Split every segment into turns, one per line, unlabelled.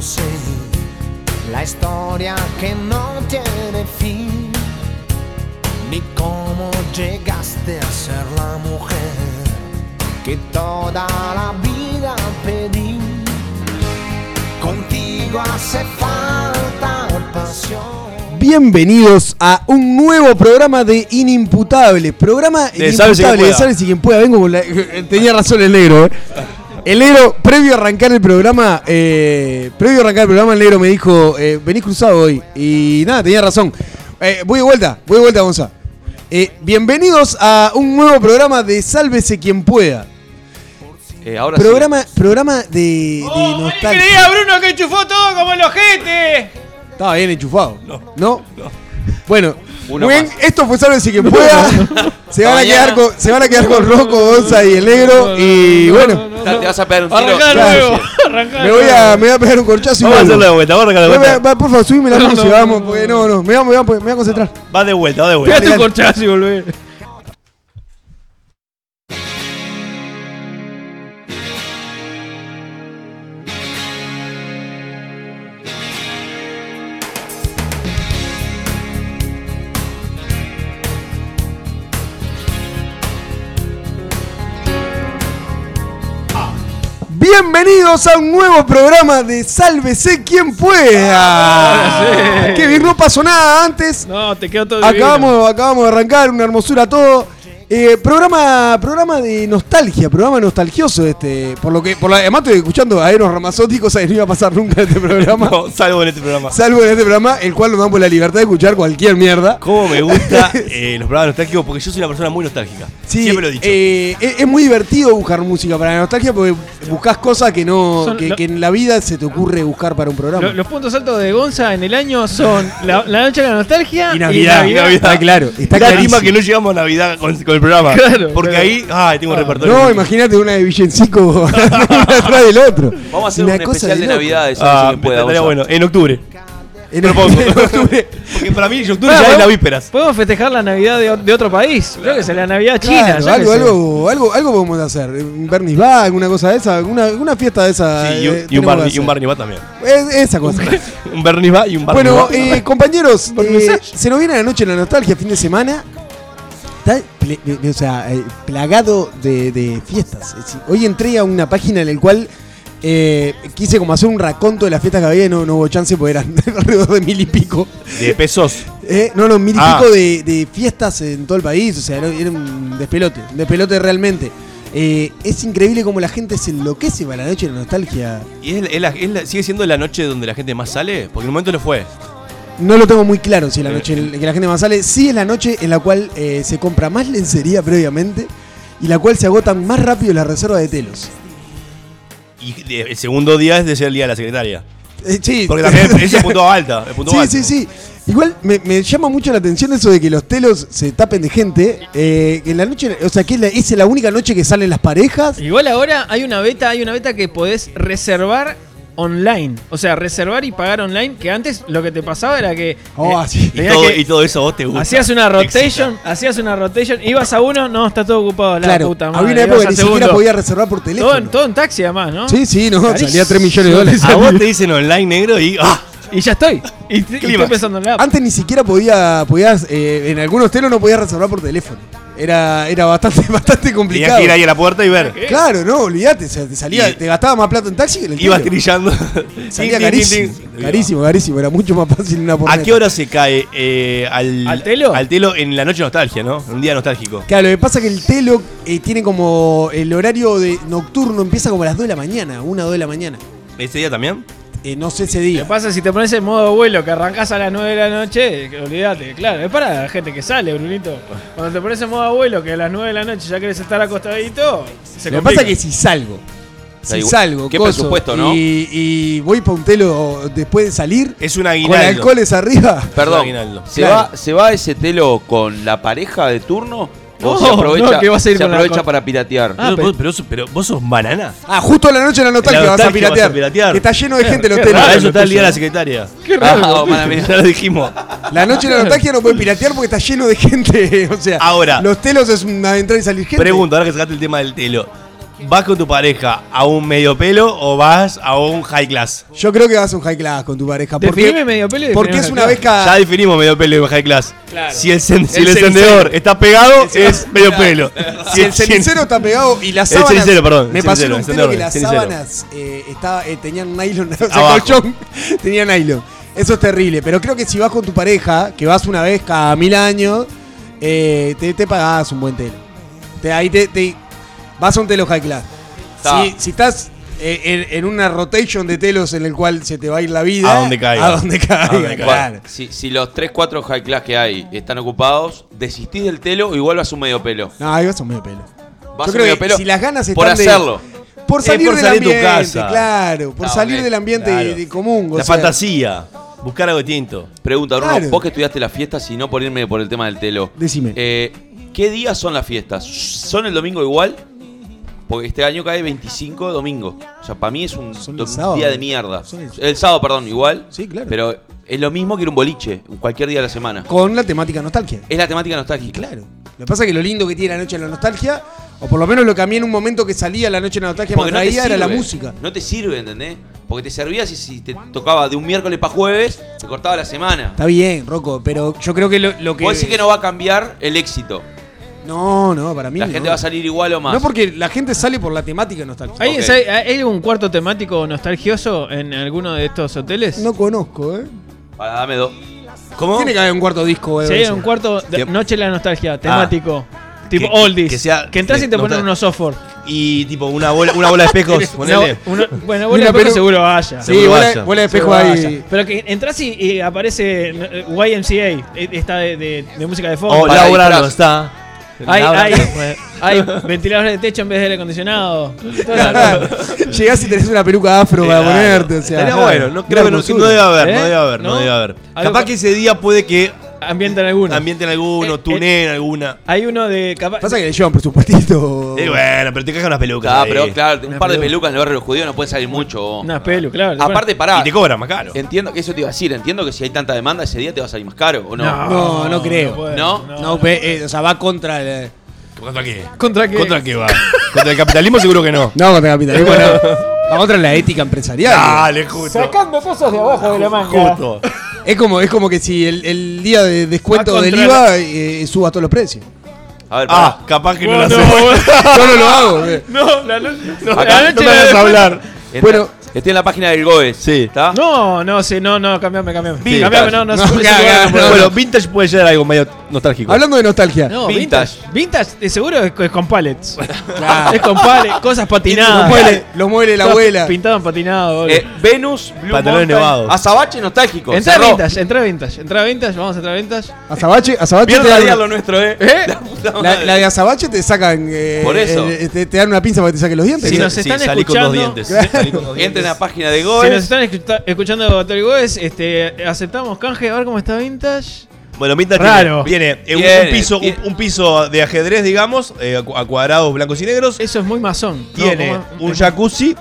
sé, la historia que no tiene fin, ni cómo llegaste a ser la mujer que toda la vida pedí. Contigo hace falta pasión.
Bienvenidos a un nuevo programa de Inimputables. Programa
De
inimputable
Sabes y quien
de
pueda.
Sabes y quien pueda. Vengo con la- Tenía razón el negro. eh. El negro, previo a arrancar el programa, eh, previo a arrancar el programa, el negro me dijo, eh, venís cruzado hoy. Y nada, tenía razón. Eh, voy de vuelta, voy de vuelta, Gonza. Eh, bienvenidos a un nuevo programa de Sálvese quien pueda.
Eh, ahora
Programa, programa de, de
Oh,
nostalgia.
Quería Bruno que enchufó todo como el ojete.
Estaba bien enchufado. No. ¿No? Bueno.
Uno
buen-
más.
esto fue Sálvese quien pueda. se, van a quedar con, se van a quedar con Rocco, Gonza y el negro. y bueno,
sí. Te, te vas a pegar un tiro.
Arrancá de
Claro,
nuevo. Arrancá de
me, voy a,
nuevo.
me voy a pegar un corchazo y
Vamos a
vuelvo.
hacerlo de vuelta, vamos a arrancar de
Va, va,
vuelta.
va, Porfa, subime la
No, no,
música,
no,
vamos,
no,
porque
no.
no, no, me voy, a- me voy a- me voy a concentrar.
Va de vuelta, va de vuelta.
Pegate un
Dale.
corchazo y volvé.
Bienvenidos a un nuevo programa de Sálvese quien pueda.
sí.
Que bien, no pasó nada antes.
No, te quedó todo divino.
Acabamos, acabamos de arrancar, una hermosura todo. Eh, programa, programa de nostalgia, programa nostalgioso este, por lo que, por lo- además estoy escuchando a Eros Ramazzotti, cosa que no iba a pasar nunca en este programa,
No, salvo en este programa.
salvo en este programa, el cual nos damos la libertad de escuchar cualquier mierda.
¿Cómo me gusta eh, los programas nostálgicos? Porque yo soy una persona muy nostálgica.
Sí,
Siempre lo he dicho.
eh, es, es muy divertido buscar música para la nostalgia porque buscas cosas que no,
Son
que,
lo-
que en la vida se te ocurre buscar para un programa.
Lo- los puntos altos de Gonza en el año son la, la noche de la nostalgia y Navidad.
y Navidad.
Está claro, está
Lástima
clarísimo.
que no llegamos a Navidad con, con el programa.
Claro,
porque
claro.
ahí, ay, tengo un
Ah,
repertorio.
No,
muy-
imagínate una de Villancico una atrás del otro.
Vamos a hacer
Una
un
cosa
especial de
loco.
Navidad de
Ah,
Sabes y quien pueda.
estaría
Gonza.
bueno. En octubre.
En,
Propongo.
en octubre.
Porque para mí, en octubre
Claro,
ya es
¿podemos-
las vísperas.
Podemos festejar la Navidad de, o- de otro país. Creo que es la Navidad china.
Claro,
yo
algo,
qué sé.
algo, algo, algo podemos hacer. Un Bernie's Bar, alguna cosa de esa, alguna, alguna fiesta de esa.
Sí, y un,
eh,
y un
tenemos
Barney,
que
y un
hacer.
Barney va también.
Es- esa cosa.
Un Barney va y un Barney
bueno,
va.
eh, compañeros,
Por
eh,
mensaje.
se nos viene la noche la nostalgia, fin de semana. Está ple- eh, o sea, eh, plagado de, de fiestas. Es decir, hoy entré a una página en la cual eh, quise como hacer un raconto de las fiestas que había y no, no hubo chance porque eran alrededor de mil y pico.
De pesos.
Eh, no, no, mil y
Ah.
pico de, de fiestas en todo el país, o sea, era, era un despelote, un despelote realmente. Eh, es increíble como la gente se enloquece para la noche de la nostalgia.
¿Y es, la- es la- es la- sigue siendo la noche donde la gente más sale? Porque en un momento lo fue.
No lo tengo muy claro si es la
Eh,
noche en la que la gente más sale. Sí es la noche en la cual eh, se compra más lencería previamente y la cual se agotan más rápido las reservas de telos.
Y de- el segundo día es de ser el día de la secretaria.
Eh, sí.
Porque también es el punto alta. El punto
Sí,
alto.
sí, sí. Igual me, me llama mucho la atención eso de que los telos se tapen de gente. eh, que en la noche, o sea, que es la, es la única noche que salen las parejas.
Igual ahora hay una beta, hay una beta que podés reservar online. O sea, reservar y pagar online. Que antes lo que te pasaba era que.
Oh,
eh,
así.
Y
tenías
todo,
que-
y todo eso a vos te gusta.
Hacías una
Te excita.
rotation, hacías una rotation, ibas a uno, no, está todo ocupado, la
Claro,
puta madre.
había una
ibas
época que
al
ni siquiera
segundo.
podía reservar por teléfono.
todo, en- todo en taxi además, ¿no?
Sí, sí, no,
Clarísimo.
salía 3 millones de dólares.
A vos te dicen online negro y. ¡Ah!
Y ya estoy. Y, y estoy
Clímax.
pensando en la app.
Antes ni siquiera podía, podías, eh, en algunos telos no podías reservar por teléfono. Era, era bastante, bastante
Tenías
complicado.
que ir ahí a la puerta y ver.
Claro, no, olvídate, o sea, te salía,
Y-
te gastaba más plata en taxi que en el
Ibas
telo.
trillando.
Salía
Tin, tin, tin,
carísimo,
tin.
carísimo, carísimo, era mucho más fácil una
¿A
porneta.
qué hora se cae eh, al,
¿Al telo?
Al telo en la noche nostalgia, ¿no? Un día nostálgico.
Claro, lo que pasa es que el telo eh, tiene como el horario de nocturno empieza como a las 2 de la mañana, 1 o 2 de la mañana.
¿Ese día también?
Eh, no sé ese
¿Qué
día.
pasa si te pones en modo vuelo que arrancás a las 9 de la noche? que Olvídate, claro. Es para la gente que sale, Brunito. Cuando te pones en modo vuelo que a las 9 de la noche ya querés estar acostadito, se
Lo que
complica.
pasa es que si salgo, si
igual.
salgo,
Qué
coso,
presupuesto, ¿no?
Y, y voy para un telo después de salir,
Es un
con
aguinaldo.
alcoholes arriba.
Perdón,
Aguinaldo.
¿se,
Claro.
va, ¿se va ese telo con la pareja de turno? ¿O
No,
se aprovecha,
no, que vas a ir
se
con la-
aprovecha para piratear?
Ah,
Pero-
pero-
vos- pero, sos- pero vos sos banana.
Ah, justo la noche de la nostalgia,
La
vas, a
nostalgia vas a
piratear,
piratear.
Que está lleno de gente en los
qué
telos.
raro.
Para eso
lo
está el
tuyo,
día de la
¿no?
secretaria.
Qué raro.
Ah, oh, mala mía.
Ya lo dijimos.
La noche de la nostalgia no puede piratear porque está lleno de gente. O sea,
Ahora.
los telos es una entrada y salir gente.
Pregunto, ahora que sacaste el tema del telo. ¿Vas con tu pareja a un medio pelo o vas a un high class?
Yo creo que vas a un high class con tu pareja. Porque,
Definime medio pelo y
porque
definime
es
high
una
class.
vez
Ya
cada.
definimos medio pelo y high class.
Claro.
Si el, cen- si el
Ah. El cenicero.
encendedor está pegado, es medio pelo.
Si el cenicero está pegado y las
El
sábanas.
cenicero, perdón,
Me
el
pasó en
cenicero,
un
encendedor,
telo que las
cenicero.
sábanas eh, estaba, eh, tenían nylon. O sea,
Abajo.
colchón tenía nylon. Eso es terrible. Pero creo que si vas con tu pareja, que vas una vez cada mil años, eh, te, te pagás un buen telo. Te- ahí te, te- vas a un telo high class.
Está.
Si, si estás eh, en, en una rotation de telos en el cual se te va a ir la vida.
A donde caiga.
A donde caiga,
A donde caiga.
claro.
Bueno, si, si los 3, 4 high class que hay están ocupados, desistís del telo o igual vas a un medio pelo.
No, ahí vas a un medio pelo.
Vas
Yo
a
creo
medio
que
pelo
si las ganas están
por
de-
hacerlo.
Por
Es
salir
Eh, por
del
salir de tu
ambiente,
casa.
claro. Por
Ah,
salir
ok,
del ambiente
claro.
de- común. o
La
sea,
fantasía. Buscar algo distinto.
Pregunta, Bruno,
Claro.
vos que estudiaste las fiestas y no por irme por el tema del telo.
Decime.
Eh, ¿Qué días son las fiestas? ¿Son el domingo igual? Porque este año cae 25 de domingo. O sea, para mí es un,
Son el
do- un
sábado.
día de mierda.
Son el-
el... sábado, perdón, igual.
Sí, claro.
Pero es lo mismo que ir a un boliche, cualquier día de la semana.
Con la temática nostalgia.
Eh,
Es la temática nostálgica.
Claro. Lo que pasa es que lo lindo que tiene la noche de la nostalgia, o por lo menos lo que a mí en un momento que salía la noche de la nostalgia
Porque
me
no te
atraía, era la
sirve.
música.
No te sirve, ¿entendés? Porque te servía si, si te tocaba de un miércoles para jueves, te cortaba la semana.
Está bien, Rocco, pero yo creo que lo, lo que.
Vos decís que no va a cambiar el éxito.
No, no, para mí
La
no.
gente va a salir igual o más.
No porque la gente sale por la temática nostalgia.
¿Hay,
Ok.
hay- hay algún cuarto temático nostalgioso en alguno de estos hoteles?
No conozco, ¿eh?
Para, dame dos.
¿Cómo?
Tiene que haber un cuarto disco, eh.
Sí,
de
hay
eso.
un cuarto de
Tiempo.
Noche de la Nostalgia, temático. tipo
Ah. que-
oldies.
que
Que,
sea-
entras
que
y te
no
ponen
te-
unos software.
Y tipo una bola, una bola de espejos. ponele.
bueno, vos
Mira,
después
pero-
seguro vaya.
Sí,
Seguro
bola,
vaya.
bola de espejo
Seguro
ahí.
vaya. Pero que entras y, y aparece eh, YMCA, eh, esta de, de- de música de fondo.
O
Para
Laura
disfraz.
no está.
Hay,
Laura
hay-
no fue.
hay ventiladores de techo en vez de aire acondicionado.
Llegás y tenés una peluca afro para
Claro.
ponerte, o sea.
Estaría
claro.
bueno, no, creo que no,
hermosura.
no debe haber, no
¿Eh?
debe haber, no,
¿No?
debe haber.
Algo
Capaz
pa-
que ese día puede que
Ambientan alguno.
ambienten
Eh,
alguno,
eh.
tuneen alguna.
Hay uno de. Capaz,
Pasa que le llevan presupuestito.
Y bueno, pero te cagan unas pelucas.
Ah,
ahí.
pero claro, un
Una
par de
peluca.
pelucas en el barrio de los judíos no pueden salir mucho. vos.
Unas pelu,
Ah,
claro.
Aparte, pará.
Y te cobran más caro.
Entiendo que eso te iba a decir. Entiendo que si hay tanta demanda, ese día te va a salir más caro, ¿o no?
No, no creo.
puede,
¿No?
No, pe- eh, o sea, va contra el.
¿Contra qué?
¿Contra qué?
¿Contra qué va? ¿Contra el capitalismo? Seguro que no.
No, contra el capitalismo, no. Va contra la ética empresarial.
Dale, justo.
Sacando cosas de abajo de la manga.
Justo.
Es como, es como que si el, el día de descuento
Va
del IVA
contra
eh, suba todos los precios.
A ver, pará.
Ah, capaz que no lo
No,
hacemos.
Yo no lo hago. eh.
No, la noche.
Acá
la
No
noche
me hagas
la-
hablar.
Entra-
bueno.
Estoy en la página del GOE.
Sí.
¿Está?
No, no, sí, no, no, cambiame, cambiame.
Vintage.
cambiame, no, no,
No,
ese
acá,
lugar
acá,
no puede-
no.
Bueno, vintage puede ser algo medio nostálgico.
Hablando de nostalgia.
No,
Vintage.
vintage. Vintage, de seguro es, es con pallets.
Claro.
Es con pallets, cosas
Los
patinadas.
muebles, los muebles la
Todas
abuela.
Pintadas en patinado. boludo.
Eh, Venus, Blue
Pantalones
Mountain,
nevados.
Azabache nostálgico.
entra
cerró.
vintage, entra vintage, entra vintage, vamos a entrar vintage.
Azabache, Azabache te
Mierda día lo
dan,
nuestro, ¿eh?
¿Eh?
La puta
la,
madre.
la de Azabache te sacan. eh,
Por eso.
el- te, te dan una pinza para que te saquen los dientes. Eh,
Si
Sí,
nos
sí,
están
salí con dos
escuchando-
dientes. sí, salí con dos
Entra
dientes.
en la página de
Si nos
GOE.
están escucha- escuchando Hotel Goes, este, aceptamos canje, a ver cómo está vintage.
Bueno, Vintage
Raro.
viene, viene, eh, un-
Viene,
un, piso, un,
tiene-
un piso de ajedrez, digamos, eh, a cu- a cuadrados blancos y negros.
Eso es muy masón. No,
tiene
¿cómo?
un jacuzzi.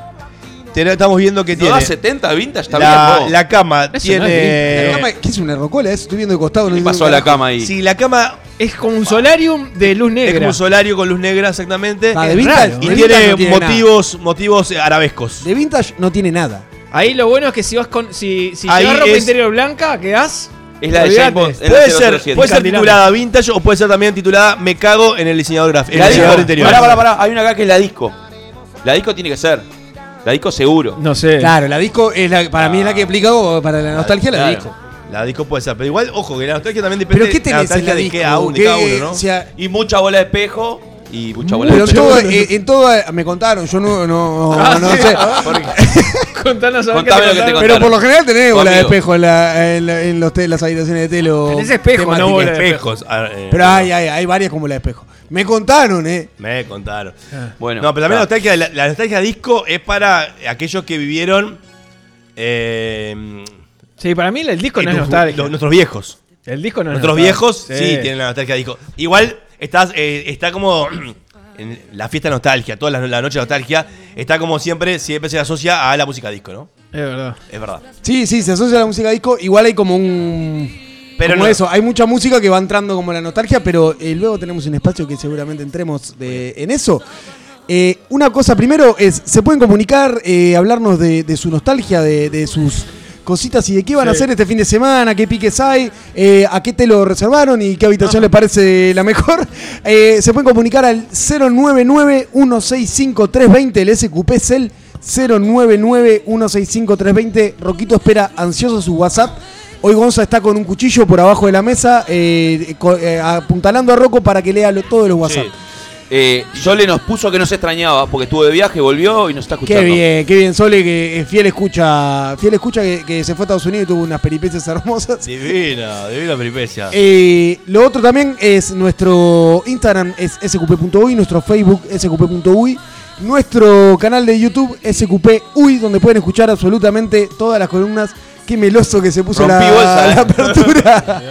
Te- estamos viendo que
No da
tiene
70 vintage, está bien.
la,
vos.
la cama.
Eso no
tiene.
es
La cama- ¿Qué es una rocola? Eso estoy viendo de costado. no
¿Qué
sé
pasó a
un
la
carajo.
cama ahí?
Sí, la cama
Es como un solarium de luz
es
negra.
como un solario con luz negra, exactamente.
Ah, de
Es
vintage,
raro.
y
de vintage
tiene,
no nada.
motivos, motivos eh, arabescos.
De vintage no tiene nada.
Ahí lo bueno es que si vas con. Si, si
Ahí
llevas ropa
es-
interior blanca, quedás.
Es la de
Olvídate.
James Bond. es la
Puede
007.
ser, puede ser
Candilame.
titulada vintage o puede ser también titulada Me cago en el diseñador gráfico.
La
El
disco.
diseñador interior.
Pará, pará, pará. Hay una acá que es la disco. La disco tiene que ser. La disco seguro.
No sé.
Claro, la disco es la, para mí es la que explica vos, para la nostalgia la
Claro,
disco.
La disco puede ser, pero igual, ojo, que la nostalgia también depende
¿Pero qué
de la
tenés en
nostalgia
la
de,
disco?
cada uno, de
¿Qué-
cada uno, ¿no?
o sea,
Y mucha bola de espejo. Y Eh, mucha bola de
Pero en
espejo.
todo- en, en todo eh, me contaron, yo no, no,
Ah,
no
sí.
sé.
Contanos a ver qué
Contame lo que te
contaron.
contaron.
Pero por lo general tenés
Conmigo.
bola de espejo en, la- en la- en los te- las habitaciones de telo.
Tenés espejo, no
temáticas.
bola de
Espejos. ah, eh,
Pero hay, hay, hay varias como la de espejo. Me contaron, eh.
Me contaron.
Ah.
Bueno,
no, pero también la
está.
nostalgia, la, la nostalgia disco es para aquellos que vivieron eh,
Sí, para mí el disco no es
tu-
nostalgia.
los- nuestros viejos.
El disco no es
Nuestros
nostalgia.
viejos sí. tienen la nostalgia disco. Igual estás, eh, está como en la fiesta de nostalgia, toda la, la noche de nostalgia, está como siempre, siempre se asocia a la música disco, ¿no?
Es verdad.
Es verdad.
Sí, sí, se asocia a la música disco. Igual hay como un.
Pero
como
no-
eso, hay mucha música que va entrando como la nostalgia, pero eh, luego tenemos un espacio que seguramente entremos de- en eso. Eh, una cosa primero es, se pueden comunicar, eh, hablarnos de, de su nostalgia, de, de sus cositas y de qué van a
Sí.
hacer este fin de semana, qué piques hay, eh, a qué te lo reservaron y qué habitación les parece la mejor. Eh, se pueden comunicar al 099-165-320, el SQP es el 099-165-320. Roquito espera ansioso su WhatsApp. Hoy Gonza está con un cuchillo por abajo de la mesa, eh, co- eh, apuntalando a Rocco para que lea lo- todos los WhatsApp.
Sí. Eh, Sole nos puso que nos extrañaba porque estuvo de viaje, volvió y nos está
Qué
escuchando.
bien, qué bien, Sole, que eh, fiel escucha, fiel escucha que, que se fue a Estados Unidos y tuvo unas peripecias hermosas.
Divina, divina peripecia.
Eh, lo otro también es nuestro Instagram es sqp.uy, nuestro Facebook sqp.uy, nuestro canal de YouTube sqp.uy, donde pueden escuchar absolutamente todas las columnas. Qué meloso que se puso la,
Rompí bolsa, eh.
la apertura.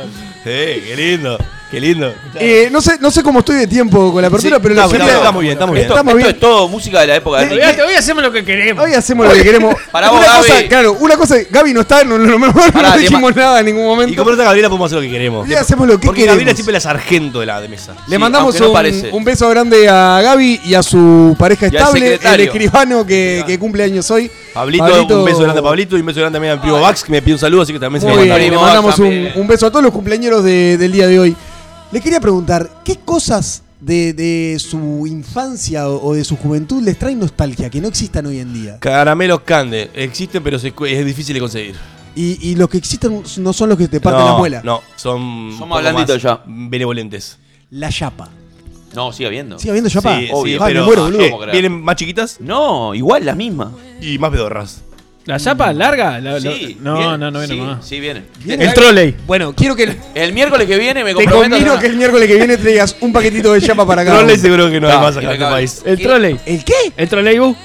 Sí, qué lindo, qué lindo.
Eh, no, sé, no sé cómo estoy de tiempo con la apertura,
Sí,
pero la
está bien,
serie-
está muy bien, está muy bien.
Esto,
Estamos
esto
bien.
es todo música de la época de
Sí.
Hoy,
Enrique.
hoy hacemos lo que queremos.
Hoy hacemos lo que queremos.
Pará vos,
una
Gaby.
cosa, claro, una cosa, Gaby no está, no, no, no- no
Pará,
dijimos
Diema-
nada en ningún
Y
momento.
como no está Gabriela, podemos hacer lo que queremos.
Y hacemos lo que
Porque
queremos.
Gabriela es siempre la sargento de la de mesa.
Le
Sí,
mandamos
aunque no
un,
parece.
un beso grande a Gaby y a su pareja
Y al
estable, el
secretario.
escribano que, que cumple años hoy.
Pablito, un beso grande a Pablito y un beso grande también a mi primo Vax, que me pide un saludo, así que también se
Muy
me
bien,
mandaron.
le
Primo,
mandamos un,
también.
un beso a todos los cumpleañeros de- del día de hoy. Le quería preguntar, ¿qué cosas de, de su infancia o, o de su juventud les traen nostalgia que no existan hoy en día?
Caramelos Cande. Existen, pero se cu- es difícil de conseguir.
Y, y los que existen no son los que te parten
no,
la muela.
No, son. un poco más
blanditos ya.
Benevolentes.
La chapa.
No, sigue habiendo.
¿Sigue habiendo chapa?
Sí,
obvio,
sí,
Ay, me
pero-
muero,
ah,
boludo.
eh,
¿cómo creer?
vienen más chiquitas
No, igual la misma.
y más pedorras.
¿La chapa larga? La- la-
Sí,
no,
viene.
no, no viene
sí,
más.
Sí, viene.
Viene.
El trolley.
Bueno, quiero que
El miércoles que viene me
te
comprometo.
convino
no-
que el miércoles que viene traigas un paquetito de chapa para acá.
No le seguro que no hay
No,
más acá en este
impecable.
país.
El
¿Qué?
trolley.
¿El qué?
El trolleybus.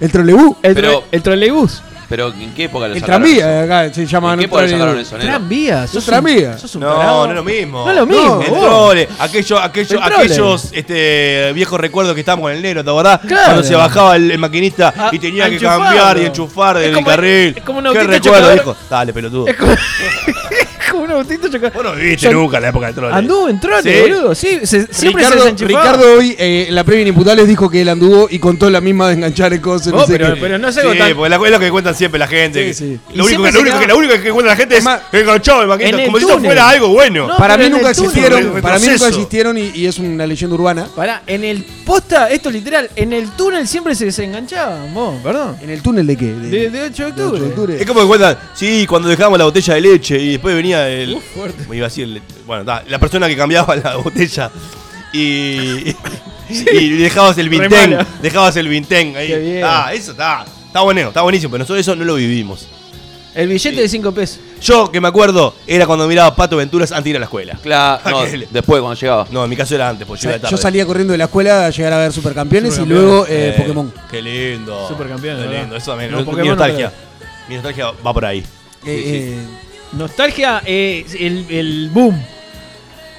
El trolebú.
El,
Pero-
tro- el troleibús.
Pero ¿en qué época lo
El
sacaron eso?
tranvía, acá se llama.
¿En
no,
qué época lo sacaron
trolebús.
eso, nene?
Tranvía. Sos un-
tranvía.
sos un tarado.
No, no es lo mismo.
No es lo mismo.
El
vos.
trole, aquello, aquello,
El trole.
aquellos este, viejos recuerdos que estábamos con el negro, ¿te acordás?
Claro.
Cuando se bajaba el, el maquinista
Ah,
y tenía que
enchufarlo.
cambiar y enchufar
Es
del
como-
carril.
es como un
¿Qué
autito
recuerdo,
chocador.
dijo? Dale, pelotudo.
Es como, es como un autito chocado.
Vos no viviste
Yo-
nunca la época del trole.
Anduvo en trole,
Sí.
boludo. Sí, se- siempre se
Ricardo,
desenchufaba.
Ricardo hoy eh, en la previa Inimputables dijo que él anduvo y contó la misma de enganchar el coso.
Oh,
no sé
pero,
qué.
pero no
Sí,
sé tan...
porque la- es lo que cuentan siempre la gente.
Sí, sí.
Lo,
Y
único
siempre
que, lo,
se
único que,
quedaba-
lo único que cuenta la gente es
más,
que enganchó el maquinista,
en el
como si eso
túnel.
fuera algo bueno.
No,
para
pero
mí
en
nunca
el túnel.
existieron, para mí nunca
Retroceso.
existieron y, y es una leyenda urbana.
Pará, en el posta, esto es literal, en el túnel siempre se desenganchaban, vos, perdón.
¿En el túnel de qué?
De, de 8 de
de
octubre.
8 de octubre.
Es como que cuentan, sí, cuando dejábamos la botella de leche y después venía el.
Uf, fuerte.
Me iba así el- Bueno, ta, la persona que cambiaba la botella y. y dejabas el vintén.
malo.
Dejabas el vintén
Qué
ahí.
bien.
Ah, eso está. Está bueno, está buenísimo, pero nosotros eso no lo vivimos.
El billete de 5 pesos.
Yo, que me acuerdo, era cuando miraba Pato Venturas antes de ir a la escuela.
Claro, no,
Aquel.
después cuando llegaba.
No, en mi caso era antes, porque yo iba
Yo
tarde.
salía corriendo de la escuela a llegar a ver Supercampeones y luego eh,
Eh,
Pokémon.
Qué lindo.
Supercampeones,
Qué
¿verdad?
lindo, eso también.
No,
mi
Pokémon no
nostalgia. Mi nostalgia va por ahí.
Eh,
sí.
eh,
Nostalgia, eh, el, el boom.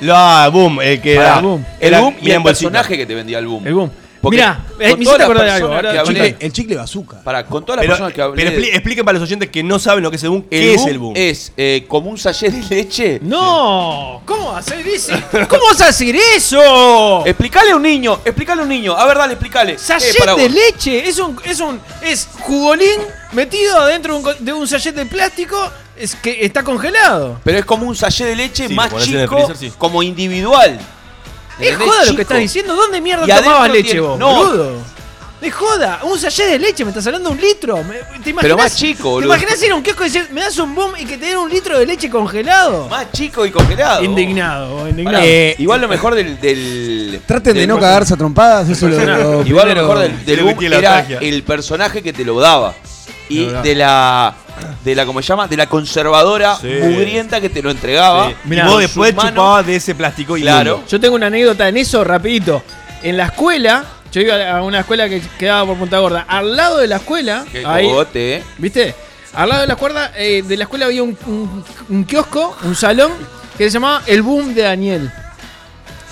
La ah, boom, el que
Pará,
era.
el boom.
era
el boom y
mira
el
en bolsita.
personaje que te vendía el boom.
El boom.
Porque
Mirá,
con
eh, me
todas
hiciste
las
acordar de
personas
algo.
que
Ahora,
hablé-
chicle.
el chicle bazooka.
Para, con todas las
Pero,
personas que hablé.
pero expli-
de-
expliquen para los oyentes que no saben lo que es el boom,
el
¿qué
boom
es el boom?
Es eh, como un sachet de leche.
¡No! ¿Cómo vas a hacer eso? ¿Cómo vas a hacer eso?
Explicale a un niño, explicale a un niño. A ver, dale, explicale. Eh,
Sachet
para
de
vos.
leche, es un, es un es jugolín metido adentro de un, co- de un sachet de plástico es que está congelado.
Pero es como un sachet de leche
Sí,
más
lo ponés en el
chico,
freezer, sí.
como individual.
Es
¿Entendés?
joda lo
Chico.
que estás diciendo. ¿Dónde mierda
Y adentro
tomabas leche
tiene-
vos,
no.
boludo? Es joda. Un sachet de leche, me estás hablando de un litro. Me- ¿Te imaginas,
más chico, boludo.
¿Te imaginas ir a un kiosco y decir, me das un boom y que te den un litro de leche congelado?
Más chico y congelado.
Indignado, vos,
Pará,
indignado.
Eh,
igual lo mejor del. del-
Traten de
del-
no cagarse a trompadas, eso lo, lo
Igual lo
primero.
mejor del, del
Creo que
boom
tiene la
era
nostalgia.
el personaje que te lo daba. Y
verdad.
de la. De la, ¿cómo se llama? De la conservadora
Sí.
mugrienta que te lo
Sí.
entregaba.
Mirá,
y vos
con
después
sus manos-
chupabas de ese plástico y
Claro.
Yo tengo una anécdota en eso, rapidito. En la escuela, yo iba a una escuela que quedaba por Punta Gorda. Al lado de la escuela,
Qué
ahí,
cogote, eh.
¿Viste? Al lado de la cuerda eh, de la escuela había un, un- un kiosco, un salón, que se llamaba El Boom de Daniel.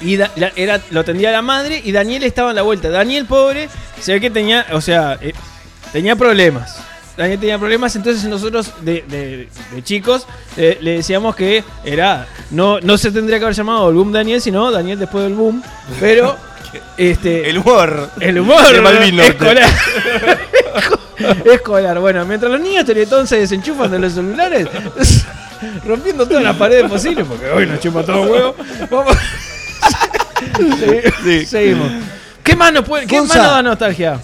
Y da- la- era, lo tendía la madre y Daniel estaba en la vuelta. Daniel, pobre, se ve que tenía, o sea, eh, tenía problemas. Daniel tenía problemas, entonces nosotros de, de- de chicos eh, le decíamos que era, no, no se tendría que haber llamado el Boom Daniel, sino Daniel después del Boom. Pero Este,
El humor.
el humor
de Malvin Norte.
escolar. escolar. Bueno, mientras los niños teletón se desenchufan de los celulares, rompiendo todas las paredes posibles, porque hoy nos chupa todo huevo. Vamos.
Sí.
Seguimos. ¿Qué más nos puede, qué más
Gonza.
nos da nostalgia?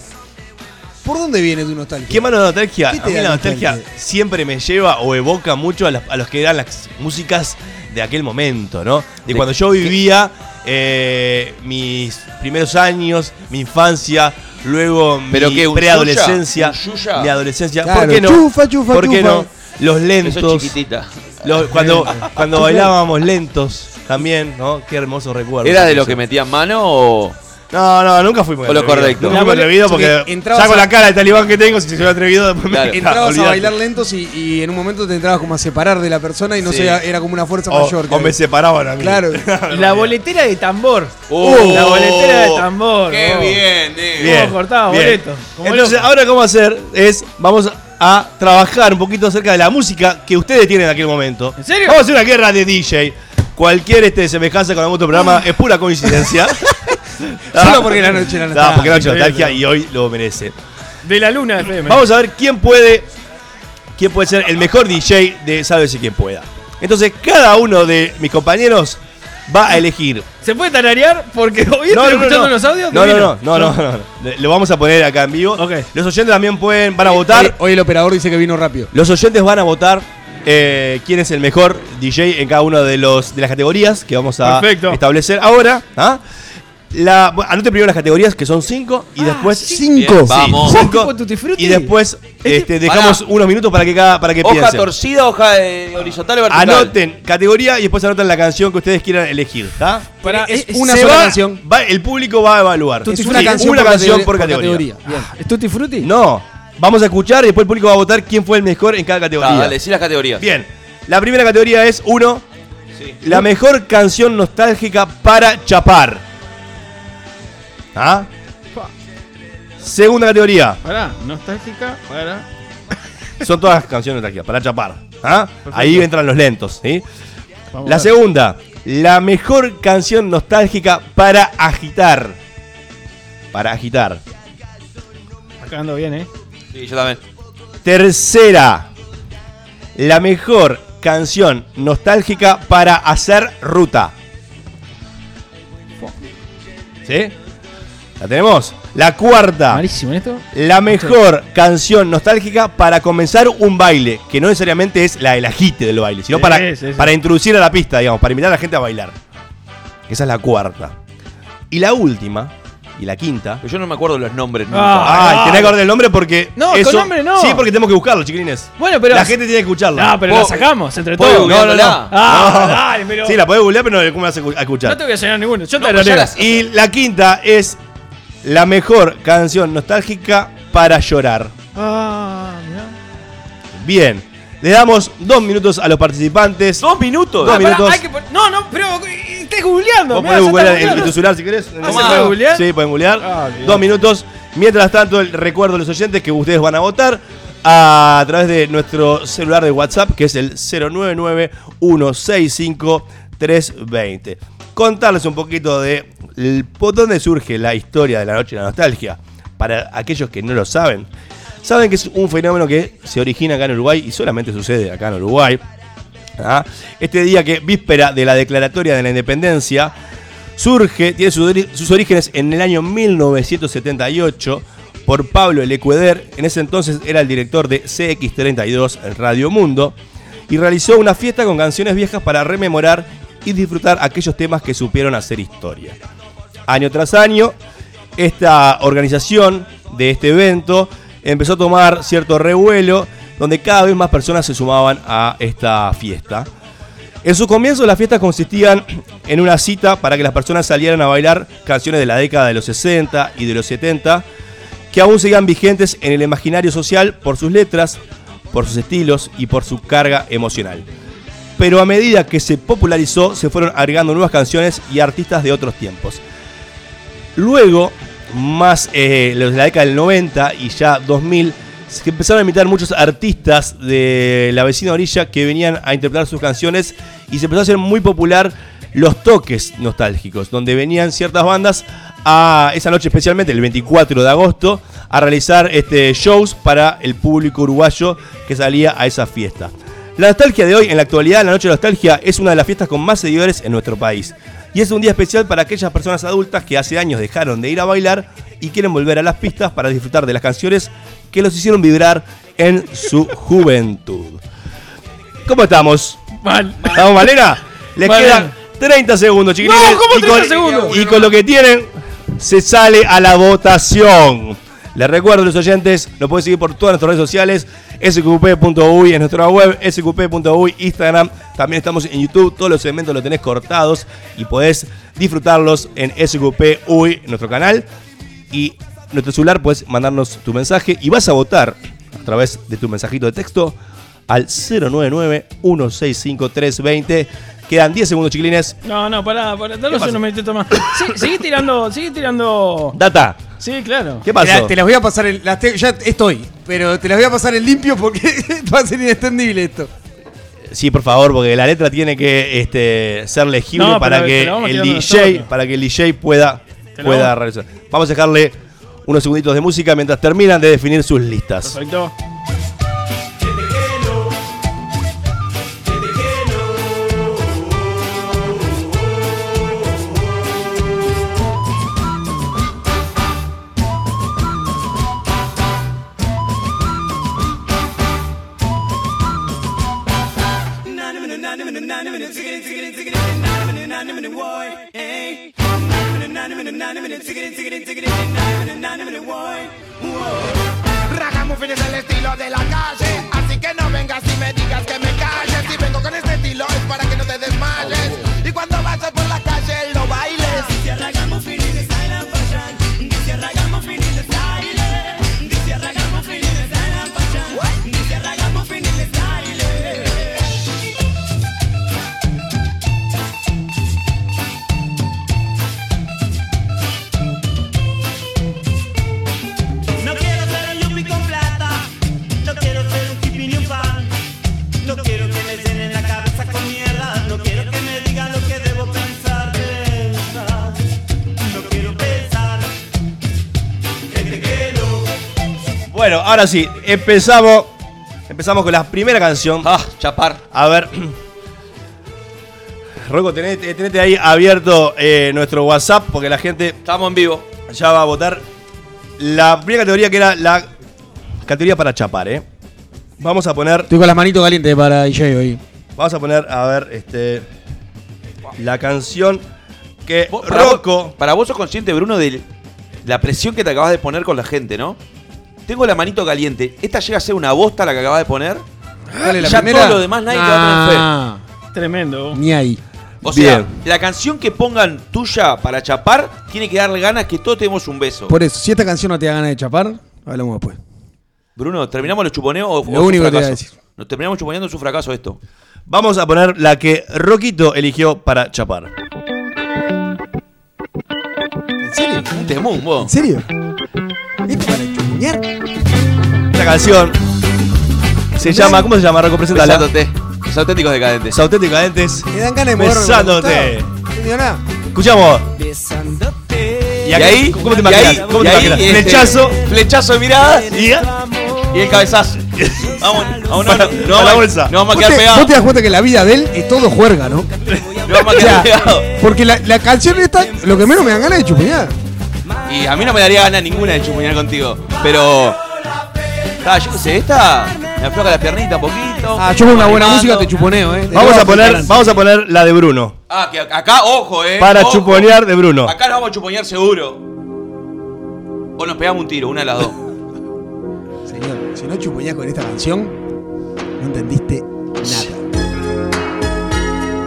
¿Por dónde viene tu nostalgia?
¿Qué mano de nostalgia?
¿Qué te
A mí
da
la nostalgia
nostalgia?
siempre me lleva o evoca mucho a, las- a los que eran las músicas de aquel momento, ¿no? De cuando yo vivía eh, mis primeros años, mi infancia, luego
¿Pero
mi
qué, un
preadolescencia,
Yuya? ¿Un Yuya?
mi adolescencia.
Claro,
¿Por qué no?
chufa, chufa,
¿Por qué
chufa.
no? Los
Eso es
lentos.
chiquitita.
los- cuando, cuando bailábamos lentos también, ¿no? Qué hermoso recuerdo.
¿Era de los que metían mano o.?
No, no, nunca fui muy
O lo
atrevido.
correcto.
Nunca fui
La
muy
bol-
atrevido
porque
porque
entrabas
saco
a-
la cara de talibán que tengo, si soy atrevido, después me
Claro.
Entrabas a
olvidate.
bailar lentos y, y en un momento te entrabas como a separar de la persona y no
Sí.
sé, era como una fuerza
O,
mayor. que
Oh, o me
había.
separaban a Uh. mí.
Claro.
La boletera de tambor.
Oh.
la boletera de tambor.
¡Qué
oh.
bien, negro.
Bien,
cortaba
bien.
boleto, como
Entonces,
loco.
ahora cómo hacer es, vamos a trabajar un poquito acerca de la música que ustedes tienen en aquel momento.
¿En serio?
Vamos a hacer una guerra de DJ. Cualquier este, semejanza con algún otro programa es pura coincidencia.
Solo porque la noche era
Ah,
nostalgia.
porque la noche nostalgia y hoy lo merece.
De la luna FM.
Vamos a ver quién puede quién puede ser el mejor DJ de Sálvese quien pueda. Entonces, cada uno de mis compañeros va a elegir.
¿Se puede tararear? Porque hoy estoy escuchando los audios.
no, no,
divino.
no, no, no, no, no. Lo vamos a poner acá en vivo.
Ok. Eh,
Los oyentes también pueden, van a
Hoy,
votar.
hoy el operador dice que vino rápido.
Los oyentes van a votar eh, quién es el mejor DJ en cada una de, los, de las categorías que vamos a
Perfecto.
establecer ahora. ¿ah? La, bueno, anote primero las categorías que son cinco y después
Cinco.
Bien,
Sí,
vamos.
cinco,
Tipo Tutti Frutti.
y después
Este-
este, dejamos
Pará.
unos minutos para que cada para que
Hoja
piensen.
torcida, hoja eh, horizontal o vertical.
Anoten categoría y después anotan la canción que ustedes quieran elegir, ¿está?
Pará,
es
eh,
una
Se
sola
va-
canción.
va- el público va a evaluar.
Tutti
Sí,
Frutti.
una canción por categoría.
Ah.
¿Es Tutti Frutti?
No, vamos a escuchar y después el público va a votar quién fue el mejor en cada
Ah,
categoría.
dale, decí las categorías.
Bien, la primera categoría es uno, la mejor canción nostálgica para chapar. ¿Ah? Segunda categoría,
Pará, nostálgica. Pará.
son todas canciones nostálgicas para chapar. ¿Ah? Ahí
Perfecto.
entran los lentos, ¿sí?
Vamos a
La
ver.
segunda, la mejor canción nostálgica para agitar. Para agitar.
Acá ando bien, eh.
Sí, yo también.
Tercera, la mejor canción nostálgica para hacer ruta. ¿Sí? ¿La tenemos? La cuarta,
Malísimo ¿en esto.
la mejor canción nostálgica para comenzar un baile, que no necesariamente es la del agite del baile, sino
Sí,
para,
sí, sí.
para introducir a la pista, digamos, para invitar a la gente a bailar. Esa es la cuarta. Y la última, y la quinta.
Pero yo no me acuerdo los nombres
Ah.
nunca.
Ay, tenés que acordar el nombre porque.
No, con nombre no.
Sí, porque tenemos que buscarlo, chiquilines.
Bueno, pero.
La gente tiene que escucharla.
No, pero la
Vos-
sacamos, entre
¿puedo
todos.
googlearla?
Ah, dale, pero.
Sí, la podés googlear, pero no, ¿cómo la vas a escu- a
No
escuchar?
te voy a llenar ninguno. Yo
No,
te
pues ya
tarareo.
las-
Y la quinta es la mejor canción nostálgica para llorar.
Ah, mirá.
Bien. Le damos dos minutos a los participantes.
¿Dos minutos?
Dos
Ah, pará,
minutos.
hay que pon- No, no, pero. eh, Estés googleando.
Vos
mirá, ya está
podés googlear en, en
googleando.
tu celular si querés.
Ah,
¿se
Sí,
puede
googlear?
Sí, pueden googlear.
Ah, bien.
Dos minutos. Mientras tanto, el recuerdo a los oyentes que ustedes van a votar a través de nuestro celular de WhatsApp, que es el 099-165-320. Contarles un poquito de el- por dónde surge la historia de la noche de la nostalgia. Para aquellos que no lo saben, saben que es un fenómeno que se origina acá en Uruguay y solamente sucede acá en Uruguay. ¿Ah? Este día que, víspera de la declaratoria de la independencia, surge, tiene sus, ori- sus orígenes en el año 1978 por Pablo Lecueder, en ese entonces era el director de CX32 en Radio Mundo, y realizó una fiesta con canciones viejas para rememorar y disfrutar aquellos temas que supieron hacer historia. Año tras año, esta organización de este evento empezó a tomar cierto revuelo, donde cada vez más personas se sumaban a esta fiesta. En sus comienzos las fiestas consistían en una cita para que las personas salieran a bailar canciones de la década de los 60 y de los 70 que aún sigan vigentes en el imaginario social por sus letras, por sus estilos y por su carga emocional. Pero a medida que se popularizó se fueron agregando nuevas canciones y artistas de otros tiempos. Luego, más eh, los de la década del 90 y ya 2000, se empezaron a invitar muchos artistas de la vecina orilla que venían a interpretar sus canciones y se empezó a hacer muy popular los toques nostálgicos, donde venían ciertas bandas a esa noche especialmente, el 24 de agosto, a realizar este, shows para el público uruguayo que salía a esa fiesta. La nostalgia de hoy, en la actualidad, la Noche de la Nostalgia es una de las fiestas con más seguidores en nuestro país. Y es un día especial para aquellas personas adultas que hace años dejaron de ir a bailar y quieren volver a las pistas para disfrutar de las canciones que los hicieron vibrar en su juventud. ¿Cómo estamos?
Mal.
¿Estamos malena? Les
Mal.
quedan 30 segundos, chiquilines.
No, ¿cómo
Y
30
con-
segundos?
Y con lo que tienen, se sale a la votación. Les recuerdo, los oyentes, nos pueden seguir por todas nuestras redes sociales, sqp.uy en nuestra web, sqp.uy, Instagram. También estamos en YouTube, todos los segmentos los tenés cortados y podés disfrutarlos en sqp.uy, nuestro canal. Y nuestro celular puedes mandarnos tu mensaje y vas a votar a través de tu mensajito de texto al 099-165-320. Quedan 10 segundos, chiquilines.
No, no, pará, pará. Danos
pasa?
unos minutitos más. Sí, seguí tirando, seguí tirando.
Data,
Sí, claro.
¿qué
Te,
pasó?
la- te las voy a pasar el, las te- ya estoy, pero te las voy a pasar en limpio porque va a ser inextendible esto.
Sí, por favor, porque la letra tiene que este, ser legible
No,
para,
pero
que
te la vamos
el
tirando
DJ,
nosotros.
para que el DJ pueda,
Te la
pueda
vamos-
realizar. Vamos a dejarle unos segunditos de música mientras terminan de definir sus listas.
Perfecto.
Hagamos fines al estilo de la calle. Así que no vengas y me digas que me calles. Si vengo con este estilo es para que no te desmayes. Y cuando vayas por la calle lo bailes.
No quiero ser un yuppie con plata, no quiero ser un hippie ni un fan. No quiero que me llenen la cabeza con mierda, no quiero que me digan lo que debo pensar. pensar. No quiero pensar, gente que no.
Bueno, ahora sí, empezamos. Empezamos con la primera canción.
Ah, chapar.
A ver. Rocco, tenete, tenete ahí abierto eh, nuestro WhatsApp porque la gente
Estamos en vivo.
ya va a votar. La primera categoría que era la categoría para chapar, ¿eh? Vamos a poner.
Estoy con las manitos calientes para DJ hoy.
Vamos a poner, a ver, este. La canción que
Vos- para vos-
Rocco.
para vos sos consciente, Bruno, de la presión que te acabas de poner con la gente, ¿no? Tengo la manito caliente. Esta llega a ser una bosta la que acabas de poner.
¿Cuál es
Ya todo lo demás nadie te va a tener fe.
ah,
Tremendo.
Ni ahí.
O sea,
Bien.
la canción que pongan tuya para chapar tiene que darle ganas que todos tenemos un beso.
Por eso, si esta canción no te da ganas de chapar, hablamos después.
Bruno, ¿terminamos los chuponeos o, o es
Lo
un
único que te
fracaso?
voy a decir.
Nos terminamos chuponeando es un fracaso esto.
Vamos a poner la que Roquito eligió para chapar.
¿En serio?
Un temún,
¿En
vos.
serio? ¿Esto para chupuñar?
Esta canción se llama. ¿Cómo se llama, Rocco? Preséntala.
Besándote. Los auténticos decadentes.
Los auténticamente.
Me dan ganas de moverme.
Besándote.
No entendió nada.
Escuchamos.
Y,
acá-
ahí,
¿cómo te
y ahí,
imaginas? ¿Cómo te
y ahí,
imaginas?
este,
Flechazo.
flechazo de mirada
Y
y el cabezazo. Vamos, vamos, no,
Para- para
no, no,
la
vamos-
bolsa.
No vamos a
¿Vos
quedar
te, vos te
pegados.
das cuenta que la vida de él es todo juerga, ¿no?
No vamos a
O sea,
quedar pegados.
porque la, la canción esta, lo que menos me dan ganas de chupuñar.
Y a mí no me daría gana ninguna de chumuñar contigo. Pero. Ta, yo qué sé, esta. Me afloja la piernita un poquito.
Ah, yo con una buena
Animando.
música te chuponeo, ¿eh? Te
Vamos
lo
a poner,
aplicar.
vamos a poner la de Bruno.
Ah, que acá, ojo, eh.
Para
ojo.
chuponear de Bruno.
Acá nos vamos a chuponear seguro. O nos pegamos un tiro, una de las dos.
Señor, si no chupuñás con esta canción, no entendiste nada.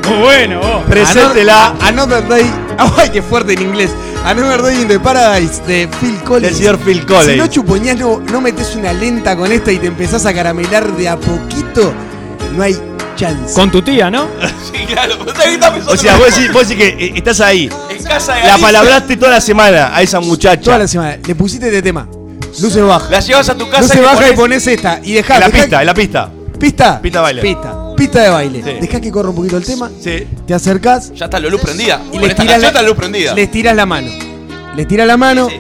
Muy bueno, vos.
Ah,
Preséntela
Another Day. ¡Ay, qué fuerte en inglés! Another Day in the Paradise de Phil Collins.
del señor
Si
Phil
no
Collins.
chupoñás, no, no metes una lenta con esta y te empezás a caramelar de a poquito, no hay chance.
Con tu tía, ¿no?
sí, claro. pero está- está pensando
O sea,
en-
vos decís, vos decís que eh, estás ahí.
En casa de
La
Alicia,
palabraste toda la semana a esa muchacha.
Toda la semana. Le pusiste este tema. Luces bajas.
La llevas a tu casa.
No se
y le
baja y
pones-
pones esta y dejá.
En la
dejá-
pista, en la pista.
eh.
Pista.
Pista de baile.
Pista. Pista de baile.
Sí.
Dejá que corra un poquito el tema.
Sí.
Te acercás
Ya está la luz prendida.
y
Con
le
esta
tirás
canción
la,
está la luz prendida.
les tirás la mano. le tira la mano,
Sí,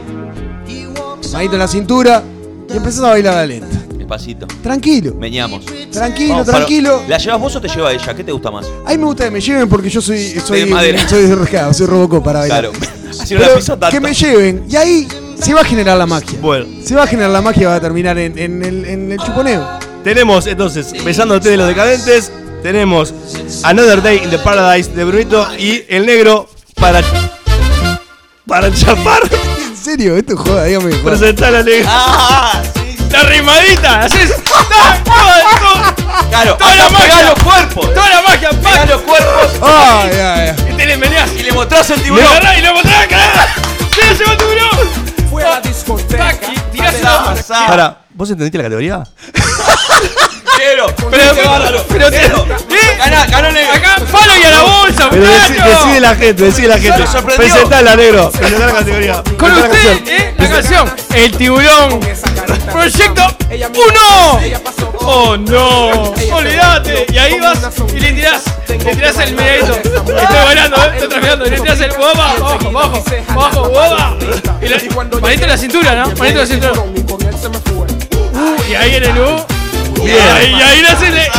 manito en la cintura y empezás a bailar a la lenta.
Despacito.
Tranquilo,
Meñamos.
tranquilo,
Vamos, para-
tranquilo.
¿La llevas vos o te lleva ella? ¿Qué te gusta más?
A mí me gusta que me lleven porque yo soy soy
De madera.
soy de recado, soy Robocop para bailar.
Claro. Así no
Pero
la piso tanto.
que me lleven y ahí se va a generar la magia.
Bueno.
Se va a generar la magia, va a terminar en, en el, en el chuponeo.
Tenemos entonces, besándote de los decadentes, tenemos Another Day in the Paradise de Brunito y el negro para. Para chapar,
En serio, esto es joda, dígame. joda.
presentar al negro.
¡Ah! sí, sí.
¡La rimadita! ¡Haces!
Claro,
Toda la
acá
magia.
pegá los cuerpos.
¡Toda la magia!
Pegá los cuerpos
Ay, ay, ay.
Y te le meneás
y le mostrás el
¡Le
tiburón.
agarrás y lo mostrás! ¡Carajo! ¡Sí, se va el tiburón!
Fue a la discoteca.
¡Tirás
Pasá,
la
pasá.
Para, ¿vos entendiste la categoría?
Negro,
Pero-
qué bárbaro.
pero-
Negro,
¿Eh?
Ganá, ganó negro.
¡Acá, palo y a la bolsa! Pero deci-
muchacho.
decide la gente, decide la gente.
Me sorprendió.
Presentala, negro. Presentá la categoría.
Con
Presentá la
usted,
canción.
¿eh? La canción. El tiburón. Proyecto 1. Oh no. Olvídate. Y ahí vas y le tirás. Le tirás el medallito. Estoy bailando, ¿eh? Estoy trapeando. Le tirás el boba. Ojo, ojo. Ojo, boba. Y la, manito en la cintura, ¿no? Manito en la cintura. Uh, y ahí en el U. Y ahí, y ahí le haces el- ¿Eh?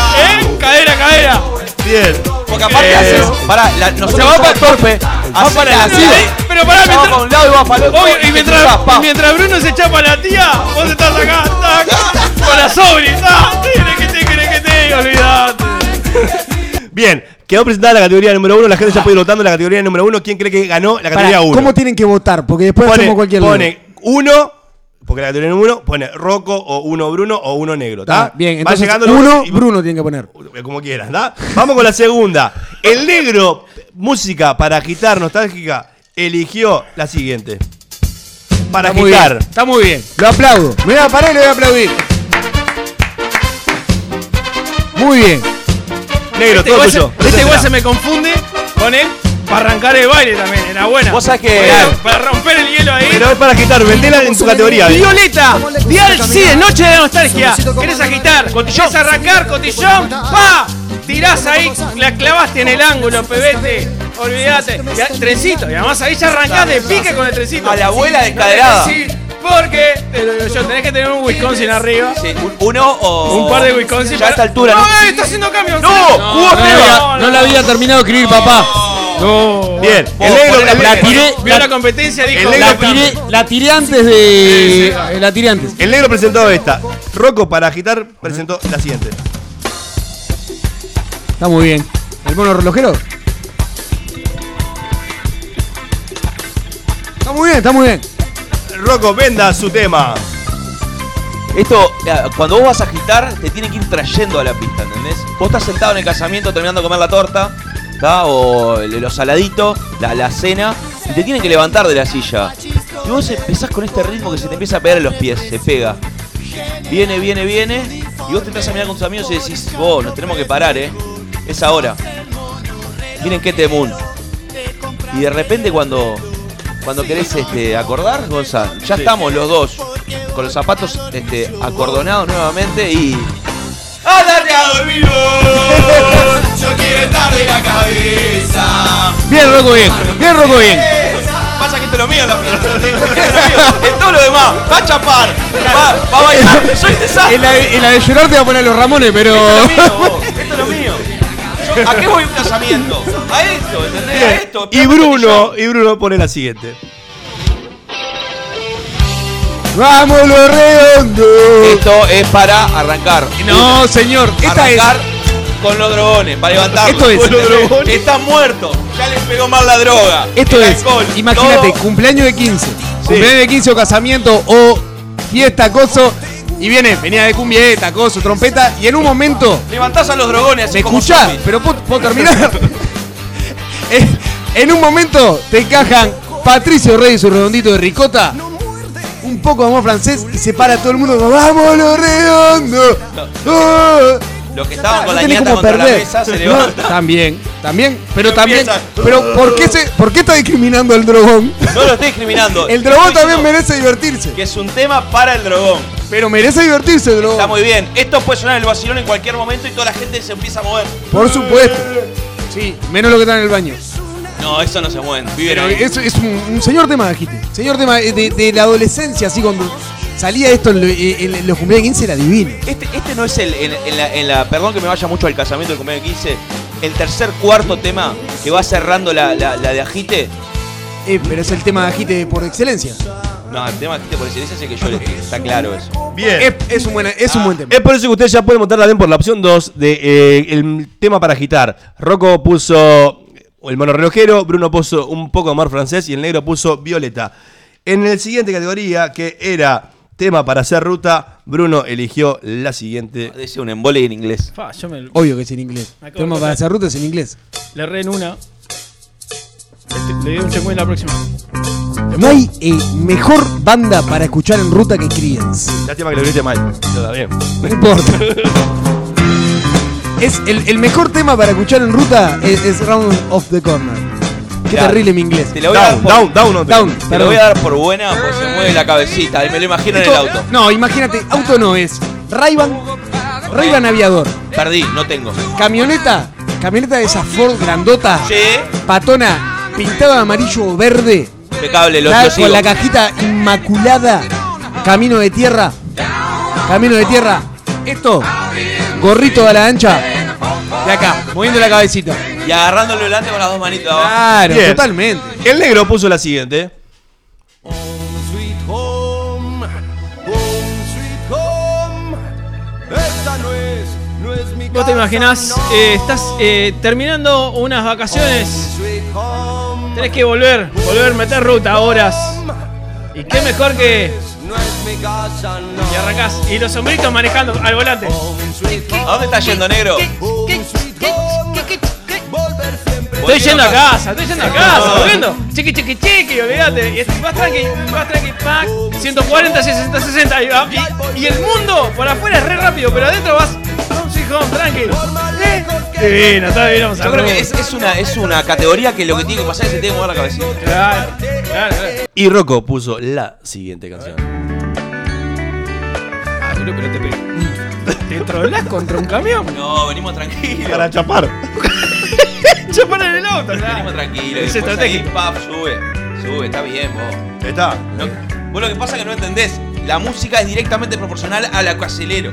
Cadera, cadera.
Bien.
Porque aparte
Eh,
haces. Pará, la, nosotros
va
somos
para el
torpe. Va para el
Pero, ahí- pero pará,
Va para
mientras.
un lado y va para el otro.
Obvio, y mientras,
Pa, pa.
y mientras Bruno se chapa a la tía, vos estás acá, tac, con la sobri, tac, tiene que te, tiene que te, olvidate.
Bien, quedó presentada la categoría número uno. La gente ya puede ir votando la categoría número uno. ¿Quién cree que ganó la categoría
Pará,
uno?
¿Cómo tienen que votar? Porque después hacemos cualquier lío.
pone uno, porque la categoría número uno pone Rocco o uno Bruno o uno negro. ¿tá?
Ah, bien,
Va
entonces
llegando los-
uno,
y-
Bruno tiene que poner.
Como quieras, ¿tá? Vamos con la segunda. El negro, música para agitar nostálgica, eligió la siguiente. Para
Está muy
agitar.
bien, está muy bien. Lo aplaudo. Me voy a parar y le voy a aplaudir. Muy bien.
Negro, todo
igual, se,
tuyo.
este igual se me confunde con él para arrancar el baile también, era buena.
Vos sabés que.
Para- para romper el hielo ahí.
Pero es para agitar, vendela en su categoría.
Violeta, Dial sí, noche de nostalgia. Querés agitar, querés arrancar, cotillón, pa. Tirás ahí, la clavaste en el ángulo, pebete. Olvídate. Ya, Trencito, y además ahí ya arrancás de pique con el trencito.
A la abuela
caderada.
descaderada.
Sí, porque, te lo digo yo, tenés que tener un Wisconsin arriba.
Sí, un- uno o.
Un par de Wisconsin.
Ya a esta
para-
altura.
No,
¿no?
eh, está haciendo cambios.
No, jugó Esteban.
no, no.
terminado de escribir, papá.
No.
Bien, el
Vos
negro,
ponele
el
la
negro-
tiré,
Vio la competencia, dijo.
negro-
la-
la tiré antes de. eh, La tiré antes.
El negro presentó esta. Rocco para agitar presentó la siguiente.
Está muy bien. ¿El mono relojero? Está muy bien, está muy bien.
Rocco, venda su tema.
Esto, eh, cuando vos vas a agitar, te tienen que ir trayendo a la pista, ¿entendés? Vos estás sentado en el casamiento terminando de comer la torta, ¿tá? O el- los saladitos, la, la cena, y te tienen que levantar de la silla. Y vos empezás con este ritmo que se te empieza a pegar en los pies, se pega. Viene, viene, viene, y vos te estás a mirar con tus amigos y decís, oh, nos tenemos que parar, ¿eh? Es ahora. Miren qué temún. Y de repente cuando, cuando querés este, acordar, Gonzalo, ya estamos los dos con los zapatos este, acordonados nuevamente y... ¡Ándate a dormir! vos! Yo quiero estar de la cabeza.
Bien, Rocco, bien. Bien, Rocco, bien.
Pasa que esto es lo mío, la fiesta. Esto es lo mío. En todo lo demás, va a chapar, va, va a bailar. Soy desastre.
En la, de- en la de llorar te va a poner los Ramones, pero.
Esto es lo mío, vos. Esto es lo mío. Yo- ¿A qué voy a un casamiento? A esto, ¿entendés? A esto.
Y Bruno, y Bruno pone la siguiente.
¡Vamos, lo redondo!
Esto es para arrancar.
Eh, No, señor. Esta es.
arrancar con los drogones, para levantarlos.
Esto es.
Con los drogones. Está muerto. Ya les pegó mal la droga.
Esto
El
es.
alcohol,
Imagínate,
todo.
cumpleaños de 15. Cumpleaños de 15 o casamiento o fiesta, coso. Y viene, venía de cumbieta, coso, trompeta. Y en un momento
Levantás a los drogones así
¿Me
como
escuchás?
zombies.
Pero puedo, puedo terminar. en, en un momento te encajan Patricio Rey y su redondito de ricota. Un poco de amor francés y se para todo el mundo. ¡Vamos, lo redondo! ¡Oh!
Los que estaban
Ah, no
con la
tenés
ñata
como
contra la
perder.
mesa se
No,
levantan.
también, también, pero también.
empiezan.
Pero ¿por qué, se, ¿por qué está discriminando al drogón?
No lo estoy discriminando.
El drogón
Estoy
también
diciendo
merece divertirse.
Que es un tema para el drogón.
Pero merece divertirse el
Está
drogón.
muy bien. Esto puede sonar en el vacilón en cualquier momento y toda la gente se empieza a mover.
Por supuesto. Sí, menos lo que está en el baño.
No, eso no se mueven. Viven
Pero
ahí.
es, es un, un señor tema de Agite. Señor tema de, eh, de- de la adolescencia, así cuando salía esto en, lo- eh, en- en los cumpleaños de 15 era divino.
Este, este no es el. En, en la, en la- perdón que me vaya mucho al casamiento del cumpleaños 15. El tercer, cuarto tema que va cerrando la, la- la de agite.
Eh, pero es el tema de Agite por excelencia.
No, el tema de agite por excelencia es el que yo le. Está claro eso.
Bien. Ah.
Es, es un, buena- es un buen tema.
Es por eso que ustedes ya pueden votar también por la opción 2 de eh, el tema para agitar. Rocco puso el monorrelojero, Bruno puso un poco de amor francés y el negro puso violeta. En la siguiente categoría, que era tema para hacer ruta, Bruno eligió la siguiente.
Dice un embole en inglés.
Fa, yo me
Obvio que es en inglés.
Me acabo
Tema
de
para
acordar.
hacer rutas en inglés.
le erré en una. Este, Le- Le doy un checkpoint la próxima.
No hay eh, mejor banda para escuchar en ruta que Creedence.
Lástima que lo viste mal. Pero está bien.
No importa. es el, el mejor tema para escuchar en ruta es, es Round of the Corner. Qué
Mirá,
terrible mi inglés.
Te la voy a
Down,
dar por,
down, down. no te-
Down.
te la voy a dar por buena porque se mueve la cabecita. Me lo imagino en el
Esto-
auto.
No, imagínate, auto no es. Rayban, Rayban aviador.
Perdí, no tengo.
Camioneta, camioneta de esa Ford grandota,
Sí,
patona, pintada de amarillo o verde,
impecable, lo
la-
lo sigo.
con la cajita inmaculada, camino de tierra, camino de tierra. Esto, gorrito de la ancha, de acá, moviendo la cabecita.
Y agarrándolo delante con las dos manitos abajo.
Claro,
Bien.
totalmente.
El negro puso la siguiente.
Vos te imaginás, eh, estás eh, terminando unas vacaciones. Tenés que volver, volver, meter ruta, horas. Y qué mejor que. Y arrancás. Y los sombritos manejando al volante.
Oh, ¿A dónde estás yendo, negro?
Estoy yendo a casa, estoy yendo a
Oh.
casa, volviendo. Chiqui, chiqui, chiqui, olvídate. Y es- vas tranqui, vas tranqui, pack. 140, 60, 60. Y, va- y- y el mundo por afuera es re rápido, pero adentro vas. Home, sweet home, tranqui. Eh, Divino, está divino. vamos a
Yo creo que
Roma.
es, es una, es una categoría que lo que tiene que pasar es que se tiene que mover la cabecita.
Claro, claro, claro.
Y Rocco puso la siguiente canción.
Ah, boludo, pero te pe- Te trolás contra un camión.
No, venimos tranquilos.
chapar.
Chapar en el auto.
Venimos tranquilos.
Es
y después
estratégico.
ahí, paf, sube. Sube, está bien, vos.
Está.
No- vos lo que pasa es que no entendés. La música es directamente proporcional a la que acelero.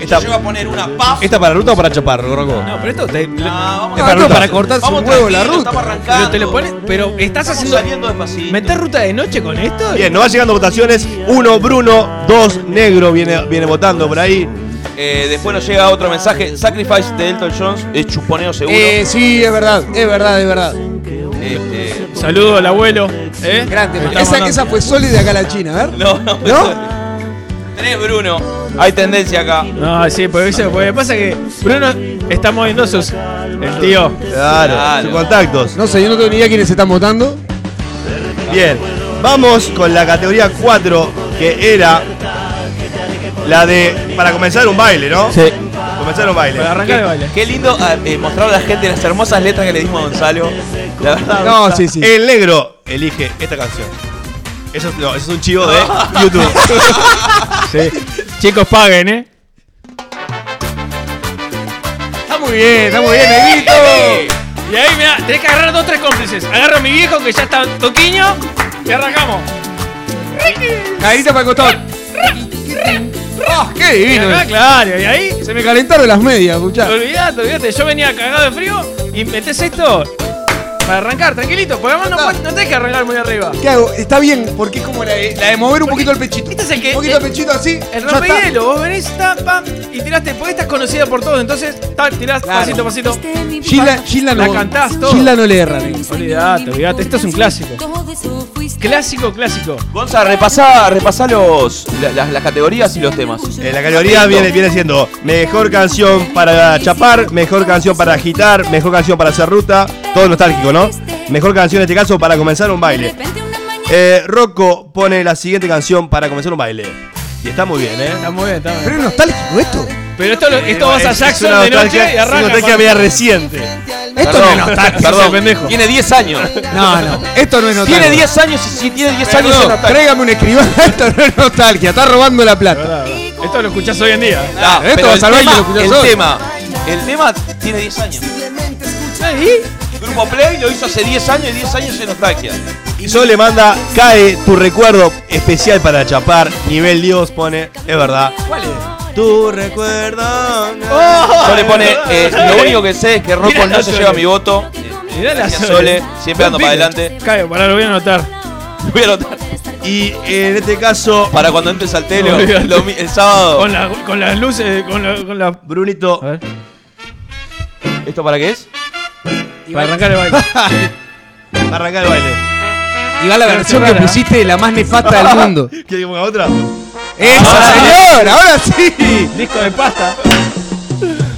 Esta-
Esta yo voy a poner una paf.
¿Esta para ruta o para chapar, Rocco?
No, pero esto te.
Ah, vamos
Esta ruta para
cortarse
Vamos
un huevo la
tranquilos,
ruta.
Estamos arrancando.
Pero te lo pones. Pero estás
Estamos
haciendo.
saliendo despacito.
¿Meter ruta de noche con esto?
Bien, nos va llegando votaciones. Uno Bruno, dos Negro viene, viene votando por ahí.
Eh, después nos llega otro mensaje. Sacrifice de Elton Jones es chuponeo seguro.
Eh, sí, es verdad, es verdad, es verdad.
Este,
Saludo al abuelo. ¿Eh?
Grande,
Estamos
esa,
dando-
esa fue sólida acá la China, a ver.
no, no.
¿No?
Tenés Bruno. Hay tendencia acá.
No, sí, porque, eso- porque pasa que Bruno está moviendo sus. El tío.
Claro,
Claro.
sus contactos.
No sé, yo no tengo ni idea quiénes están votando.
Bien, vamos con la categoría 4, que era la de. para comenzar un baile, ¿no?
Sí.
Comenzar un baile.
Para arrancar el baile.
Qué lindo ah, eh, mostrar a la gente las hermosas letras que le dimos a Gonzalo. La verdad.
No, sí, sí.
El negro elige esta canción. Eso, es- no, eso es un chivo de YouTube.
Chicos, paguen, ¿eh?
Está muy bien, está muy bien, Negrito.
Y ahí, mira, tenés que agarrar dos tres cómplices. Agarro a mi viejo que ya está toquiño y arrancamos.
Caerita para el costado. Ah, ¡Qué
Y
divino!
acá, claro, y ahí
Se me calentaron las medias, escuchá.
Olvídate, olvídate, yo venía cagado de frío y metes esto para arrancar, tranquilito, porque además no,
Está.
puedes- no tenés que arrancar muy arriba.
¿Qué hago? Está bien, porque es como la de, la de mover un poquito el pechito.
Este es el que-
Un poquito el
el-
pechito así.
El
ya está.
rompehielo, vos venís ta, pam, y tiraste, porque estás conocida por todos, entonces ta, tirás
Claro.
pasito a pasito.
Este
Gilda, Gilda
La
no.
cantás todo.
Gilda no le erra, Negrito.
Olvídate, olvídate, esto es un clásico. Clásico, clásico.
Gonza, repasá, repasá los, la- las- las categorías y los temas.
Eh, la categoría viene, viene siendo mejor canción para chapar, mejor canción para agitar, mejor canción para hacer ruta. Todo nostálgico, ¿no? Mejor canción en este caso para comenzar un baile. Eh, Rocco pone la siguiente canción para comenzar un baile. Y está muy bien, ¿eh?
Está muy bien, está muy
Pero
bien.
es nostálgico esto.
Pero esto, lo- esto vas a
Es- es
Jackson
una
de noche
nostalgia-
y
Es una
arrancas.
nostalgia media reciente.
Esto no es nostálgico.
perdón,
pendejo.
Tiene 10 años.
No, Ah, no. Esto no es nostálgico.
Tiene 10 años y si tiene 10 años es
Perdón,
nostálgico.
Tráigame un escribano. Esto no es nostalgia. Está robando la plata.
Esto lo escuchás hoy en día.
Ah,
Esto
pero
va a
el
salvar y
tema-
lo escuchás
El
hoy.
tema, el tema tiene 10 años.
Ahí,
Grupo Grupo Play lo hizo hace 10 años y 10 años en nostalgia.
Y solo le manda, cae tu recuerdo especial para chapar. Nivel Dios pone, es verdad.
¿Cuál es?
Tu recuerdo.
Sole pone, eh, lo único que sé es que Rocco no se lleva mi voto.
Mirá la
Gracias,
Sole.
Sole, siempre ando para adelante.
Caio, pará, lo voy a anotar.
Voy a anotar.
Y en este caso,
Para cuando empiece el tele, lo mi- el sábado.
Con, la- con las luces, con la. Con la...
Brunito,
A ver.
¿Esto para qué es?
Para arrancar el baile.
arranca el baile.
Y va la versión que
rara.
pusiste de la más nefasta del mundo.
¿Quieres que ponga otra?
¡Esa, señor! ¡Ahora sí!
Disco de pasta.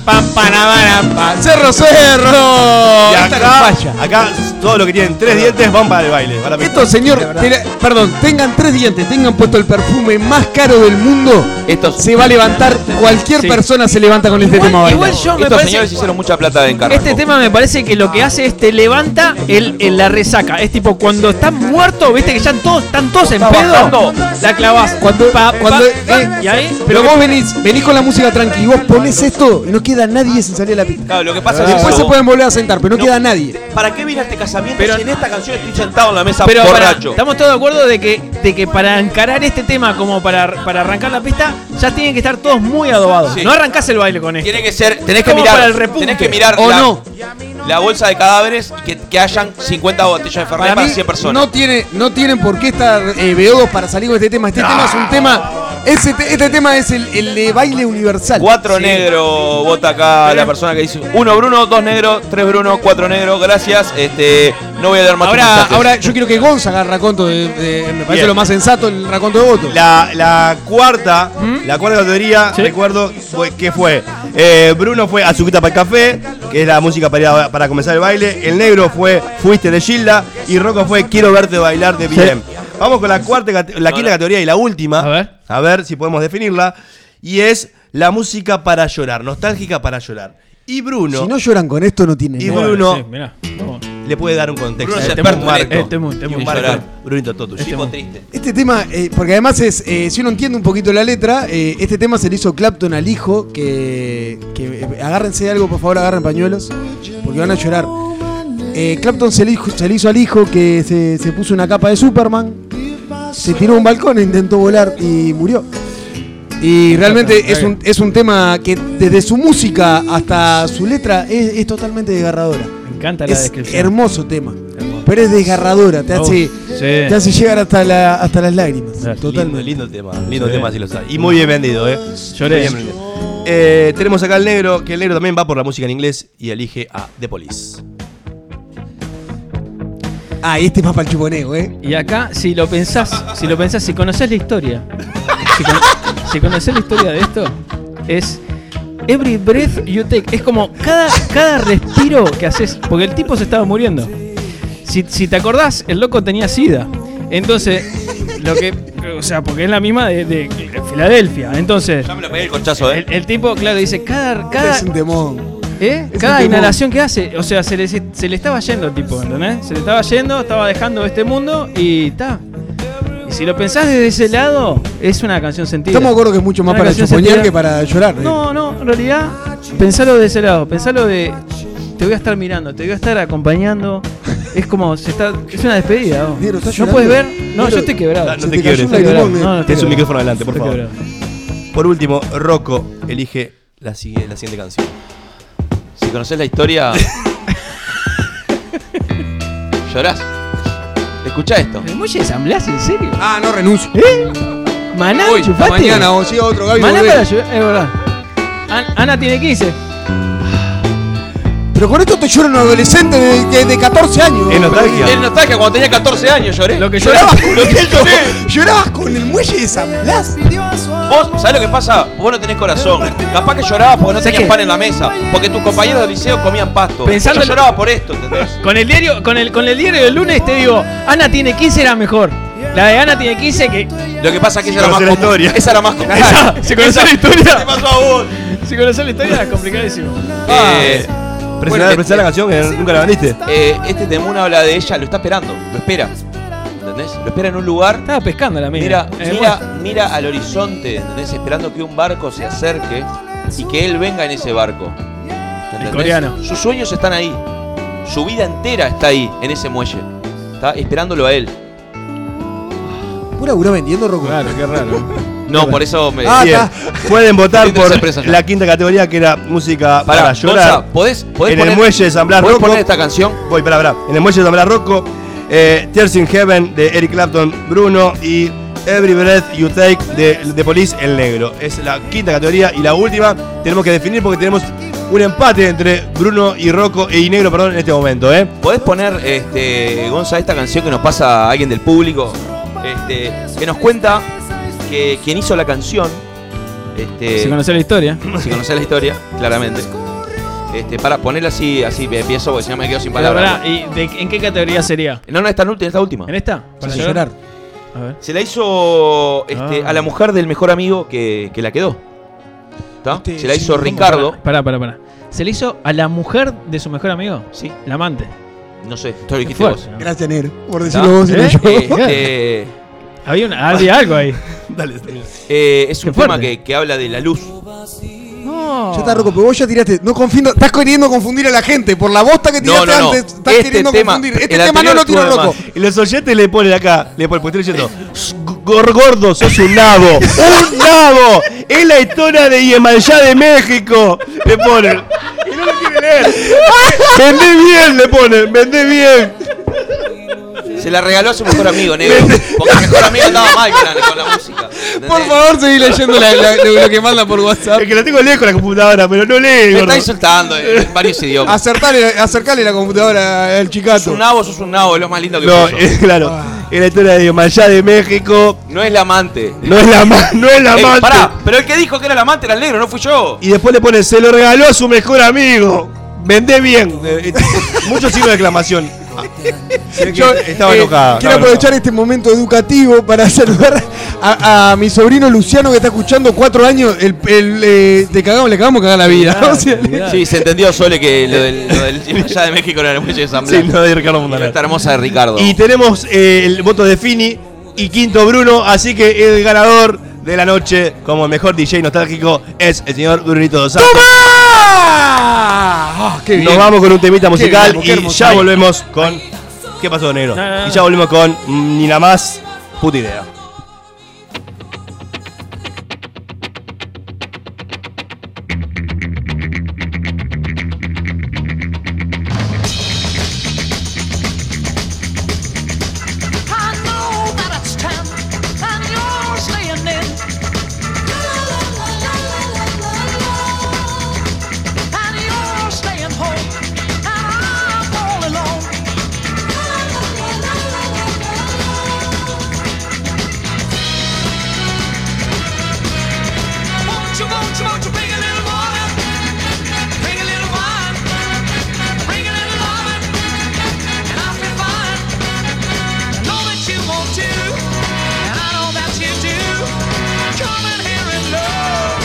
¡Pam, panamana, cerro cerro!
Y
Esta no
acá,
falla.
acá, todos los que tienen tres dientes van para el baile. van a pintar.
Esto, señor, tela- perdón, tengan tres dientes, tengan puesto el perfume más caro del mundo,
Esto-
se va a levantar, cualquier persona se levanta con este tema. a bailar.
Igual yo me
Estos
parece.
señores hicieron mucha plata en carne.
Este tema me parece que lo que hace es te levanta el, el- la resaca. Es tipo cuando están muertos, viste que ya todos, están todos en
Está
pedo.
bajando.
La clavas.
Cuando- cuando- eh,
y ahí.
Pero vos venís, venís con la música tranqui, y vos ponés esto y no queda nadie sin salir a la pista.
Claro, lo que pasa es
Después
eso.
se pueden volver a sentar, pero no,
No.
queda nadie.
¿Para qué vine a este casamiento
Pero-
si en esta canción estoy sentado en la mesa
Pero pará,
borracho?
estamos todos de acuerdo de que, de que para encarar este tema como para, para arrancar la pista, ya tienen que estar todos muy adobados.
Sí.
No arrancás el baile con esto.
Tiene que ser, tenés que
Como
mirar,
para el repunte.
tenés que mirar
O
la,
no.
la bolsa de cadáveres y que, que hayan 50 botellas de Fernet para, 100 personas.
no, tiene, no tienen por qué estar eh, beodos para salir con este tema. Este tema es un tema. ese te- este tema es el, el de baile universal.
Cuatro negros vota acá la persona que dice uno Bruno, dos negros, tres Bruno, cuatro negros, gracias. Este, no voy a dar más
Ahora,
mensajes.
ahora yo quiero que Gonza haga el raconto. de- de- me parece
Bien.
lo más sensato el raconto de votos.
La, la cuarta, la cuarta categoría, recuerdo fue- que fue. eh, Bruno fue Azuquita para el café, que es la música para, ir a- para comenzar el baile. El negro fue Fuiste de Gilda. Y Rocco fue Quiero verte bailar de bien. Vamos con la cuarta cate- la quinta categoría y la última.
A ver.
A ver si podemos definirla. Y es la música para llorar, nostálgica para llorar. Y Bruno
Si no lloran con esto, no tienen
Y
nada.
Bruno-
Sí, mirá. Vamos.
le puede dar un contexto.
Bruno es
eh,
experto
un
en esto.
marco.
Este mu- este
Y un
mu-
marco.
llorar.
Brunito Totus.
Chico triste.
Este tema, eh, porque además es, eh, si uno entiende un poquito la letra, eh, este tema se le hizo Clapton al hijo, que, que, eh, agárrense de algo, por favor, agarren pañuelos, porque van a llorar. Eh, Clapton se le, hizo, se le hizo al hijo que se, se puso una capa de Superman, se tiró a un balcón, e intentó volar y murió. Y realmente es un, es un tema que desde su música hasta su letra es, es totalmente desgarradora.
Me encanta la
Es
descripción.
hermoso tema, pero es desgarradora, te
Oh,
hace...
sí.
Te hace llegar hasta, la, hasta las lágrimas.
Claro.
Lindo,
Totalmente.
lindo tema, lindo
Sí.
tema si lo sabe. Y muy bien vendido, eh.
Lloré.
Muy bien vendido. Eh, tenemos acá al negro, que el negro también va por la música en inglés y elige a The Police.
Ah, y este es más para el chuponeo, ¿eh?
Y acá, si lo pensás, si lo pensás, si conocés la historia, si, con- si conocés la historia de esto, es every breath you take. Es como cada, cada respiro que haces, porque el tipo se estaba muriendo. Si, si te acordás, el loco tenía sida. Entonces, lo que. O sea, porque es la misma de, de Filadelfia. Entonces,
Ya me lo pegué el cochazo, eh.
el, el tipo, claro, dice: cada,
Este
cada,
es un temón.
¿Eh?
Es un
Cada
temón.
inhalación que hace, o sea, se le, se le estaba yendo, tipo, ¿entendés? Se le estaba yendo, estaba dejando este mundo y ta. Y si lo pensás desde ese lado, es una canción sentida.
Estamos de acuerdo que es mucho más
Una
para
canción
chuponear
sentida.
que para llorar. ¿eh?
No, no, en realidad, pensalo desde ese lado, pensalo de. Te voy a estar mirando, te voy a estar acompañando. Es como, se está, es una despedida. vos.
Negro, ¿estás
no
llorando?
puedes ver. No,
Negro,
yo estoy quebrado.
No
Se
te
te cayó
quiebres.
un lagrimón,
No,
negro.
no, no.
Ten su micrófono adelante, por
Estoy
favor.
quebrado.
Por último, Rocco elige la, sigue- la siguiente canción.
Si conoces la historia. llorás. Escucha esto.
¿El muelle de San Blas, en serio?
Ah, no renuncio.
Maná,
Hoy,
chupaste.
mañana, o sí, otro Gaby.
¿Eh? Maná
volvé.
para ayudar, es verdad. An- Ana tiene 15.
Pero con esto te llora un adolescente de, de- de 14 años. ¿eh?
Es nostalgia.
El nostalgia cuando tenía 14 años lloré.
Lo que yo
Llorabas con,
Lo que lloré.
llorabas con el muelle de San Blas.
Vos, ¿sabés lo que pasa? Vos no tenés corazón. Capaz que llorabas porque no
¿Sabés
tenías
qué?
pan en la mesa. Porque tus compañeros del liceo comían pasto.
Pensando
Yo
en-
lloraba por esto, ¿entendés?
Con el diario, con el, con el diario del lunes te digo, Ana tiene 15 era mejor. La de Ana tiene 15 que.
Lo que pasa es que esa era
conocés la
más común.
historia.
Esa era más
Esa,
complicada.
si conocés la
¿Qué
historia.
pasó a vos?
Si conocés la historia es complicadísimo.
Eh,
Presentar
Bueno,
presentar la canción que nunca la vendiste.
eh, este temón habla de ella, lo está esperando, lo espera. ¿Entendés? Lo espera en un lugar.
Estaba pescando la mina.
Mira,
Eh,
mira, mira al horizonte, ¿entendés? Esperando que un barco se acerque y que él venga en ese barco. ¿Entendés?
coreano.
Sus sueños están ahí. Su vida entera está ahí, en ese muelle. Está esperándolo a él.
¿Vos laburás vendiendo, Rocco?
Claro, qué raro.
No, por eso me.
Ah,
Bien.
está.
Pueden votar
Lindo esa empresa
por
ya.
la quinta categoría que era música para,
Pará,
llorar.
Gonza, ¿podés, podés
en el muelle de San Blas
¿podés
Rocco.
poner esta canción?
Voy, pará, pará. En el muelle de San Blas Rocco. Eh, Tears in Heaven de Eric Clapton Bruno y Every Breath You Take de, de Police El Negro. Es la quinta categoría y la última tenemos que definir porque tenemos un empate entre Bruno y Rocco y Negro, perdón, en este momento, ¿eh?
¿Podés poner, este, Gonza, esta canción que nos pasa a alguien del público? Este, que nos cuenta que quien hizo la canción. Este,
Si conocer la historia.
si conocés la historia, claramente. Este, para ponerla así, así empiezo porque si no me quedo sin palabras.
¿Y de- en qué categoría sería?
No, no, esta no- esta última.
¿En e- esta?
Para llorar.
A ver.
Se la hizo este,
Ah.
a la mujer del mejor amigo que, que la quedó. ¿Está?
Este,
Se la
sí,
hizo
¿cómo?
Ricardo.
Pará, pará, pará. ¿Se le hizo a la mujer de su mejor amigo?
Sí,
La amante.
no sé, esto lo dijiste
Fue.
vos.
Gracias, Negro, por
¿Está?
decirlo vos y no
¿Eh?
yo.
Este,
Había, una, había algo ahí.
eh, es un
Qué
tema
fuerte.
que, que habla de la luz.
Ya está, Rocco, pero vos ya tiraste. No confindo, estás queriendo confundir a la gente. Por la bosta que
No,
tiraste
no, no.
antes, estás
Este
queriendo
tema-
confundir. Este
el
tema no
anterior
lo tiró
estuvo de
Rocco.
más.
Y los oyentes le ponen acá, le ponen, porque estoy leyendo, "S- gor- gordo, sos un nabo, un nabo, es la historia de Yemanjá de México, le ponen. Y no lo quieren leer. Vendé bien, le ponen, vendé bien.
Se la regaló a su mejor amigo, negro. Porque el mejor amigo andaba mal con la, con la música. ¿entendés?
Por favor, seguí leyendo la- la- lo que manda por WhatsApp.
Es que la tengo lejos la computadora, pero no lee,
Me
gordo.
está insultando en varios
Ah,
idiomas.
Acertale, acercale la computadora al
Sos
chicato.
un nabo, sos un nabo, es lo más lindo que
No,
puso.
eh, claro, es la historia de Yemanjá de México,
No es la amante.
no es la, ma- no es la
Eh,
amante.
pará, pero el que dijo que era la amante era el negro, no fui yo.
Y después le pone, se lo regaló a su mejor amigo. Vendé bien. Eh, eh, Muchos signos de exclamación. Ah. Se ve que
Yo,
estaba
eh,
enojada.
Quiero
estaba
aprovechar este momento educativo para saludar a, a mi sobrino Luciano que está escuchando cuatro años. El, el, eh, te cagamos, le cagamos cagar la vida. O sea,
Sí, se entendió Sole que lo del, lo del allá de México era el muelle de San
enojada.
Blas.
Sí, no, de Ricardo
Y
Montaner.
esta hermosa de Ricardo.
Y tenemos eh, el voto de Fini y quinto Bruno, así que el ganador de la noche como el mejor DJ nostálgico es el señor Brunito Dos Santos.
¡Ah! Ah, qué bien.
Nos vamos con un temita musical
bien, qué
y
hermoso.
ya
Ahí.
volvemos con... Ah. ¿Qué pasó, negro?
No, no, no.
Y ya volvemos con mm, ni la más puta idea.
I know that it's ten, and you're staying in. And you're staying home, and I'm all alone. Won't you, won't you, won't you bring a little water? Bring a little wine, bring a little lovin', and I'll be fine know that you want to, and I know that you do. Come in here and love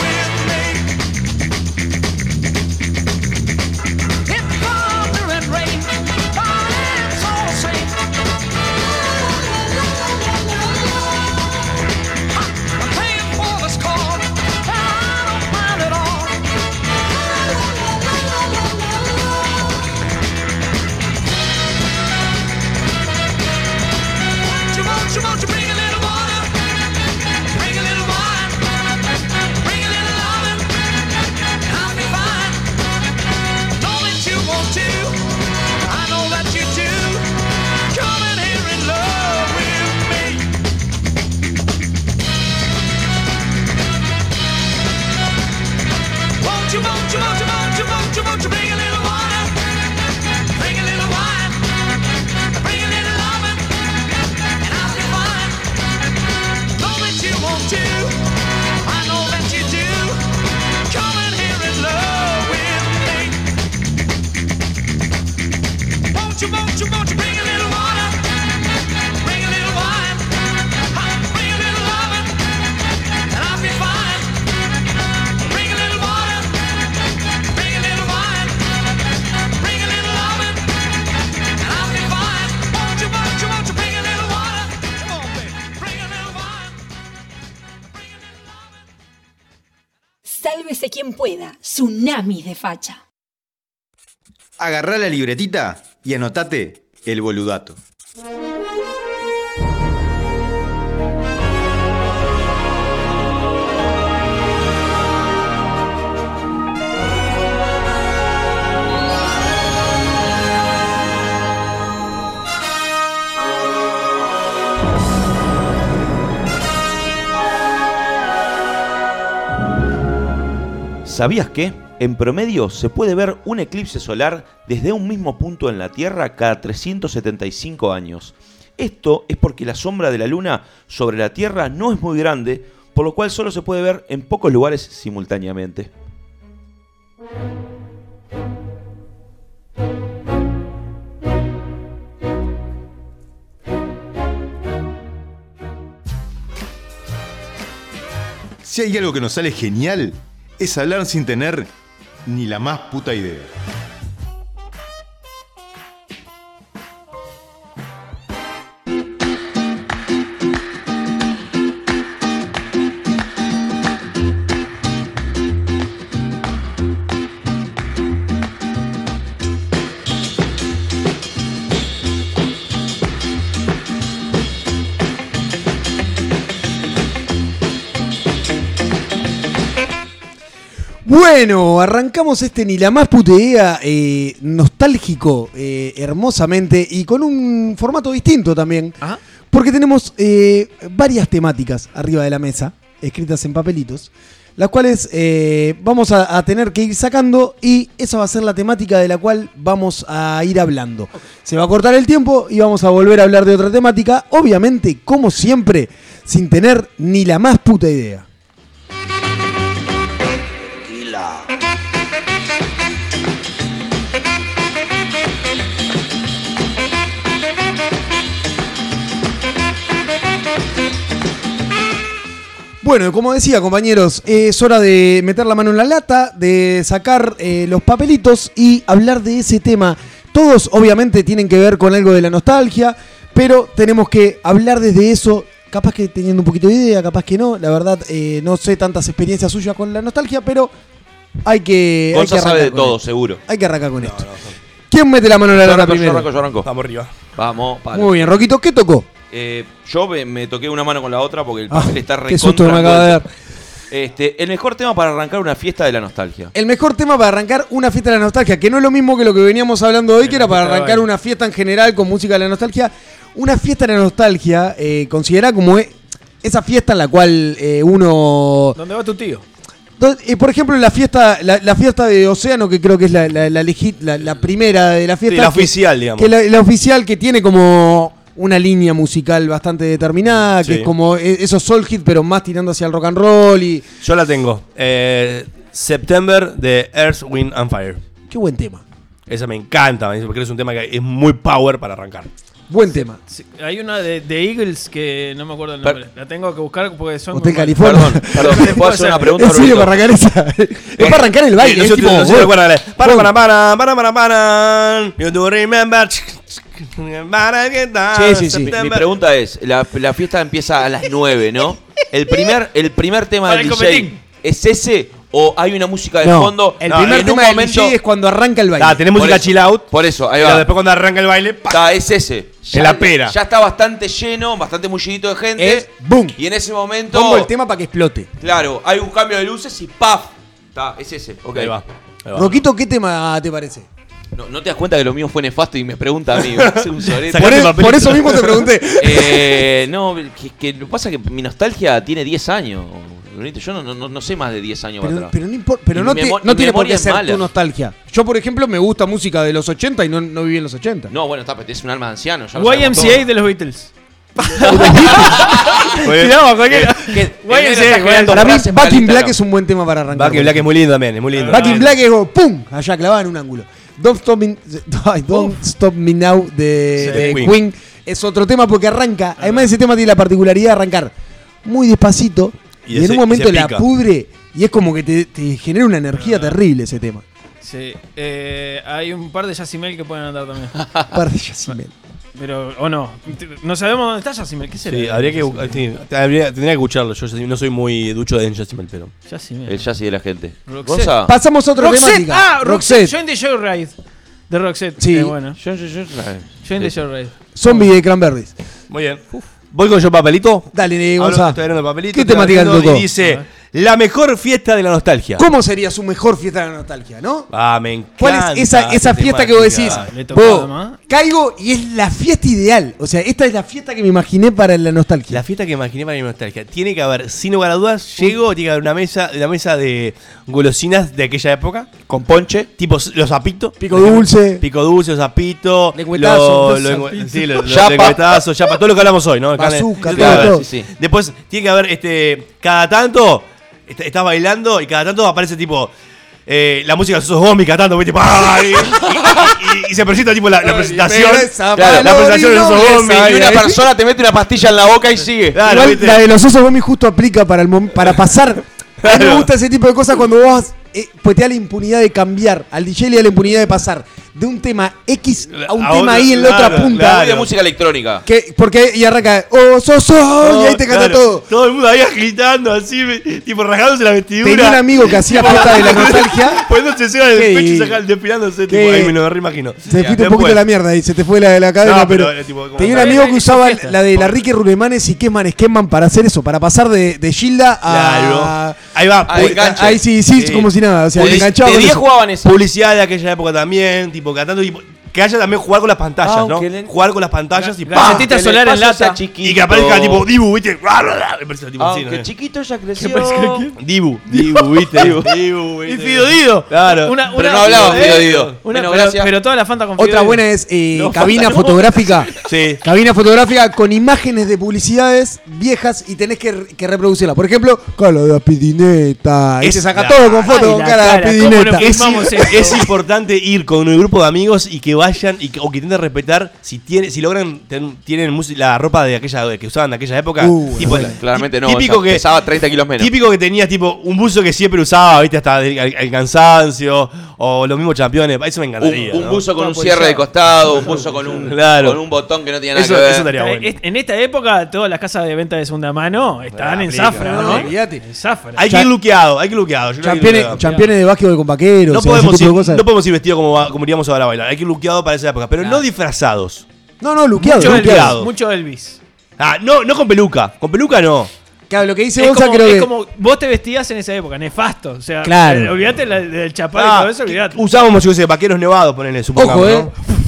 with me. If thunder and rain, our hands all sing. I'm paying for this call, and I don't mind at all. Won't you, won't you, won't you bring a little water? Bring a little wine. Bring a little lovin', and I'll be fine. Know that you want to. I know that you do. Come in here and love with me. Won't you, won't you, won't you, won't you, won't you, won't you bring a little water? Bring a little wine. Bring a little lovin'. And I'll be fine. Know that you want to. I know that you do. Come in here and love with me. Won't you, won't you, won't you bring a little water? Bring a little wine. Huh, Bring a little lovin'. And I'll be fine. Bring a little water. Bring a little wine. Bring a little lovin'. And I'll be fine. Won't you, won't you, won't you bring a little water? Come on, baby. Bring a little wine. Bring a little lovin'.
Sálvese quien pueda. Tsunamis de facha.
Agarrá la libretita
y anotate el boludato.
¿Sabías que? En promedio se puede ver un eclipse solar desde un mismo punto en la Tierra cada 375 años. Esto es porque la sombra de la Luna sobre la Tierra no es muy grande, por lo cual solo se puede ver en pocos lugares simultáneamente.
Si hay algo que nos sale genial, es hablar sin tener ni la más puta idea.
Bueno, arrancamos este ni la más putería eh, nostálgico, eh, hermosamente, y con un formato distinto también.
Ajá.
Porque tenemos eh, varias temáticas arriba de la mesa, escritas en papelitos, las cuales eh, vamos a, a tener que ir sacando y esa va a ser la temática de la cual vamos a ir hablando. Se va a cortar el tiempo y vamos a volver a hablar de otra temática, obviamente, como siempre, sin tener ni la más puta idea. Bueno, como decía, compañeros, eh, es hora de meter la mano en la lata, de sacar eh, los papelitos y hablar de ese tema. Todos, obviamente, tienen que ver con algo de la nostalgia, pero tenemos que hablar desde eso. Capaz que teniendo un poquito de idea, capaz que no. La verdad, eh, no sé tantas experiencias suyas con la nostalgia, pero hay que. Eh, hay que
Gonza sabe
arrancar
de
con
todo,
esto.
seguro.
Hay que arrancar con esto. ¿Quién mete la mano en la
Yo
lata
arranco, yo
primero?
arranco, yo arranco.
Vamos arriba.
Vamos, palo.
Muy bien, Roquito, ¿qué tocó?
Eh, yo me, me toqué una mano con la otra porque el
Ah,
papel está
qué susto me
recontra
acaba de dar.
envuelto. Este, el mejor tema para arrancar una fiesta de la nostalgia.
El mejor tema para arrancar una fiesta de la nostalgia, que no es lo mismo que lo que veníamos hablando hoy, que era para arrancar una fiesta en general con música de la nostalgia. Una fiesta de la nostalgia, eh, considera como e- esa fiesta en la cual eh, uno.
¿Dónde va tu tío?
Do- eh, por ejemplo, la fiesta, la, la fiesta de Océano, que creo que es la, la- la legi- la- la primera de la fiesta.
Sí, la
que-
oficial, digamos.
Que la, la oficial que tiene como una línea musical bastante determinada, que
Sí.
es como e- esos soul hit, pero más tirando hacia el rock and roll y.
Yo la tengo. Eh, September de Earth, Wind and Fire.
Qué buen tema.
Esa me encanta, me dice, porque es un tema que es muy power para arrancar.
Buen tema.
Sí, hay una de, de Eagles que no me acuerdo el
Per-
nombre. La tengo que buscar porque son.
Hotel
muy malos.
California.
Perdón, perdón, ¿puedo hacer una pregunta,
¿En serio
Rubito?
para arrancar esa? es para arrancar el
Sí,
baile.
no
es
sé,
tipo,
no sé,
bueno,
bueno, dale. ¿eh? Para,
bueno.
para, para, para, para, para. You do remember. Para que da
Sí, sí, sí.
Mi- Mi,
September.
pregunta es, la, la fiesta empieza a las 9, ¿no? El primer, el primer tema
Para
del
el
DJ
copetín.
¿es ese o hay una música de
no,
fondo? Ah,
El
No,
primer
en un
tema del
momento-
DJ es cuando arranca el baile.
Ah, tenés música
Por eso-
chill out.
Por eso, ahí
pero
va.
después cuando arranca el baile, pa.
Está, es ese.
En la pera.
Ya está bastante lleno, bastante mullidito de gente.
Es boom.
Y en ese momento,
Pongo el tema para que explote.
claro, hay un cambio de luces y ¡paf! Está, es ese. Ok.
Ahí va. ahí va.
Roquito, ¿qué tema te parece?
No, no te das cuenta que lo mío fue nefasto y me pregunta a mí. me hace un sorete.
Sacá-
Por,
Sacaste
e-
papelito.
por eso mismo te pregunté.
Eh, no, que, que lo que pasa es que mi nostalgia tiene 10 años. Brunito. Yo no, no, no sé más de 10 años
Pero,
atrás.
pero no, impor- pero
Mi
no, te-
memo-
no
mi
tiene por
memoria
qué
es
ser
mala.
tu nostalgia. Yo, por ejemplo, me gusta música de los 80 y no, no viví en los 80.
No, bueno, está, pero es un alma de anciano. Ya lo sabemos
YMCA de los Beatles.
Muy bien.
Tiramos cualquiera.
todo. Que-
YMCA,
el negro está
genial.
generando
Para mí,
frases
Back in
Instagram.
Black es un buen tema para arrancar.
Back in Black es muy lindo también, es muy lindo.
Back in Black es como ¡pum! Allá clavada en un ángulo. Don't Stop Me, ay, Don't Stop Me Now de,
Sí,
de
Queen.
Queen. es otro tema porque arranca. Además, ese tema tiene la particularidad de arrancar muy despacito
Y
y,
ese-
en un momento
y se
la
pica.
pudre y es como que te, te genera una energía terrible ese tema.
Sí, eh, hay un par de Yacimel que pueden andar también.
Parte Yacimel.
Pero, o no. No sabemos dónde está Yacimel. ¿Qué será?
Sí, habría que, bu- sí, habría- tendría que escucharlo. Yo no soy muy ducho de Justin pero.
Yacimel.
El jazz de la gente.
Roxette.
Gonza,
Pasamos a otra
Roxette.
temática.
Ah, Roxette. Join the Joyride. De Roxette.
Sí.
Eh, bueno.
Yo, yo, yo, yo-
Join the Show Red.
Zombie de Cranberries.
Muy bien. Voy con yo papelito.
Dale,
Ahora
Gonza.
estoy abriendo papelito.
¿Qué
estoy
temática
abriendo
te tocó?
Y dice, la mejor fiesta de la nostalgia.
¿Cómo sería su mejor fiesta de la nostalgia, no?
Ah, me encanta.
¿Cuál es esa, esa fiesta que vos decís?
temática.
Le tocó
Vos,
además.
caigo y es la fiesta ideal. O sea, esta es la fiesta que me imaginé para la nostalgia.
La fiesta que imaginé para mi nostalgia. Tiene que haber, sin lugar a dudas, llego, tiene que haber una mesa, la mesa de golosinas de aquella época.
Con ponche.
Tipo los zapitos.
Pico dulce.
Pico dulce, zapito.
Lengüetazo,
los- los-
zapito.
sí, los- los
Yapa.
lengüetazos, yapa, todo lo que hablamos hoy, ¿no?
Bazooka,
Tiene que
todo,
haber,
todo.
sí, sí. Después tiene que haber, este, cada tanto, est- estás bailando y cada tanto aparece tipo. eh, la música de sos Gomis cada tanto, ¿viste? ¡Pah! Y, y- y- y se presenta tipo la, la presentación.
regresa,
Claro, la
Palomino,
presentación de Sos
regresa,
Gomis.
Y una
Ahí.
persona te mete una pastilla en la boca y sigue.
Claro,
Igual
¿viste?
la de los osos Gomi justo aplica para, el mom- para pasar. A mí me
Claro.
gusta ese tipo de cosas cuando vos eh, pues te da la impunidad de cambiar. Al DJ le da la impunidad de pasar de un tema X a un
A
tema
otro,
Y en la
claro,
otra punta.
claro.
Muy de música electrónica.
Que, porque y arranca, osos, y ahí te canta
Claro,
todo.
Todo el mundo ahí agitando, así, me- tipo rasgándose la vestidura.
Tenía un amigo que hacía fiesta de la nostalgia.
Poniéndose cera del
¿Qué?
pecho y saca- despilándose,
¿Qué?
tipo, ahí me lo reimagino.
Se fuiste un poquito
Después,
de la mierda y se te fue la de la cadena,
No,
pero,
pero, eh, tipo, como-
tenía un
Pero
amigo
es-
que
es
usaba
fiesta.
la de la Ricky Rulemanes y Kesman Kesman para hacer eso, para pasar de, de Gilda a... Ah,
Claro. Ahí va.
Al
pu-
enganche.
Ahí sí, sí,
Sí.
como si nada, o sea, te
Public-
enganchaba
de
con
10
eso.
jugaban esa.
Publicidad de aquella época también, tipo, cantando. tipo, que haya también jugar con las pantallas,
Ah,
¿no?
aunque le-
Jugar con las pantallas y ¡pam!
Galletita solar en lata.
Y que aparezca tipo Dibu, ¿viste? Me parece tipo así,
Aunque
¿no?
chiquito ya creció.
Dibu, Dibu, ¿viste? Dibu, Dibu,
Y
¿viste?
Fido Dido.
Claro.
Una-
Pero
una-
no hablaba,
eh,
Fido Dido.
una-
Bueno,
pero,
gracias.
pero toda la Fanta con Fido
Otra
Dido.
buena es eh,
No,
cabina
falta-
fotográfica.
Sí.
Cabina fotográfica con imágenes de publicidades viejas y tenés que, que reproducirla. Por ejemplo, cara de Pidineta. Y
Es
se saca
la-
todo con
Ay,
foto con
la
cara de
cara, cómo
Pidineta.
no-
Es,
Vamos,
es
esto.
importante ir con un grupo de amigos y que vayan y que- o que intenten respetar si tiene, si logran ten- tienen mus- la ropa de aquella que usaban de aquella época.
Uh,
tipo,
bueno.
Claramente no.
Típico
ya
que
Pesaba 30 kilos menos.
Típico que tenía tipo un buzo que siempre usaba, viste, hasta el, el- el cansancio, o los mismos campeones, eso me
Un,
encantaría.
un
¿no?
buzo con un cierre de costado, un buzo con un,
Claro.
con un botón que no tenía nada
Eso,
que ver.
eso estaría
Eh,
bueno.
Este,
est- En esta época, todas las casas de venta de segunda mano están
Ah,
en
aplica,
zafra,
no,
¿no?
olvídate.
En zafra.
Hay que ir luqueado, hay que ir luqueado. yo creo que ir
Championes,
luqueado.
championes de básquetbol con vaqueros.
no,
o sea, ese
podemos
tipo
ir,
de cosas.
no podemos ir vestidos como, va- como iríamos ahora a bailar, hay que ir luqueado para esa época, pero no disfrazados.
No, no, luqueado.
Mucho
Luqueado.
luqueado.
Elvis. Mucho Elvis.
Ah, no, no con peluca, con peluca no.
Claro, lo que dice
Es
Gonza
como,
creo
es
que.
como vos te vestías en esa época, nefasto. O sea,
Claro.
eh, olvídate la- del chapar y
Ah,
todo eso, olvídate.
usábamos, yo qué sé, vaqueros nevados, ponele, supongamos.
Ojo, eh.
¿no?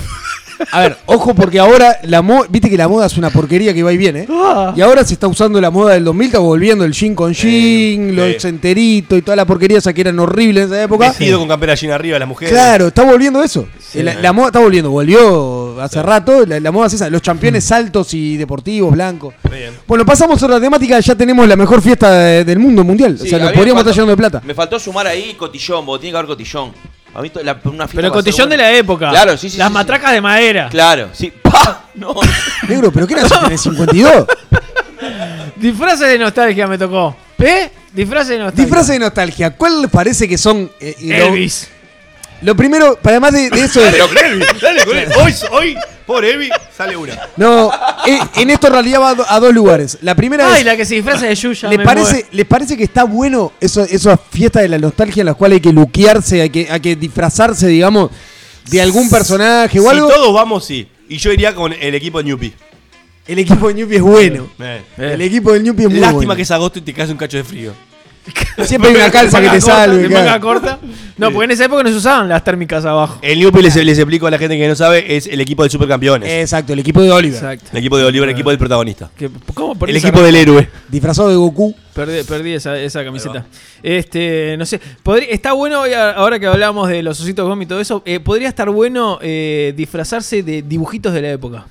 A ver, ojo porque ahora la moda, viste que la moda es una porquería que va y viene, ¿eh?
Ah.
Y ahora se está usando la moda del 2000, está volviendo el jean con jean,
sí.
los centeritos y toda la porquería esa que eran horribles en esa época.
Vestido con campera llena arriba, las mujeres.
Claro, está volviendo eso. La, la moda está volviendo, volvió hace rato, la, la moda es esa, los campeones altos y deportivos, blancos.
Mm. bien.
Bueno, pasamos a otra temática, ya tenemos la mejor fiesta de- del mundo mundial,
Sí,
o sea,
a
nos
mí me
podríamos
faltó-
estar llenando de plata.
Me faltó sumar ahí cotillón, porque tiene que haber cotillón. A mí to- la- una fiesta
Pero el
va a ser
cotillón de
buena.
la época.
Claro, sí, sí.
Las
sí, sí.
matracas de madera.
Claro, sí. ¡Pah! No.
Negro, pero ¿qué nació? ¿Tenés 52?
Disfraces de nostalgia me tocó. ¿Eh? Disfraces de nostalgia.
Disfraces de nostalgia, ¿cuál les parece que son? eh, y lo-
Elvis.
Lo primero, para además de, de eso es.
Pero con Elvi, dale con Elvi. Hoy, hoy, por Elvi, sale una.
No, eh, en esto en realidad va a, do- a dos lugares. La primera
Ay,
es.
la que se disfraza de Yuya.
¿les
me
parece,
muero.
¿Les parece que está bueno eso, esas fiestas de la nostalgia en las cuales hay que luquearse, hay que, hay que disfrazarse, digamos, de algún personaje o
si
algo?
todos vamos, sí. Y yo iría con el equipo de Newpi.
El equipo de Ñupi es bueno.
Eh.
El equipo del Ñupi es muy
Lástima
bueno.
que es agosto y te caes un cacho de frío.
Siempre hay una calza que
Manga
te
corta,
salve.
de manga
claro.
corta. No, porque en esa época no se usaban las térmicas abajo.
El Newpi, les, les explico a la gente que no sabe, es el equipo de supercampeones.
Exacto, el equipo de Oliver.
Exacto.
el equipo de Oliver, el equipo del protagonista.
Que- ¿Cómo? Por
El
esa
equipo del héroe.
Disfrazado de Goku.
Perdí, perdí esa, esa camiseta. Este, no sé. podrí- está bueno, hoy a- ahora que hablamos de los ositos gomi y todo eso, eh, podría estar bueno eh, disfrazarse de dibujitos de la época.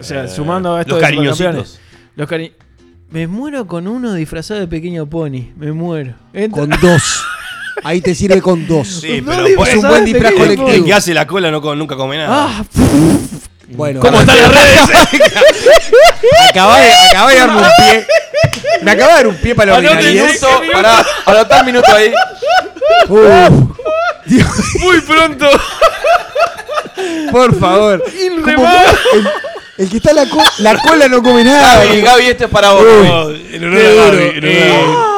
O sea, Eh, sumando a esto de
Eh, los cariñositos.
supercampeones. Los cari- Me muero con uno disfrazado de pequeño pony. Me muero. Entra-
Con dos. Ahí te sirve con dos.
Sí,
No
pero
digas
es un
nada,
buen
te
disfraz
quedas
colectivo.
bobo.
El que hace la cola no, co- nunca come nada.
Ah, pf,
Bueno,
¿Cómo están las redes?
acabá de, acabá de darme un pie. Me acaba de dar un pie para
Ah,
la
Anotá el
ordinariedad.
minuto, pará, anotá el minuto ahí.
Uf. Dios,
muy pronto.
por favor. ¿Cómo que- el, el que está en la, co- la cola no come nada.
Gaby, Gaby, este es para vos.
eh. en honor a Gaby, en honor a Gaby.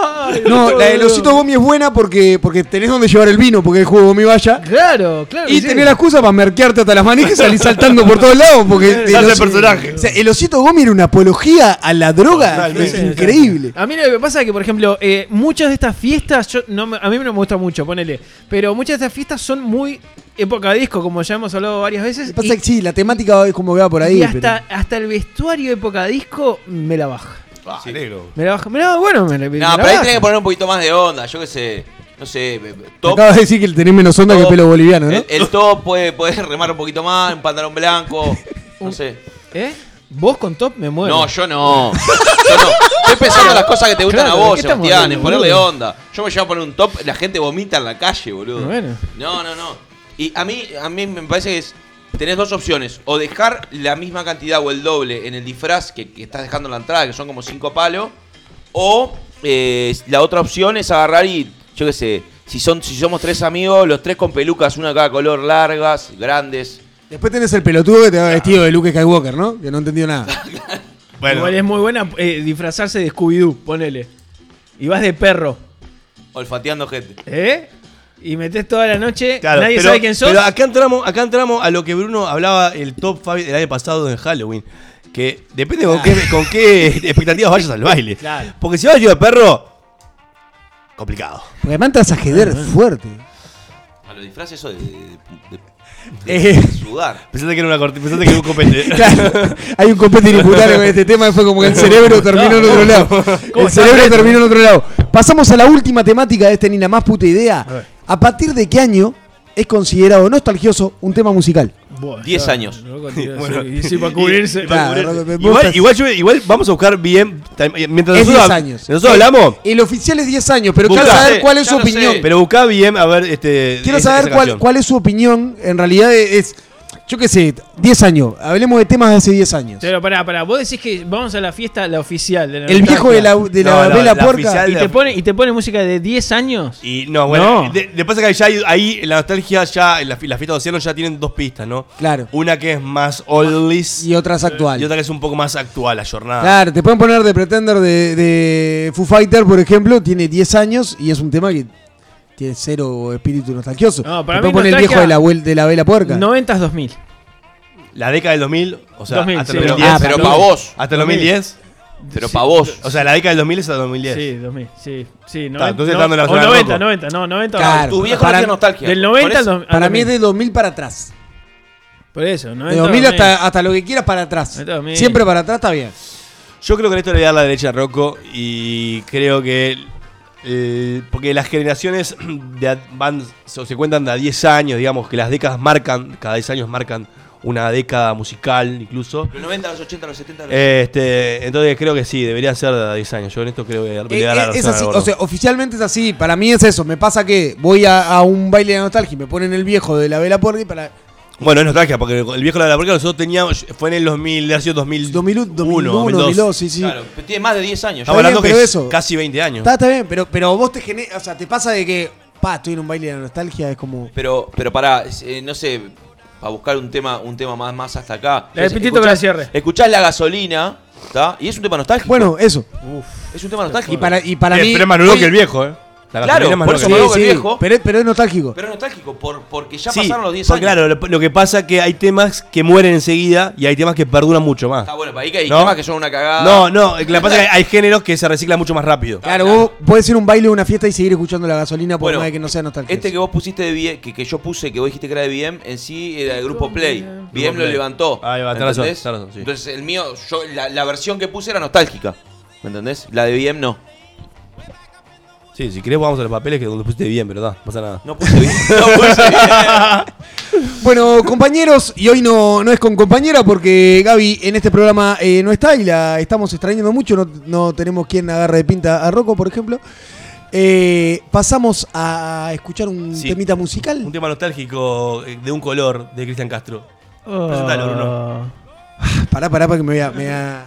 No, la del osito Gomi es buena porque, porque tenés donde llevar el vino, porque el juego Gomi vaya.
Claro, claro.
Y
que
tener
sí.
la excusa para merquearte hasta las manijas y salir saltando por todos lados. Porque el,
hace
osi-
personaje.
o sea, el osito Gomi era una apología a la droga. Es increíble.
A mí lo que me pasa es que, por ejemplo, eh, muchas de estas fiestas, yo no me- a mí no me gusta mucho, ponele, pero muchas de estas fiestas son muy época disco, como ya hemos hablado varias veces.
Lo que
y-
Pasa es que sí, la temática es como que va por ahí.
y
pero-
hasta, hasta el vestuario época disco me la baja.
Sí.
Me la baja. Me la, bueno, me la, me
Ah,
la
No, pero ahí
baja.
tenés que poner un poquito más de onda, yo qué sé. No sé, be- be- top.
Acabas de decir que tenés menos onda que
top. Eh,
pelo boliviano, ¿no?
El, el top puede, puede remar un poquito más, un pantalón blanco. No sé.
¿Eh? Vos con top me muero.
No, yo no. Yo no. Estoy pensando en las cosas que te gustan
Claro,
a
¿de
vos,
qué estamos
Sebastián,
hablando,
en ponerle
boludo?
onda. Yo me llevo a poner un top, la gente vomita en la calle, boludo.
Bueno.
No, no, no. Y a mí, a mí me parece que es. Tenés dos opciones. O dejar la misma cantidad o el doble en el disfraz que, que estás dejando en la entrada, que son como cinco palos. O eh, la otra opción es agarrar y, yo qué sé, si, son, si somos tres amigos, los tres con pelucas, una de cada color, largas, grandes.
Después tenés el pelotudo que te va vestido de Luke Skywalker, ¿no? Que no entendió nada.
Bueno,
Igual es muy buena eh, disfrazarse de Scooby-Doo, ponele. Y vas de perro.
Olfateando gente.
¿Eh? Y metes toda la noche,
claro,
nadie
pero-
sabe quién sos.
Pero acá entramos, acá entramos a lo que Bruno hablaba el top Fabi del año pasado en Halloween. Que depende con qué, con qué expectativas vayas al baile.
Claro.
Porque si vas yo de perro, complicado.
Porque además entras a jeder fuerte.
A los disfraces eso de, de- de-
Eh.
de sudar.
Pensaste que era una corti- pensaste que era un copete.
Claro, hay un compete inimputable con este tema y fue como que el cerebro terminó en otro lado. El cerebro terminó en otro lado. Pasamos a la última temática de este Ni la más puta idea. ¿A partir de qué año es considerado nostalgioso un tema musical?
Buah,
10
ya,
años.
loco, tío, sí, y sí, para cubrirse.
Y-
Claro,
para cubrirse.
me- me gusta-
igual, igual, yo- igual vamos a buscar bien. tam- Mientras
Es 10
nosotros,
años.
nosotros hablamos,
El oficial es 10 años, pero quiero
Buscá.
saber cuál es
Ya
su
lo sé.
opinión.
pero buscá bien a ver este.
Quiero
esa-
saber
esa
cuál,
canción.
cuál es su opinión. En realidad e- es, yo qué sé, 10 años. Hablemos de temas de hace 10 años.
Pero pará, pará, vos decís que vamos a la fiesta, la oficial. de la
El viejo de la,
nostalgia,
de
No,
la
no,
vela
la
puerca.
oficial-
Y te pone, y te pone música de 10 años.
Y no, bueno,
No.
de- de pasa que ya hay- ahí en la nostalgia ya, en la, fi- la fiesta de océano ya tienen dos pistas, ¿no?
Claro.
Una que es más oldies
Y
y,
otras actuales.
otra que es un poco más actual, la jornada.
Claro, te pueden poner de Pretender de, de Foo Fighter, por ejemplo, tiene 10 años y es un tema que tiene cero espíritu nostalgioso.
No, para
te pueden
mí
poner el
nostalgia-
viejo de la, vuel- de la vela puerca.
90s 2000.
La década del 2000, o sea,
2000,
hasta
sí,
el
2010.
2010.
Ah, pero
Salud.
para vos.
Hasta el 2010.
Pero para vos.
O sea, la década del 2000 es hasta el 2010.
Sí, 2000, sí, sí,
Está,
90,
entonces
no,
dando la
o
zona
90,
rojo.
90, no, 90.
Claro.
Tu viejo
Para-
no tiene nostalgia.
Del
Por
90 al
eso-
2000.
Para mí es de 2000 para atrás.
Por eso, 90.
De 2000 hasta, hasta lo que quieras para atrás.
90, 2000.
Siempre para atrás está bien.
Yo creo que en esto le voy a dar la derecha a Rocco y creo que. eh, porque las generaciones de a- van, so- se cuentan de a 10 años, digamos, que las décadas marcan, cada 10 años marcan una década musical incluso.
Los 90, los 80, los 70. Los...
Este, entonces creo que sí, debería ser de a 10 años. Yo en esto creo que le voy a dar la
Eh, eh, es
razón al
así,
gordo.
o sea, oficialmente es así. Para mí es eso. Me pasa que voy a, a un baile de nostalgia y me ponen el viejo de la vela puerca y para.
bueno, es nostalgia, porque el viejo de la porque nosotros teníamos, fue en el 2000, ha sido 2000,
2001, 2001
2002.
2002, sí, sí.
Claro, pero tiene más de 10
Estamos
años.
Está bien,
hablando que
pero
es
eso-
casi 20 años.
Está, está bien, pero, pero vos te genera, o sea, te pasa de que, pa, estoy en un baile de nostalgia, es como...
eh. Pero, pero pará, eh, no sé, para buscar un tema, un tema más, más hasta acá.
La de
Entonces,
Pitito que la cierre.
Escuchás la gasolina, ¿está? Y es un tema nostálgico.
Bueno, eso.
es un tema nostálgico.
Y para, y para
Eh,
mí...
pero es más nuevo
hoy-
que el viejo, ¿eh? La
Claro,
gasolina es más
por
nueva
eso
que el
me
viejo.
nuevo que el
Pero,
viejo.
es- pero es nostálgico.
Pero es nostálgico, por, porque ya
Sí,
pasaron los 10
pues
años.
Claro, lo, lo que pasa es que hay temas que mueren enseguida y hay temas que perduran mucho más.
Está bueno, para ahí que hay
¿No?
temas que son una cagada.
No, no, lo que pasa es que hay géneros que se reciclan mucho más rápido.
Claro, vos podés ir a un baile o una fiesta y seguir escuchando la gasolina por
Bueno,
más de que no sea nostálgico.
Este que vos pusiste de BM, que, que yo puse, que vos dijiste que era de BM, en sí era del grupo Play. BM lo
Play. Ah,
levantó.
Ahí va, tenés razón,
¿entendés?
tenés razón, sí.
Entonces el mío, yo, la, la versión que puse era nostálgica. ¿Me entendés? La de BM no.
Sí, si querés vamos a los papeles que donde pusiste bien, pero da, no pasa nada.
No puse BM. No puse BM.
Bueno, compañeros, y hoy no, no es con compañera porque Gaby en este programa eh, no está y la estamos extrañando mucho, no, no tenemos quien agarre de pinta a Rocco, por ejemplo. Eh, pasamos a escuchar un
Sí.
temita musical.
Un tema nostálgico eh, de un color de Cristian Castro. Presentalo, Bruno.
Pará, pará, para que me vea. Me voy a-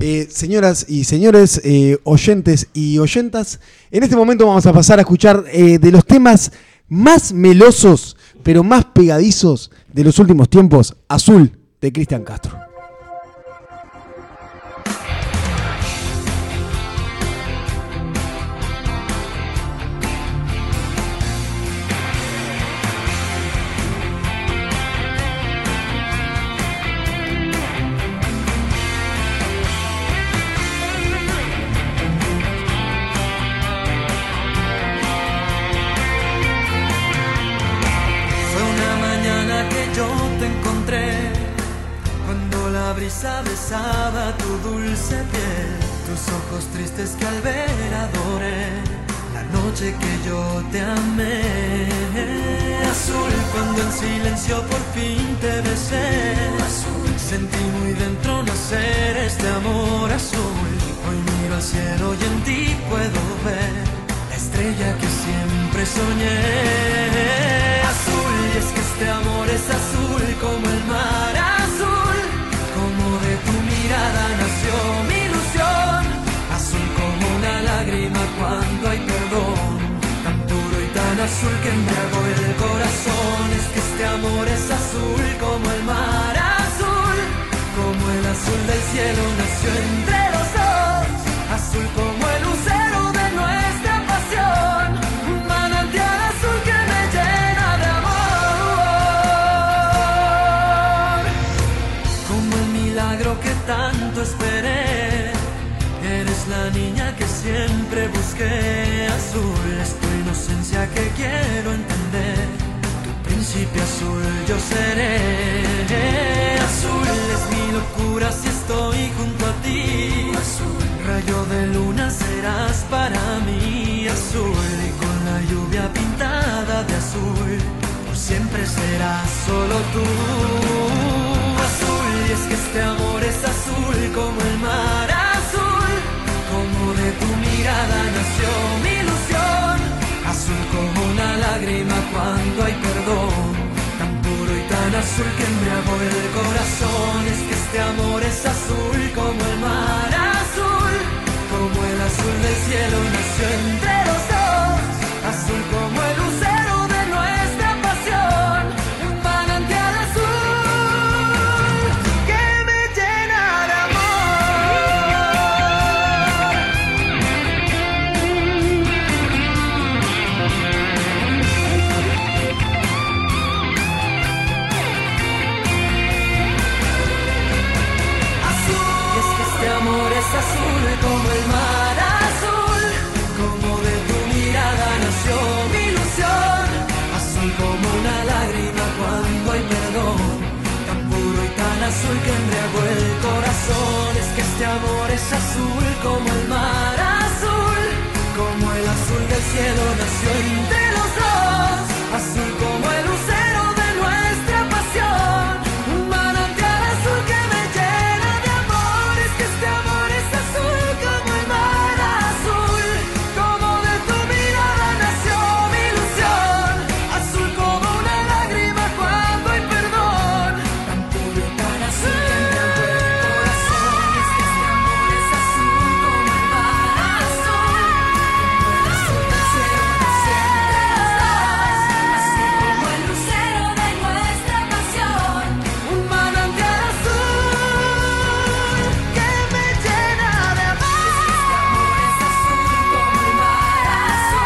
Eh, señoras y señores, eh, oyentes y oyentas, en este momento vamos a pasar a escuchar eh, de los temas más melosos, pero más pegadizos de los últimos tiempos, Azul, de Cristian Castro.
Azul, sonrisa besaba tu dulce piel, tus ojos tristes que al ver adoré, la noche que yo te amé. Azul cuando en silencio por fin te besé, azul sentí muy dentro nacer este amor azul. Hoy miro al cielo y en ti puedo ver la estrella que siempre soñé. Azul, y es que este amor es azul como el mar azul, como de tu mirada nació mi ilusión. Azul como una lágrima cuando hay perdón, tan puro y tan azul que embriagó el corazón. Es que este amor es azul como el mar azul, como el azul del cielo nació entre los dos. Azul como el lucero de nuestra pasión, un manantial azul que me llena de amor. Como el milagro que tanto esperé, eres la niña que siempre busqué. Azul es tu inocencia que quiero entender. Tu príncipe azul yo seré. Azul es mi locura si estoy junto a ti. Azul, rayo de luna serás para mí. Azul y con la lluvia pintada de azul, por siempre serás solo tú azul y es que este amor es azul como el mar azul como de tu mirada nació mi ilusión azul como una lágrima cuando hay perdón tan puro y tan azul que embriagó el corazón es que este amor es azul como el mar azul como el azul del cielo nació entre los dos azul como el lucero de nuestra pasión un manantial azul que me llena de amor azul. Y es que este amor es azul como el mar azul, como de tu mirada nació mi ilusión. Azul como una lágrima cuando hay perdón, tan puro y tan azul que embriagó el corazón. Es que este amor es azul como el mar azul, como el azul del cielo nació entre los dos. Azul como el lucero de nuestra pasión, un manantial azul que me llena de amor Es que este amor es azul como el mar azul Como de tu mirada nació mi ilusión Azul como una lágrima cuando hay perdón Tan puro y tan azul que embriagó el corazón Es que este amor es azul como el mar azul Como el azul del cielo nació entre los dos Azul como el lucero de nuestra pasión Un manantial azul que me llena de amor Este amor es azul como el mar azul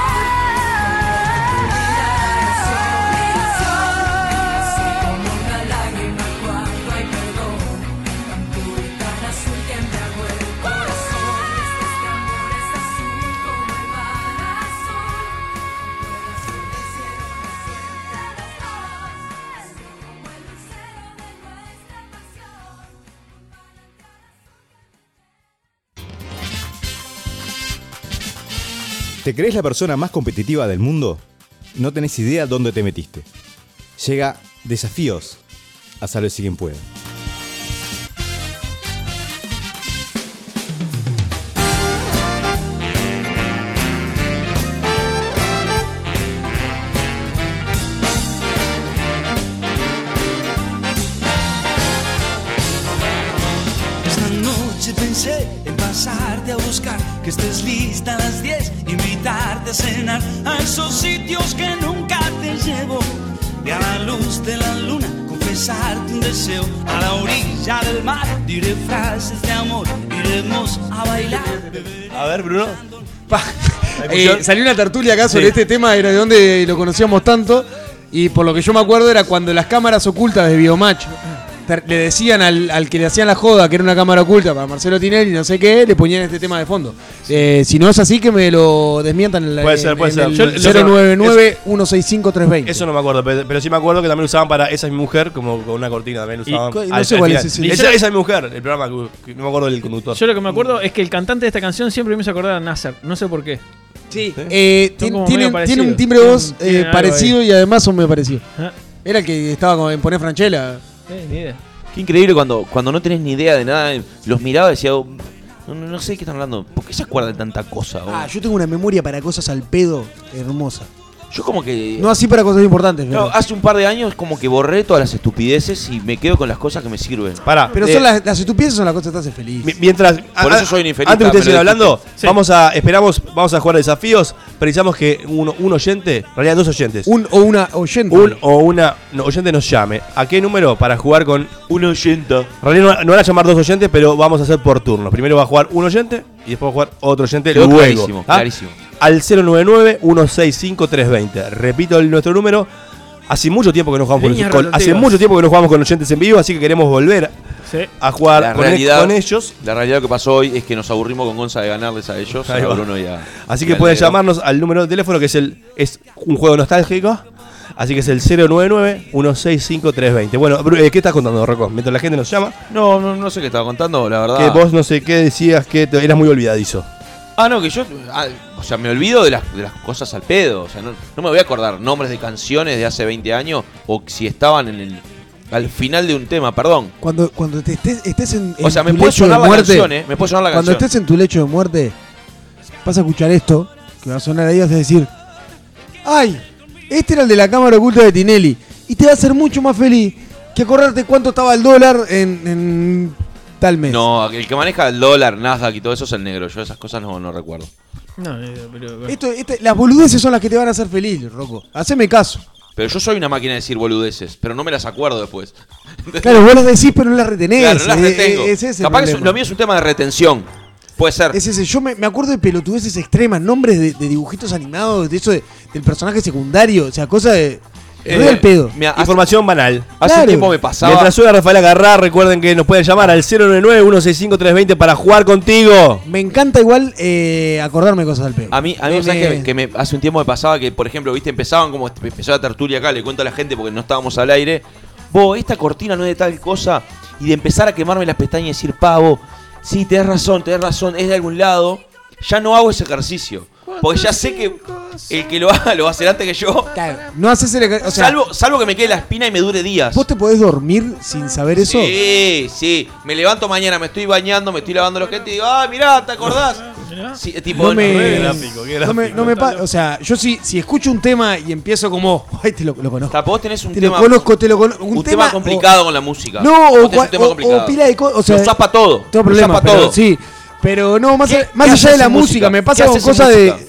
Azul como una lágrima cuando hay perdón Tan puro y tan azul que embriagó el corazón Este amor es azul como el mar azul Azul del cielo naciente los dos Azul como el lucero de nuestra pasión
¿Te crees la persona más competitiva del mundo? No tenés idea dónde te metiste. Llega Desafíos a Salve si quien puede.
Esta noche pensé en pasarte a buscar, que estés lista a las 10, invitarte a cenar a esos sitios que nunca te llevo. Y a la luz de la luna, confesarte un deseo. A la orilla del mar, diré frases de amor, iremos a bailar. beberé
A ver, Bruno.
Pa. Eh,
Escuchó.
salió una tertulia acá sobre
Sí.
este tema, era de donde lo conocíamos tanto. Y por lo que yo me acuerdo era cuando las cámaras ocultas de Biomatch ter- le decían al, al que le hacían la joda que era una cámara oculta para Marcelo Tinelli, no sé qué, le ponían este tema de fondo. Eh, si no es así, que me lo desmientan en la
Puede ser,
en-
puede
en
ser.
el
Yo- lo-
099 165 320
Eso no me acuerdo, pero, pero sí me acuerdo que también usaban para Esa es mi mujer, como con una cortina también
Y
usaban.
cu- no
al-
sé
al
cuál
final.
es ese. Y
Esa,
yo-
Esa es mi mujer, el programa que, que no me acuerdo del conductor.
Oh. Yo lo que me acuerdo es que el cantante de esta canción siempre me hizo acordar a Nasser. No sé por qué. ¿Eh?
Sí.
Son
tiene,
como
tiene-
medio
tiene
parecidos.
un timbre de voz
Tienen- tienen
eh,
algo
parecido
ahí.
y además son medio parecidos.
Ah.
Era el que estaba con- en Poner Franchella.
Eh, ni idea.
Qué increíble cuando, cuando no tenés ni idea de nada, eh, los miraba y decía, "Oh, no, no- no sé de qué están hablando, ¿por qué se acuerdan de tanta cosa?
Oh.
boludo?"
Ah, yo tengo una memoria para cosas al pedo hermosa.
Yo como que...
No así para cosas importantes,
Claro,
pero,
hace un par de años como que borré todas las estupideces y me quedo con las cosas que me sirven.
Pará.
pero
Eh,
son las, las estupideces son las cosas que te hacen feliz.
Mi- Mientras.
Por
a-
eso soy un infeliz,
Antes que ustedes
me lo
sigan hablando,
dijiste.
vamos a. Esperamos, vamos a jugar a desafíos. Precisamos que uno, un oyente, en realidad dos oyentes.
Un o una oyente.
un o una no, oyente nos llame. ¿A qué número para jugar con.?
Un oyenta.
En realidad no, no van a llamar dos oyentes, pero vamos a hacer por turno. Primero va a jugar un oyente y después va a jugar otro oyente.
Quedó
luego,
clarísimo,
¿ah?
clarísimo.
Al 099-165-320. Repito el, nuestro número. Hace mucho tiempo que no jugamos
Líneas
con, con- Hace
rotativas.
mucho tiempo que no jugamos con oyentes en vivo, así que queremos volver
Sí.
a jugar
La
con,
realidad,
Ah, con ellos.
La realidad que pasó hoy es que nos aburrimos con Gonza de ganarles a ellos,
Ahí
a
va.
Bruno y a...
Así
y
que
a
pueden
Negro.
llamarnos al número de teléfono que es el es un juego nostálgico. Así que es el 099-165-320. Bueno, Bru- eh, ¿qué estás contando, Rocco? Mientras la gente nos llama,
No, no, no sé qué estaba contando, la verdad.
que vos no sé qué decías, que te- eras muy olvidadizo.
Ah, no, que yo. ah, o sea, me olvido de las, de las cosas al pedo. O sea, no, no me voy a acordar nombres de canciones de hace 20 años o si estaban en el. Al final de un tema, perdón.
Cuando, cuando te estés, estés en,
O
en
sea, me
tu
puede
lecho
sonar
de
la
muerte,
canción, ¿eh? Me puede sonar la
cuando
canción.
estés en tu lecho de muerte, vas a escuchar esto, que va a sonar ahí, vas a decir, ¡ay! Este era el de la cámara oculta de Tinelli. Y te va a hacer mucho más feliz que acordarte cuánto estaba el dólar en, en tal mes.
No, el que maneja el dólar, Nasdaq y todo eso es el negro. Yo esas cosas no, no recuerdo.
No, ni idea, pero.
Esto, este- las boludeces son las que te van a hacer feliz, Rocco. Haceme caso.
Pero yo soy una máquina de decir boludeces, pero no me las acuerdo después.
Claro, vos las decís, pero no las retenés.
Claro, no las
Eh,
retengo.
eh, ese es el
Capaz que es-
problema.
lo mío es un tema de retención. Puede ser.
Es ese, yo me, me acuerdo de pelotudeces extremas, nombres de, de dibujitos animados, de eso de- del personaje secundario, o sea, cosa de.
Eh,
Rueda el pedo.
Mira, hace,
Información banal.
hace
Claro.
tiempo me pasaba.
Mientras suena Rafael Agarrá, recuerden que nos pueden llamar al 099-165-320 para jugar contigo.
Me encanta igual eh, acordarme cosas al pedo.
A mí, a mí
Me-
¿sabes
me-
que, que me- hace un tiempo me pasaba que, por ejemplo, viste, empezaban como empezó la tertulia acá, le cuento a la gente porque no estábamos al aire. Vos, esta cortina no es de tal cosa. Y de empezar a quemarme las pestañas y decir, pavo, sí, tenés razón, tenés razón, es de algún lado. Ya no hago ese ejercicio. Porque ya sé que el que lo haga lo va a hacer antes que yo.
Claro, no haces el. O sea,
salvo, salvo que me quede la espina y me dure días.
¿vos te podés dormir sin saber eso?
Sí, sí. Me levanto mañana, me estoy bañando, me estoy lavando los dientes y digo, ah, mirá, ¿te acordás? Sí, tipo,
No me,
gráfico, qué
no me, no me pa- o sea, yo si, si escucho un tema y empiezo como, ay, te lo, lo conozco.
Tapa, vos tenés un
Te
tema.
lo conozco, te lo conozco.
un, tema,
o-
complicado con la música.
No, o,
Vos tenés
cua-
un tema
o-
complicado.
o pila de cosas. O sea,
Lo usás pa' todo.
Todo
Lo
problema,
usás pa'
pero
todo.
sí. Pero no, más,
¿Qué-
más allá
qué haces
de la
en
música, me pasa
¿Qué
con
haces en
cosas de.
música?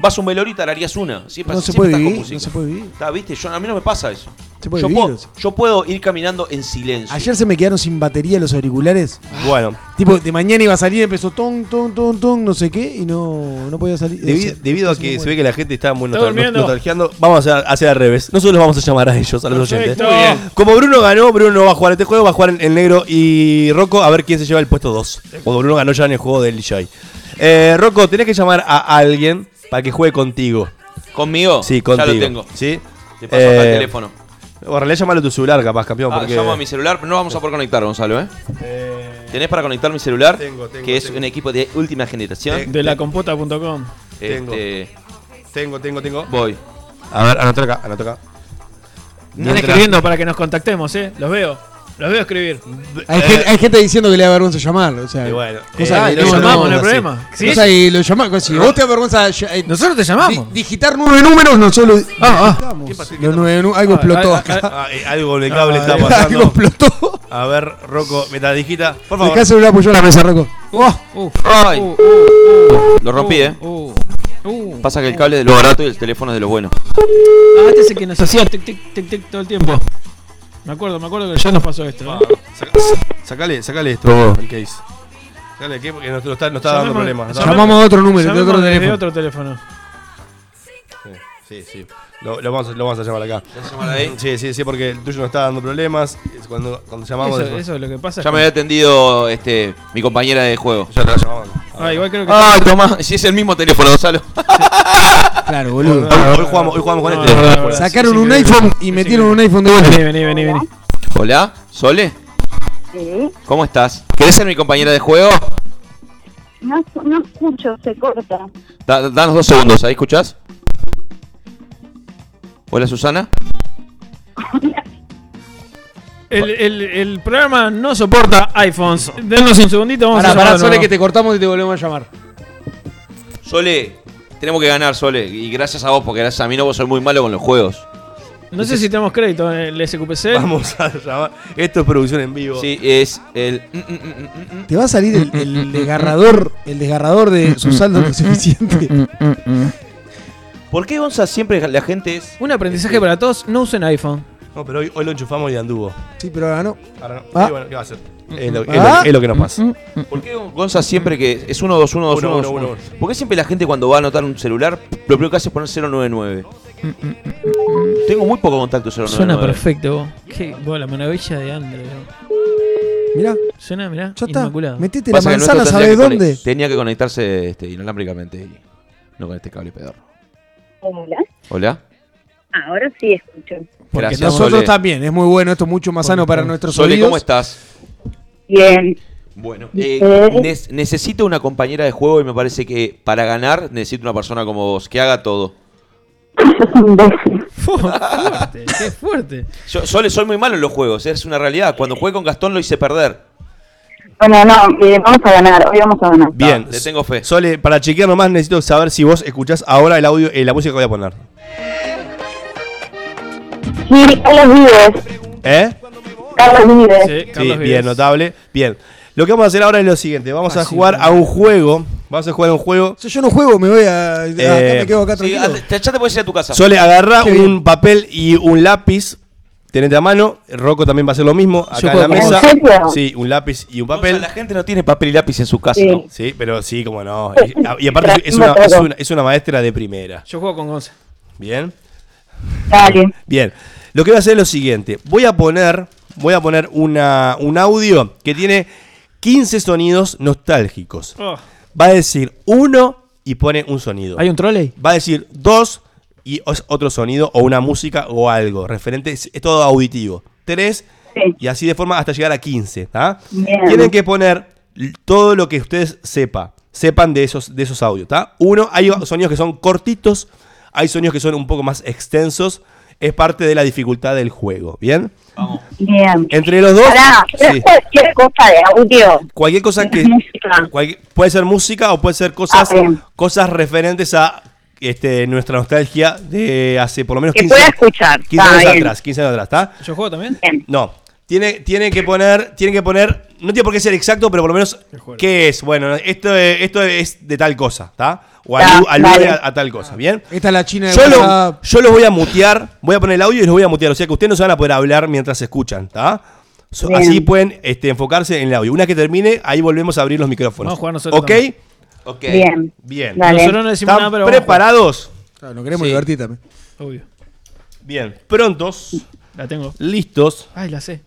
Vas a un velorio y tararías una. Siempre,
No se puede
siempre estás con
vivir,
música.
no se puede vivir.
Está, ¿viste? Yo, a mí no me pasa eso.
Se puede
yo,
vivir,
puedo,
o sea.
yo puedo ir caminando en silencio.
Ayer se me quedaron sin batería los auriculares.
Ah.
Bueno,
Tipo, de mañana iba a salir, empezó ton, ton, ton, ton, no sé qué, y no, no podía salir.
debi- debido a que se ve que la gente está muy
Está
nostal-
durmiendo.
nostalgiando, vamos a hacer, hacer al revés. Nosotros los vamos a llamar a ellos, a los oyentes.
Perfecto. Muy bien.
Como Bruno ganó, Bruno no va a jugar este juego, va a jugar en, en negro y Rocco a ver quién se lleva el puesto 2. Cuando Bruno ganó ya en el juego del DJ. Eh, Rocco, tenés que llamar a alguien para que juegue contigo.
¿Conmigo?
Sí, contigo.
Ya lo tengo.
¿Sí?
Te paso acá
Eh,
el teléfono.
O en realidad llamalo a tu celular, capaz, campeón.
Ah,
porque...
Llamo a mi celular, pero no vamos a poder conectar, Gonzalo, ¿eh? ¿Tenés para conectar mi celular?
Tengo, tengo,
Que es
tengo.
un equipo de última generación.
De la compota.com.
tengo.
Este,
Tengo, tengo, tengo.
voy.
A ver, anota acá, anota acá.
Están escribiendo para que nos contactemos, ¿eh? Los veo. Los veo escribir.
Hay, gen- hay gente diciendo que le da vergüenza llamar, o sea.
Y bueno,
cosa
eh,
que
lo
Ah, no, no,
llamamos,
no hay
así.
problema. Sí,
cosa que lo llamás, cosa- si vos te da vergüenza. ya- eh,
Nosotros te
di-
llamamos.
digitar nueve números, nosotros.
Ah, ah.
Los nueve nu- algo explotó
ah,
acá.
Ah, eh, algo con el cable está
Algo
pasando.
explotó.
A ver, Rocco, meta digita. Por
Dejá el
favor.
celular apoyado en la mesa, Rocco.
Uh,
Ay.
uh, uh, uh,
Lo rompí,
uh,
¿eh?
uh, uh.
Pasa que el cable es de lo barato y el teléfono es de lo bueno.
Ah, este es el que nos hacía tic, tic, tic, tic todo el tiempo. Me acuerdo, me acuerdo que ya nos pasó esto. ¿eh?
Sacale, sacale esto, el case. Sacale el case porque nos, nos está, nos está dando
Llamemos-
problemas.
llamemos-
Está-
Llamamos a otro número, de
Llamemos
otro
desde
teléfono.
otro teléfono.
Sí, sí. Lo, lo vamos, a- lo vamos a llamar acá.
llamar ahí?
Sí, sí, sí, porque el tuyo nos está dando problemas. Es Cuando, cuando llamamos.
Eso,
después-
eso es lo que pasa. es
Ya me
que-
había atendido este, mi compañera de juego.
Ya te la llamamos.
Ah, igual creo que.
Ay, Tomás, si es el mismo teléfono, Gonzalo.
Claro, boludo.
Hoy, hoy jugamos, hoy jugamos con
Ah.
este.
Sacaron un iPhone y metieron un iPhone de vuelta.
Vení, vení, vení, vení.
Hola, Sole,
Sí.
¿cómo estás? ¿Querés ser mi compañera de juego?
No, no escucho, se corta.
Da- da- danos dos segundos, ¿ahí escuchás? Hola, Susana.
El, el, el programa no soporta iPhones. Denos un segundito, vamos
Pará,
a
pará,
llamar de
Sole,
nuevo.
que te cortamos y te volvemos a llamar.
Sole, tenemos que ganar, Sole. Y gracias a vos, porque gracias a mí no vos sos muy malo con los juegos.
No sé si tenemos crédito en el SQPC.
Vamos a llamar. Esto es producción en vivo.
Sí, es el. mm, mm, mm, mm, mm, mm.
Te va a salir el, el desgarrador, el desgarrador de su saldo no es suficiente.
¿Por qué Gonza siempre la gente es.?
Un aprendizaje para todos, no usen iPhone.
No, pero hoy, hoy lo enchufamos y anduvo.
Sí, pero ganó.
Ahora no.
Ah.
Y bueno, ¿qué va a hacer? Es lo, es lo-
Ah.
es lo que nos pasa.
¿Por qué Gonza siempre que es 1, 2, 1, 2,
Uno,
1, 2,
uno,
1?
uno, uno.
¿Por qué siempre la gente cuando va a anotar un celular lo primero que hace es poner 099? Tengo muy poco contacto 099.
Suena perfecto, vos. Qué, vos, la maravilla de Android. vos.
Mirá,
Suena, mirá,
ya está.
inmaculado.
Metete la
Pasa que el
manzana,
nuestro tendría
¿sabes
que conec-
dónde?
Tenía que conectarse este, inalámbricamente y no con este cable pedorro.
Hola.
Hola.
Ahora sí escucho.
Porque
Gracias,
Nosotros
Sole.
también, es muy bueno, esto es mucho más sano para
Sole,
nuestros
Sole, ¿cómo
oídos.
estás?
Bien.
Bueno,
eh,
necesito una compañera de juego y me parece que para ganar necesito una persona como vos, que haga todo.
Sos un imbécil.
Fu- fuerte, qué fuerte.
Yo, Sole, soy muy malo en los juegos, es una realidad. Cuando jugué con Gastón lo hice perder.
Bueno, no, eh, vamos a ganar, hoy vamos a ganar.
Bien.
Ah,
le tengo fe.
Sole, para chequear nomás necesito saber si vos escuchás ahora el audio, eh, la música que voy a poner.
Sí, Carlos Vives.
¿Eh?
Carlos Vives.
Sí,
Sí,
Carlos
bien,
Vives.
notable. Bien. Lo que vamos a hacer ahora es lo siguiente. Vamos
Ah,
a jugar a un juego. Vamos a jugar a un juego.
Si yo no juego, me voy a. acá me quedo acá
Eh, Sí,
tranquilo.
ande- te- ya te puedes ir a tu casa.
Sole, agarra
Qué
un
bien.
papel y un lápiz. Tenete a mano. Rocco también va a hacer lo mismo. Acá en
puedo
la
poner.
mesa.
¿En serio?
Sí, un lápiz y un
Papel.
papel.
la gente no tiene papel y lápiz en su casa.
Sí.
¿no?
Sí, pero sí, como no. Y, y aparte es una, es, una, es una maestra de primera.
Yo juego con Gonza.
Bien.
Dale.
Bien. Lo que voy a hacer es lo siguiente. Voy a poner, voy a poner una, un audio que tiene 15 sonidos nostálgicos.
Oh.
Va a decir uno y pone un sonido.
¿Hay un trolley?
Va a decir dos y os- otro sonido o una música o algo. Referente, es, es todo auditivo. Tres
Sí.
y así de forma hasta llegar a 15. ¿tá?
Bien.
Tienen que poner l- todo lo que ustedes sepa, sepan de esos, de esos audios. ¿tá? Uno, hay sonidos que son cortitos, hay sonidos que son un poco más extensos. Es parte de la dificultad del juego. ¿Bien?
Bien.
Entre los dos.
Pará, pero
sí.
cualquier cosa de audio.
Cualquier cosa que.
Música.
cualquier- puede ser música o puede ser cosas,
Ah, bien.
cosas referentes a este, nuestra nostalgia de hace por lo menos
Que
15,
pueda escuchar.
15
Está
años
bien.
atrás. 15 años atrás, ¿tá?
¿Yo juego también?
Bien.
No. Tiene, tiene que poner, tiene que poner, no tiene por qué ser exacto, pero por lo menos
juego.
qué es. Bueno, esto es, esto es de tal cosa, ¿está? O
Ya,
alu- alude
dale.
a, a tal cosa, ¿bien?
Esta es la China de
Yo, lo,
WhatsApp.
yo los voy a mutear, voy a poner el audio y los voy a mutear, o sea que ustedes no se van a poder hablar mientras escuchan, ¿está? So-
Bien.
así pueden este, enfocarse en el audio. Una que termine, ahí volvemos a abrir los micrófonos.
Vamos a jugar nosotros
¿Ok?
también.
Ok.
Bien.
Bien.
Dale.
Nosotros no decimos
¿Están
nada, pero. vamos a jugar.
preparados?
Claro, nos queremos
Sí.
divertir también.
Obvio.
Bien. Prontos,
La tengo.
listos.
Ay, la sé.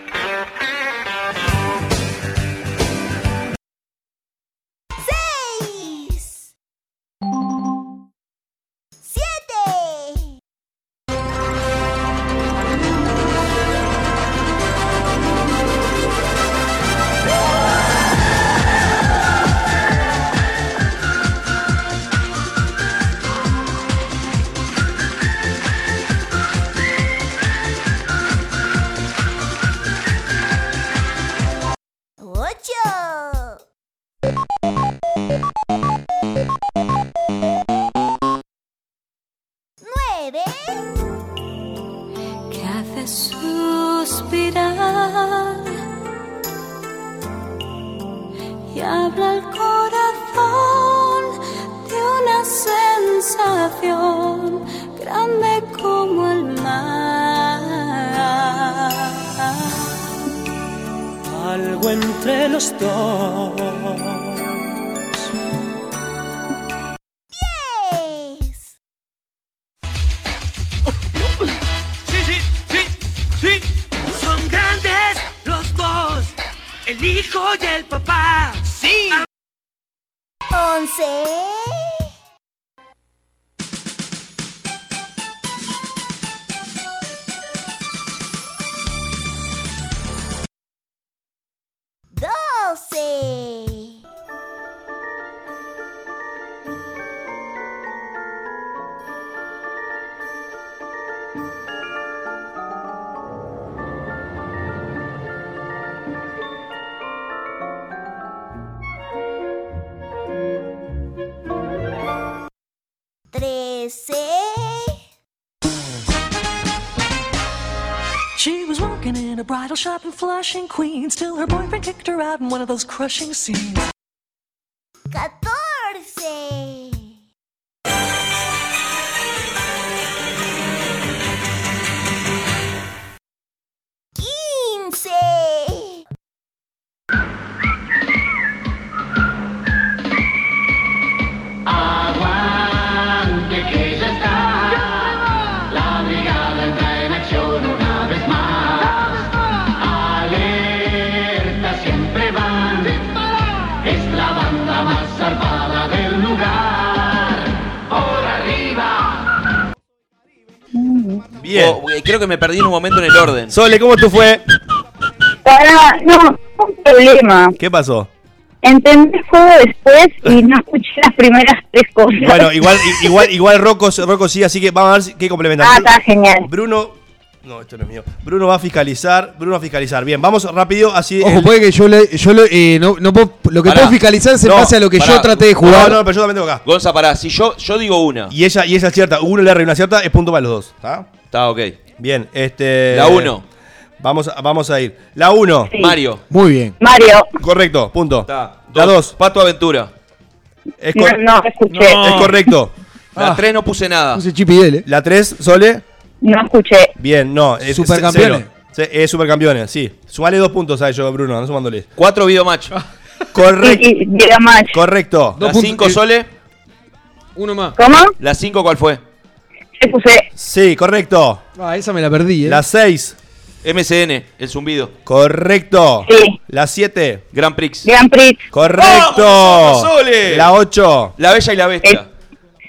Seis.
algo entre los dos.
Sí, sí, sí, sí. Son grandes los dos, el hijo y el papá. Sí. Once.
Doce. Trece.
She was walking in a bridal shop in Flushing, Queens, till her boyfriend kicked her out in one of those crushing scenes.
Catorce. Quince.
Aguante que ya está. La brigada entra en acción una vez más. Alerta siempre van. Es la banda más zarpada del lugar. Por arriba.
Bien. Oh, eh, creo que me perdí en un momento en el orden.
Oh, Sole, ¿cómo tú fue?
Pará, no, un problema.
¿Qué pasó?
Entendí el juego después y no escuché las primeras tres cosas.
Bueno, igual, i- igual, igual Rocco, Rocco sí, así que vamos a ver si- qué complementa.
Ah, está genial.
Bruno. No, esto no es mío. Bruno va a fiscalizar. Bruno va a fiscalizar. Bien, vamos rápido. Así.
Ojo,
el-
puede que yo, le, yo le- eh, no, no puedo- lo que
Pará.
puedo fiscalizar es en
No,
base a lo que
pará.
yo traté de jugar.
No, no, pero yo también tengo acá.
Gonza, pará, si yo, yo digo una.
Y ella, y ella acierta. Uno le erra y una acierta, es punto para los dos. ¿Está?
Está, ok.
Eh, Bien, este.
La uno.
Vamos, a- vamos a ir. La 1.
Sí. Mario.
Muy bien.
Mario.
Correcto, punto.
Está.
La 2.
Pato Aventura.
Es
No, no, escuché.
Es correcto.
La
Ah.
3 no puse nada.
La 3, Sole.
No escuché.
Bien, no. Es,
Supercampeones.
cero. Sí, Es supercampeones, sí. Sumale dos puntos a ellos, Bruno, no sumándole.
4 videomatch.
Ah, Correcto. Correcto.
La 5 Sole.
Uno más.
¿Cómo?
La 5 ¿cuál fue?
Sí, correcto.
Ah, esa me la perdí, eh.
La 6.
MCN, el zumbido.
Correcto.
Sí.
La 7.
Grand Prix.
Gran Prix.
Correcto.
¡Vamos, Sole!
La 8.
La Bella y la Bestia.
Eh,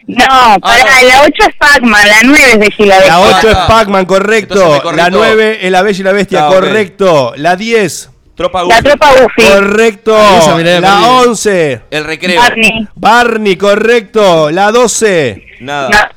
No, pará, la 8 es Pac-Man, la 9 es de Gilabella.
La 8 es Pac-Man, correcto.
Entonces me
La
corrijo.
9 es la Bella y la Bestia,
Ah, ok.
correcto. La 10.
Tropa
La tropa Goofy.
Correcto.
Ah, esa mirá,
La
Barney.
11.
El recreo.
Barney.
Barney, correcto. La 12.
Nada.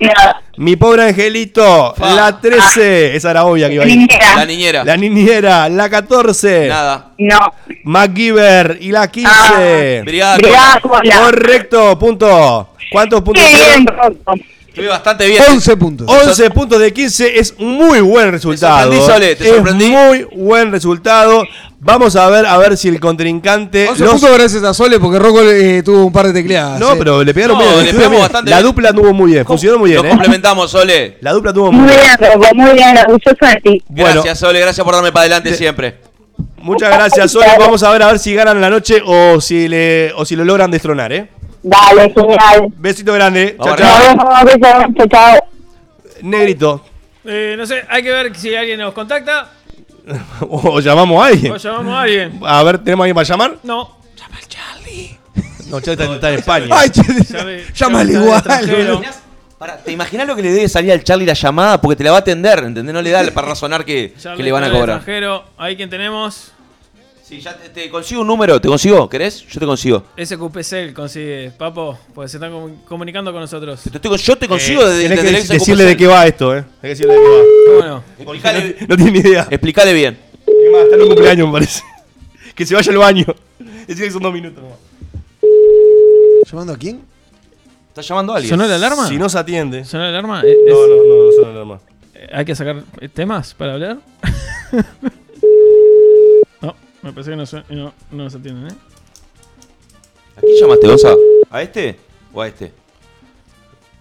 Mi pobre angelito.
Fa.
La 13. Esa era obvia que iba a ir.
Niñera.
La niñera.
La niñera. La 14.
Nada.
No,
MacGyver. Y la 15.
Brigada.
Brigada
Cor-
Cola.
Correcto. Punto. ¿Cuántos puntos?
Qué
fueron?
bien, Rocco.
Estuve bastante bien.
11 puntos.
11 puntos de 15 es un muy buen resultado.
sorprendí, Sole, te
es
sorprendí.
muy buen resultado. Vamos a ver a ver si el contrincante
11
los- Ah,
puntos gracias a Sole porque Rocco eh, tuvo un par de tecleadas.
No,
eh.
pero le pegaron
No,
bien,
le
estuvo
pegamos
bien.
bastante
La
bien.
dupla anduvo muy bien, funcionó muy bien,
Lo
eh.
complementamos, Sole.
La dupla anduvo muy
Muy
bien.
bien, Rocco, muy bien, orgulloso de ti.
Bueno,
Gracias, Sole. Gracias por darme para adelante siempre.
muchas gracias, Sole. Vamos a ver a ver si ganan la noche o si le o si lo logran destronar, eh.
Dale, genial.
Besito grande. Chao,
Vamos
Nos
chao.
vemos, besos, chao, chao.
Negrito.
Eh, no sé, hay que ver si alguien nos contacta
O llamamos a alguien.
o llamamos a alguien.
A ver, ¿tenemos alguien para llamar?
No.
No, Charlie está, está en España.
Ay, che,
Llame-
llámale
llame al extranjero.
igual.
Pará, ¿Te imaginas lo que le debe salir al Charlie la llamada? Porque te la va a atender, ¿entendés? No le da para razonar que,
Llame
que le van a
al
cobrar.
extranjero. Ahí quien tenemos.
Sí, ya te, te consigo un número, ¿te consigo? ¿Querés? Yo te consigo.
SQPCL consigue, papo, pues se están comu- comunicando con nosotros.
Te estoy con- yo te consigo
Eh,
desde
tenés que
desde
dec-
el
decirle de qué va esto, eh. Tenés que decirle de qué va.
Bueno,
Explicale,
No tiene ni idea.
explicale bien.
Es más, está en un cumpleaños, me parece. Que se vaya al baño. Decía que son dos minutos nomás.
¿Llamando a quién?
¿Está llamando a alguien?
¿Sonó la alarma?
Si no se atiende.
¿Sonó la alarma? Eh, es-
No, no, no, no suena la alarma.
eh, ¿Hay que sacar eh, temas para hablar? no, me parece que no, suen- no, no nos atienden, ¿eh?
¿A quién llamaste, Gonza? ¿A este o a este?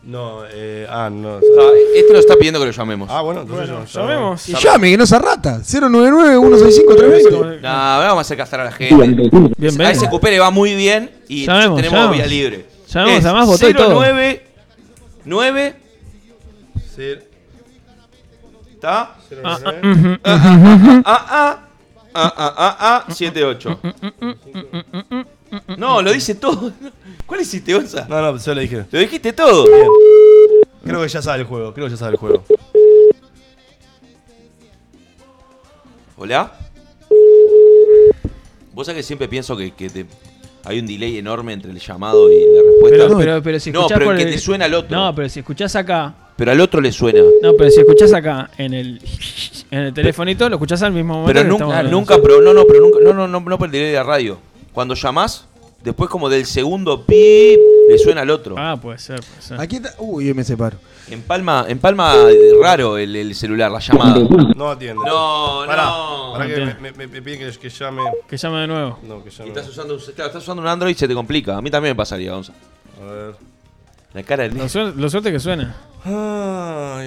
No, eh, ah, no.
este nos está pidiendo que lo llamemos.
Ah, bueno, entonces yo-
Y llame, que no se rata. 099 165 320
No, ahora vamos a hacer casar a la gente.
Bienvenido.
A ese cupé le va muy bien y
Llamemos,
tenemos
llamemos.
vía libre.
Llamemos,
Es
además votó y todo.
099 9 ¿Está?
Ah, ah,
Ah,
ujú,
ah, ah, ah, ah, ah, ah, ah, 78. No, lo dice todo. ¿Cuál hiciste, Onza?
No, no, yo le dije.
Lo dijiste todo.
Creo que ya sabe el juego, creo que ya sabe el juego.
¿Hola? Vos sabés que siempre pienso que, que te- hay un delay enorme entre el llamado y la respuesta.
Pero, pero, pero si
no,
escuchás
pero
por
el que
el-
te suena al otro.
No, pero si escuchás acá.
Pero al otro le suena.
No, pero si escuchás acá en el, en el telefonito, lo escuchás al mismo momento.
Pero
que estamos
nunca,
hablando.
nunca, pero no, no, pero nunca, no, no, no, no por el delay de la radio. Cuando llamás, después como del segundo pip, le suena al otro.
Ah, puede ser, puede ser.
Aquí está. Uy, me separo.
En Palma, en Palma eh, raro el, el celular, la llamada.
No atiende.
No,
Pará,
no.
Pará que
No
me,
atiende.
me- me piden que, que llame.
Que llame de nuevo.
No, que llame.
Estás usando, un- claro, estás usando un Android se te complica. A mí también me pasaría, Gonza.
A ver.
La cara del
Lo, suel- lo suerte que suena.
Ay,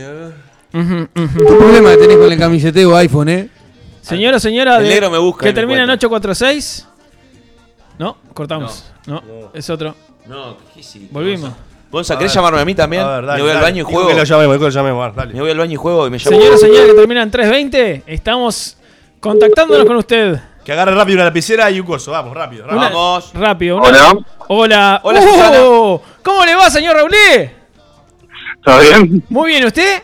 a ver.
¿Qué problema que tenés con el camiseteo iPhone, eh?
Señora, señora.
El
de-
negro me busca y
Que
me
termina en 846. No, cortamos. No, es otro.
No, ¿qué hiciste?
Volvimos.
Gonza,
A
¿querés
ver.
llamarme a mí también?
A ver, dale,
me voy al
dale.
baño y
Dijo
juego.
que lo llamemos, dijo que lo llamemos, dale.
Me voy al baño y juego y me llamo.
Señora, señora, que termina en 320. Estamos contactándonos con usted.
Que agarre rápido una lapicera y un coso. Vamos, rápido, rápido.
Una- Rápido. una-
Hola.
Hola.
Hola,
¡Oh! ¿Cómo le va, señor Raulé?
¿Está bien?
Muy bien, ¿usted?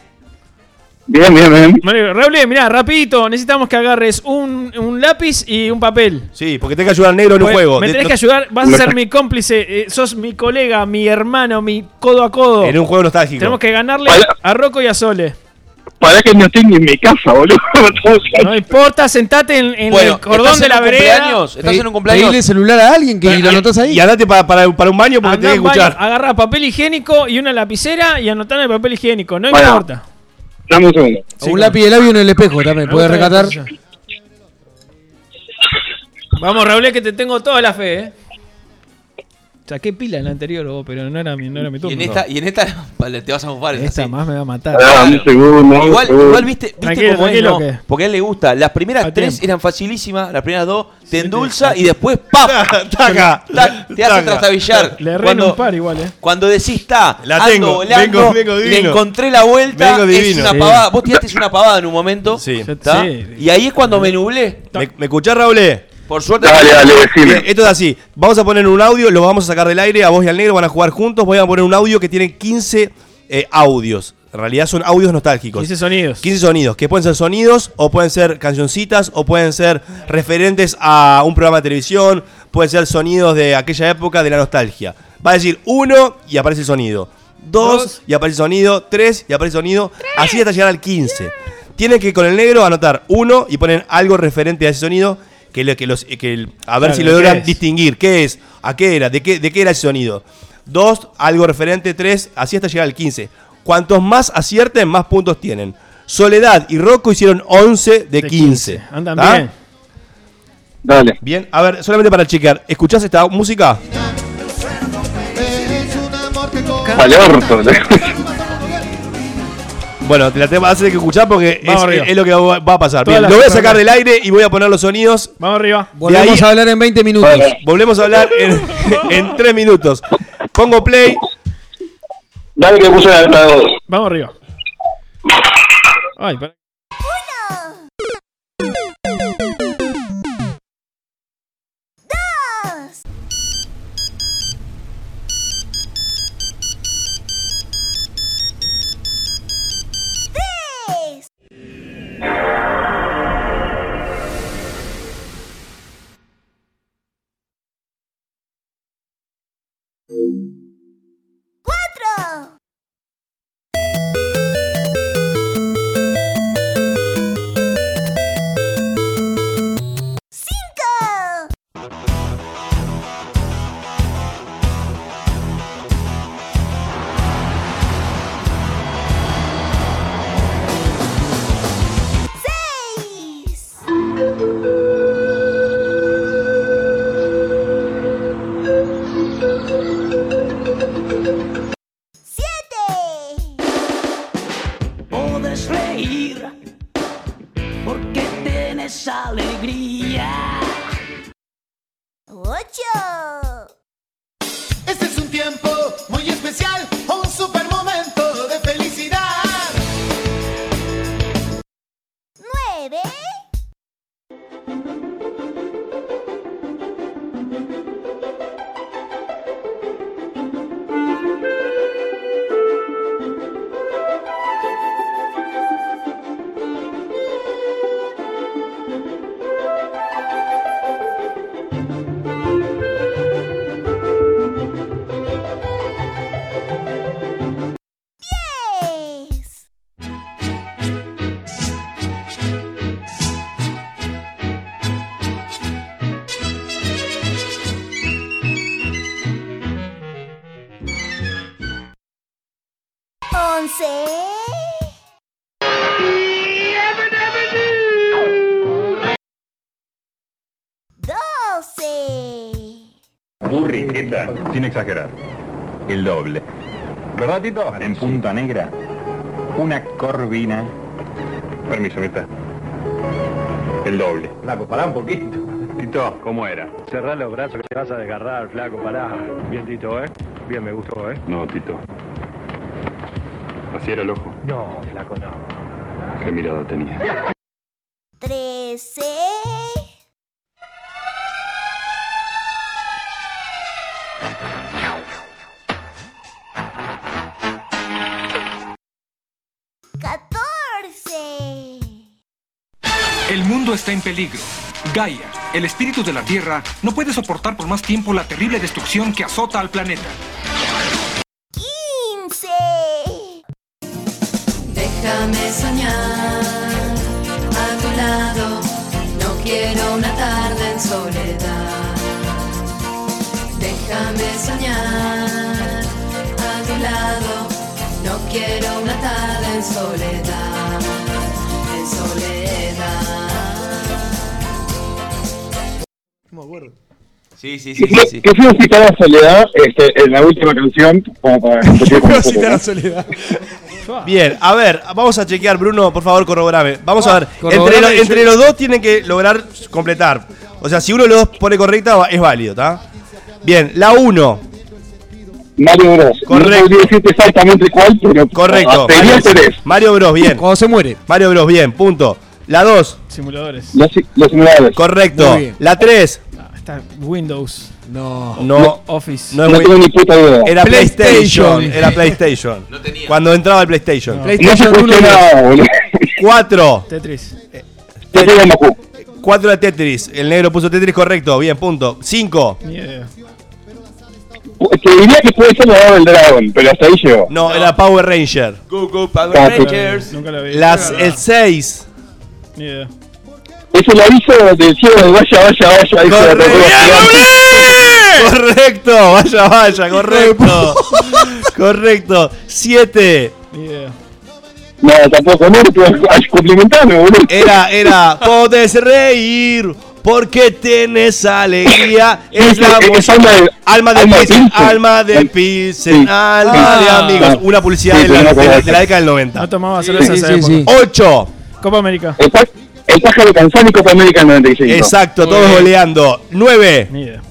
Bien, bien, bien.
Me alegro. Raulé, mirá, rapidito. Necesitamos que agarres un, un lápiz y un papel.
Sí, porque tenés que ayudar al negro en un
Pues,
juego.
Me
De-
tenés
no-
que ayudar. Vas a ser mi cómplice. eh, sos mi colega, mi hermano, mi codo a codo.
En un juego nostálgico.
Tenemos que ganarle a Rocco y a Sole.
Para que no estoy ni en mi casa, boludo.
No importa, sentate en, en
Bueno,
el cordón
¿estás
de
en
la
un
vereda.
cumpleaños? ¿Estás en un
Pedile celular a alguien que lo anotás ahí.
Y andate para, para, para un baño porque
Andá
tenés que
al baño,
escuchar.
Agarrá papel higiénico y una lapicera y anotá en el papel higiénico. No
Pará.
importa.
Dame un segundo.
O un lápiz de labio en el espejo también. Puedes
gusta la
recatar.
Vamos, Raúl, que te tengo toda la fe, eh. Saqué pila en la anterior, vos, pero no era mi, no era mi turno.
Y en esta, y en esta vale, te vas a bufar. es
Esta
así.
más me va a matar.
Claro. igual, igual viste, viste
Tranquilo,
cómo es,
tranquilo
¿no?
que-
Porque a él le gusta. Las primeras tres eran facilísimas, las primeras dos te endulza y después ¡pap!
Taca.
Ta- te hace
Taca.
trastabillar.
Le erré en
cuando,
un par igual, eh.
cuando decís está,
La
ando
tengo,
volando,
vengo- vengo
le
divino.
encontré la vuelta,
Vengo
es
divino.
una
Sí.
pavada. Vos tiraste una pavada en un momento. ¿tá?
sí.
Y ahí es cuando me nublé.
¿Me, me escuchás, Raúl?
Por suerte.
Bien, Esto es así. Vamos a poner un audio, lo vamos a sacar del aire, a vos y al negro van a jugar juntos. Voy a poner un audio que tiene 15 eh, audios. En realidad son audios nostálgicos.
15 sonidos.
15 sonidos, que pueden ser sonidos, o pueden ser cancioncitas, o pueden ser referentes a un programa de televisión, pueden ser sonidos de aquella época de la nostalgia. Va a decir uno y aparece el sonido. Dos, y aparece el sonido. Tres y aparece el sonido. Así hasta llegar al 15. Tienen que con el negro anotar uno y ponen algo referente a ese sonido. Que, lo- que los, que el- a ver
Claro,
si
¿qué
logran
es?
distinguir qué es, a qué era, de qué, de qué era ese sonido. Dos, algo referente, tres, así hasta llegar al 15. Cuantos más acierten, más puntos tienen. Soledad y Rocco hicieron 11 de 15.
Andan
¿tá?
bien.
Dale.
Bien, a ver, solamente para chequear, ¿escuchás esta música?
Vale, orto.
Bueno, te la tengo que que escuchar porque es,
Vamos arriba.
es lo que va va a pasar.
Todas
Bien,
las
lo voy a
que
sacar
pongan.
del aire y voy a poner los sonidos.
Vamos arriba.
Volvemos a hablar en 20 minutos.
Volvemos a hablar en, en 3 minutos. Pongo play.
Dale que puse el altavoz.
Vamos arriba. Ay, pará.
Cuatro.
alegría.
Ocho.
Este es un tiempo muy especial, un super momento de felicidad.
Nueve. Once. Doce.
Burri, esta, sin exagerar. El doble. ¿Verdad, Tito? En Punta Negra. Una corvina. Permiso, Mirta. El doble. Flaco, pará un poquito. Tito, ¿cómo era?
Cerrá los brazos que te vas a desgarrar, flaco, pará. Bien, Tito, ¿eh? Bien, me gustó, ¿eh?
No, Tito. Así era el ojo.
No, flaco, no.
Qué mirada tenía.
Trece. Catorce.
El mundo está en peligro. Gaia, el espíritu de la Tierra, no puede soportar por más tiempo la terrible destrucción que azota al planeta.
Quince.
Déjame soñar a tu lado, no quiero una tarde en soledad. Déjame soñar a tu lado, no quiero una tarde en soledad, en soledad.
Sí, sí, sí, sí. sí.
Que fui a citar a Soledad este, en la última canción, como para competir con nosotros, ¿no?
Soledad.
Bien, a ver, vamos a chequear, Bruno, por favor, corroborame. Vamos a ver,
corroborame,
entre, lo-
yo-
entre los dos tienen que lograr completar. O sea, si uno de los dos pone correcta, va- es válido, ¿está? Bien, la 1.
Mario Bros. No
Correcto.
podría decirte exactamente cuál, pero
Correcto.
sería
Mario,
tres.
Mario Bros, bien.
Cuando se muere.
Mario Bros, bien, punto. La 2.
Simuladores.
Los, si- los simuladores.
Correcto.
Muy bien.
La 3.
Está Windows.
No.
No.
Office.
es muy- Era PlayStation.
PlayStation.
Era PlayStation. Cuando entraba el PlayStation.
PlayStation No se uno, cuestionaba, no. boludo.
4.
Tetris.
Tetris 4 de Tetris. El negro puso Tetris correcto. Bien, punto. 5.
Ni idea.
Te diría que puede ser la Dama del Dragón, pero hasta ahí llegó.
No, era Power Ranger.
Go, go, Power
Cuatro.
Rangers.
Nunca la vi.
Las, el 6.
Ni idea.
Es el aviso del cielo de vaya, vaya, vaya. dijo la tortuga gigante.
Correcto. Vaya, vaya. Correcto. correcto. 7.
No, tampoco, no, pero cumplimentame, boludo.
Era, era, podés reír porque tienes alegría. Es la
Es- es
música-
alma de-
alma de
alma de
Pilsen,
Pilsen.
alma de
Sí.
Pilsen,
Sí.
alma de
Ah.
amigos. Una publicidad
Sí,
de, la,
pero no
de la-
conozco.
de la década del 90.
No tomaba cerveza esa época.
8.
Copa América.
El, pá- el pájaro cansado y Copa América en 95.
Exacto, todos goleando. 9.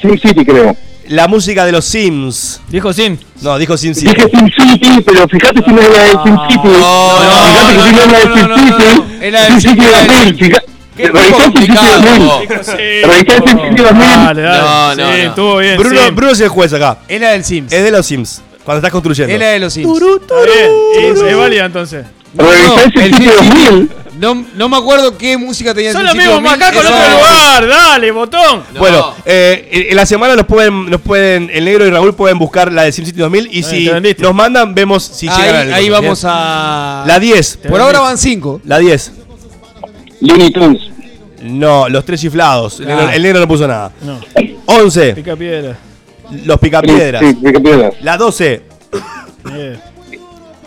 Sim City, creo.
La música de los Sims.
¿Dijo Sim?
No, dijo Sim City.
Dije Sim City, pero fíjate si no era de Sim City. fíjate que si Ah. no era de Sim City.
Era de
Sim City 2000. fija- Revisá Sim City 2000. Revisá Sim City 2000.
No, no, no.
estuvo bien.
Bruno,
Sim.
Bruno es el juez acá.
Es la del Sims.
Es de los Sims. Cuando estás construyendo.
Es la de los Sims.
Está bien. Es, es válida entonces.
No, no,
Revisá ese
el
sitio
Sims
2000.
No, no me acuerdo qué música tenía
Son
el
los
Sims
mismos
2000.
macacos en
Esa-
otro lugar. Dale, botón.
Bueno, eh, en en la semana nos pueden, nos pueden, el negro y Raúl pueden buscar la de SimCity 2000 y si
te vendiste.
nos mandan vemos si
Ahí-
llegan
ahí vamos a-
La 10.
Por ahora van 5.
La 10.
Looney Tunes.
No, los tres chiflados. El,
Ah.
negro, el negro no puso nada.
No.
11.
Pica piedra.
Los picapiedras.
Sí, picapiedras.
La 12.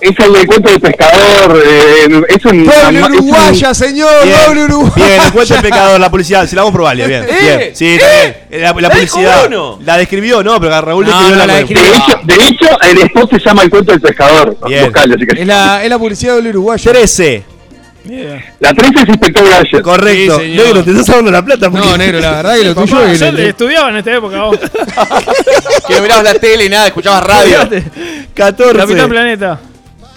Es el del cuento del pescador. eh, es un.
Doble
es un-
uruguaya, señor.
Bien.
Doble uruguaya.
Bien, el cuento del pecador, la publicidad. Si la vamos a probarle, bien.
Eh,
bien. Sí, está bien. La, la
la dijo
publicidad.
Bruno.
La describió, no, pero Raúl
No,
describió
no
la,
la
web.
De hecho, de hecho, el spot se llama El cuento del pescador.
Bien.
Buscalo, si querés.
Es la, es la publicidad doble uruguaya.
13.
La 13 es espectacular ayer.
Correcto. negro, te estás ahorrando la plata. porque-
No, negro, la verdad que lo
Papá,
tuyo es.
yo estudiaba en esta época vos.
Que no mirabas la tele y nada, escuchabas radio.
14.
Capitán Planeta.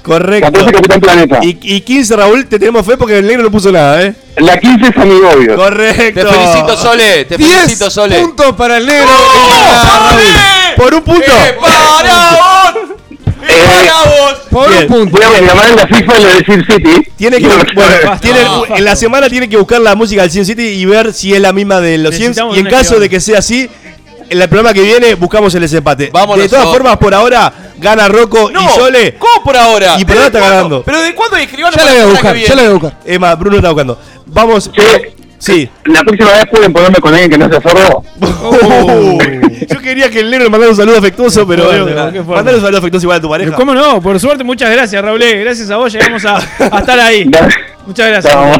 Correcto.
14 Capitán Planeta.
Y, y 15, Raúl, te tenemos fe porque el negro no puso nada, ¿eh?
La 15 es Amigobios.
Correcto.
Te felicito, Sole. Te
10
felicito, Sole.
puntos para el negro.
Por un punto.
Eh, ¡Para vos!
Eh,
¡Para vos!
Por
Bien.
un punto.
Voy a llamar a la FIFA y le decir City.
Tiene que,
No,
bueno,
basta.
tiene- en la semana tiene que buscar la música del Cien City y ver si es la misma de los Cien.
Necesitamos
Y en
un
caso
escribano.
de que sea así, en el programa que viene buscamos el desempate.
Vámonos,
de todas
no.
formas, por ahora gana Rocco y Sole.
¿Cómo por ahora?
Y por ahora está
¿Pero de
ganando.
cuándo? ¿Pero de cuándo hay escribano
Ya la
para
voy a
la semana
buscar,
que
ya la voy a buscar.
Es más, Bruno está buscando. Vamos. eh,
Che,
Sí.
La próxima vez pueden ponerme con alguien que no sea sordo.
Yo quería que el negro le mandara un saludo afectuoso, pero.
fuerte,
bueno,
Oh. qué fuerte.
mandale un saludo afectuoso igual a tu pareja.
¿Cómo no? Por suerte, muchas gracias, Raúl. Gracias a vos llegamos a, a estar ahí. Muchas gracias.
Vamos.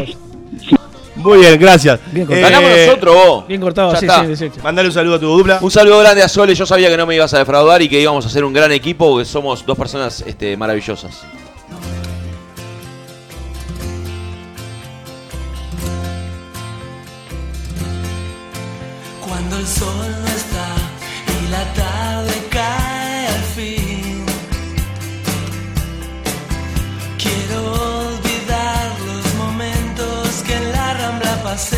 Muy bien, gracias. Eh,
Bien
viene? Ganamos nosotros, vos.
Eh, Bien cortado,
Ya
sí,
está.
sí, desecho.
Mandale un saludo a tu dupla.
Un saludo grande a Sole. Yo sabía que no me ibas a defraudar y que íbamos a ser un gran equipo, porque somos dos personas este, maravillosas.
Cuando el sol no está y la tarde cae al fin. Quiero olvidar los momentos que en la rambla pasé.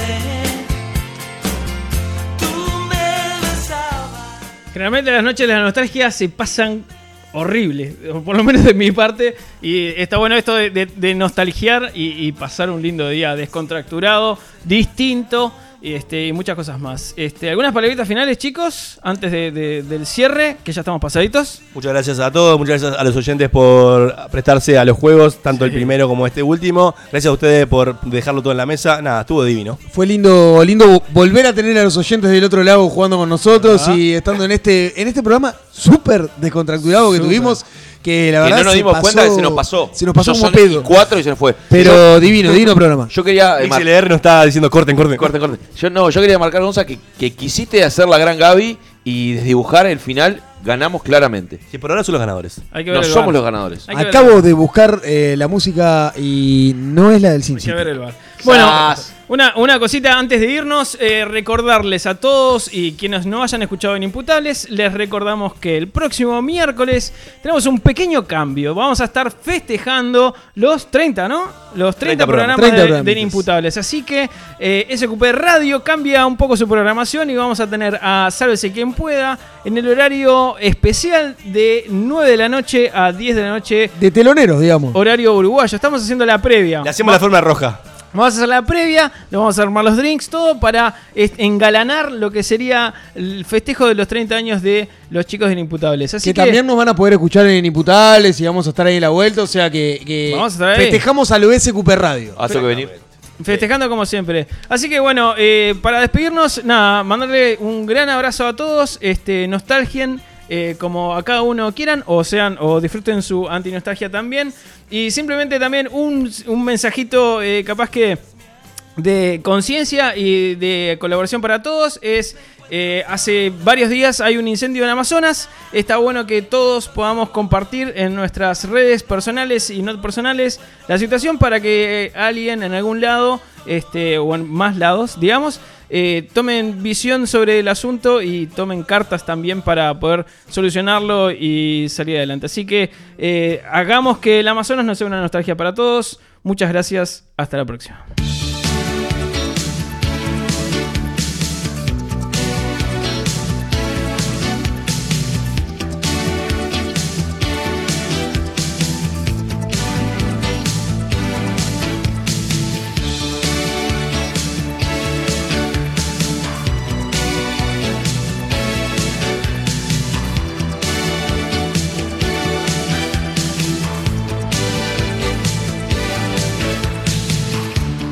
Tú me besabas.
Generalmente las noches de la nostalgia se pasan horribles, o por lo menos de mi parte. Y está bueno esto de, de- de nostalgiar y, y pasar un lindo día descontracturado, distinto y, este, y muchas cosas más. Este, ¿Algunas palabritas finales, chicos? Antes de- de- del cierre, que ya estamos pasaditos.
Muchas gracias a todos, muchas gracias a los oyentes por prestarse a los juegos, tanto el primero como este último. Gracias a ustedes por dejarlo todo en la mesa. Nada, estuvo divino.
Fue lindo, lindo vo- volver a tener a los oyentes del otro lado jugando con nosotros
Ah.
y estando en este, en este programa súper descontracturado que tuvimos. Que la
Que
verdad
no nos
se
dimos
pasó-
cuenta que se nos pasó.
Se nos pasó
Ya
como
son
pedo.
Cuatro y se nos fue.
Pero divino, divino programa.
Yo quería. eh, mar-
XLR nos está diciendo corten, corten.
Corte, corte. Yo no, yo quería marcar, Gonza, que, que quisiste hacer la gran Gaby y desdibujar el final, ganamos claramente.
Que por ahora son los ganadores.
Hay que ver
No
el
somos
bar.
los ganadores.
Hay que ver el
Acabo de buscar eh, la música y no es la del Sin
Hay que
City.
ver el bar. Bueno,
Sas.
una, una cosita antes de irnos, eh, recordarles a todos y quienes no hayan escuchado en Imputables, les recordamos que el próximo miércoles tenemos un pequeño cambio. Vamos a estar festejando los 30, ¿no? Los 30,
30
30
programas,
programas.
de- de,
programitas.
Inimputables. Así que eh, SQP Radio cambia un poco su programación y vamos a tener a Sálvese quien pueda en el horario especial de 9 de la noche a 10 de la noche.
De teloneros, digamos.
Horario uruguayo, estamos haciendo la previa.
Le hacemos la forma roja.
Vamos a hacer la previa, le vamos a armar los drinks, todo para est- engalanar lo que sería el festejo de los 30 años de los chicos de Inimputables. Así
que,
que,
también nos van a poder escuchar en Imputables y vamos a estar ahí en la vuelta. O sea que, que
Vamos a estar ahí.
festejamos a lo SQP Radio.
Hace que venir.
eh,
festejando como siempre. Así que bueno, eh, para despedirnos, nada, mandarle un gran abrazo a todos, este, nostalgien. eh, como a cada uno quieran, o sean, o disfruten su antinostalgia también. Y simplemente también un, un mensajito, eh, capaz que de conciencia y de colaboración para todos es eh, hace varios días hay un incendio en Amazonas. Está bueno que todos podamos compartir en nuestras redes personales y no personales la situación para que eh, alguien en algún lado, este, o en más lados, digamos, eh, tomen visión sobre el asunto y tomen cartas también para poder solucionarlo y salir adelante. Así que eh, hagamos que el Amazonas no sea una nostalgia para todos. Muchas gracias. Hasta la próxima.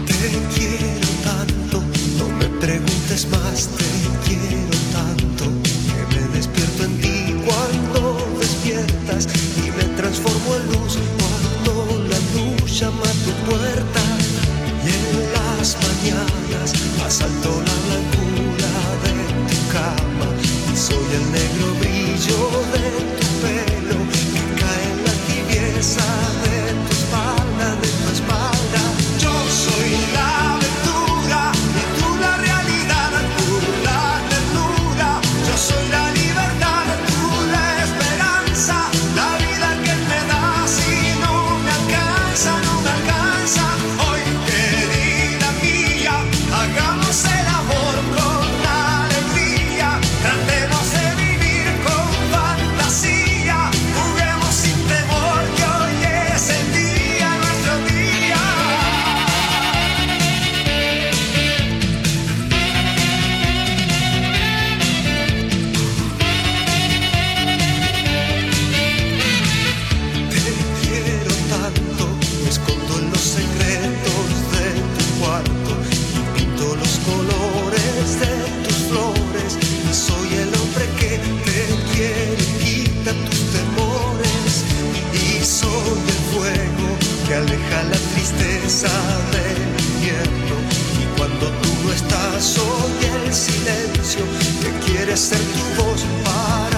Te quiero tanto, no me preguntes más, te quiero tanto, que me despierto en ti cuando despiertas y me transformo en luz cuando la luz llama a tu puerta. Y en las mañanas asalto la blancura de tu cama y soy el negro brillo de tu pelo que cae en la tibieza de tu espalda, de tu espalda. Yo
aleja la tristeza del invierno. Y cuando tú no estás, oye el silencio que quiere ser tu voz para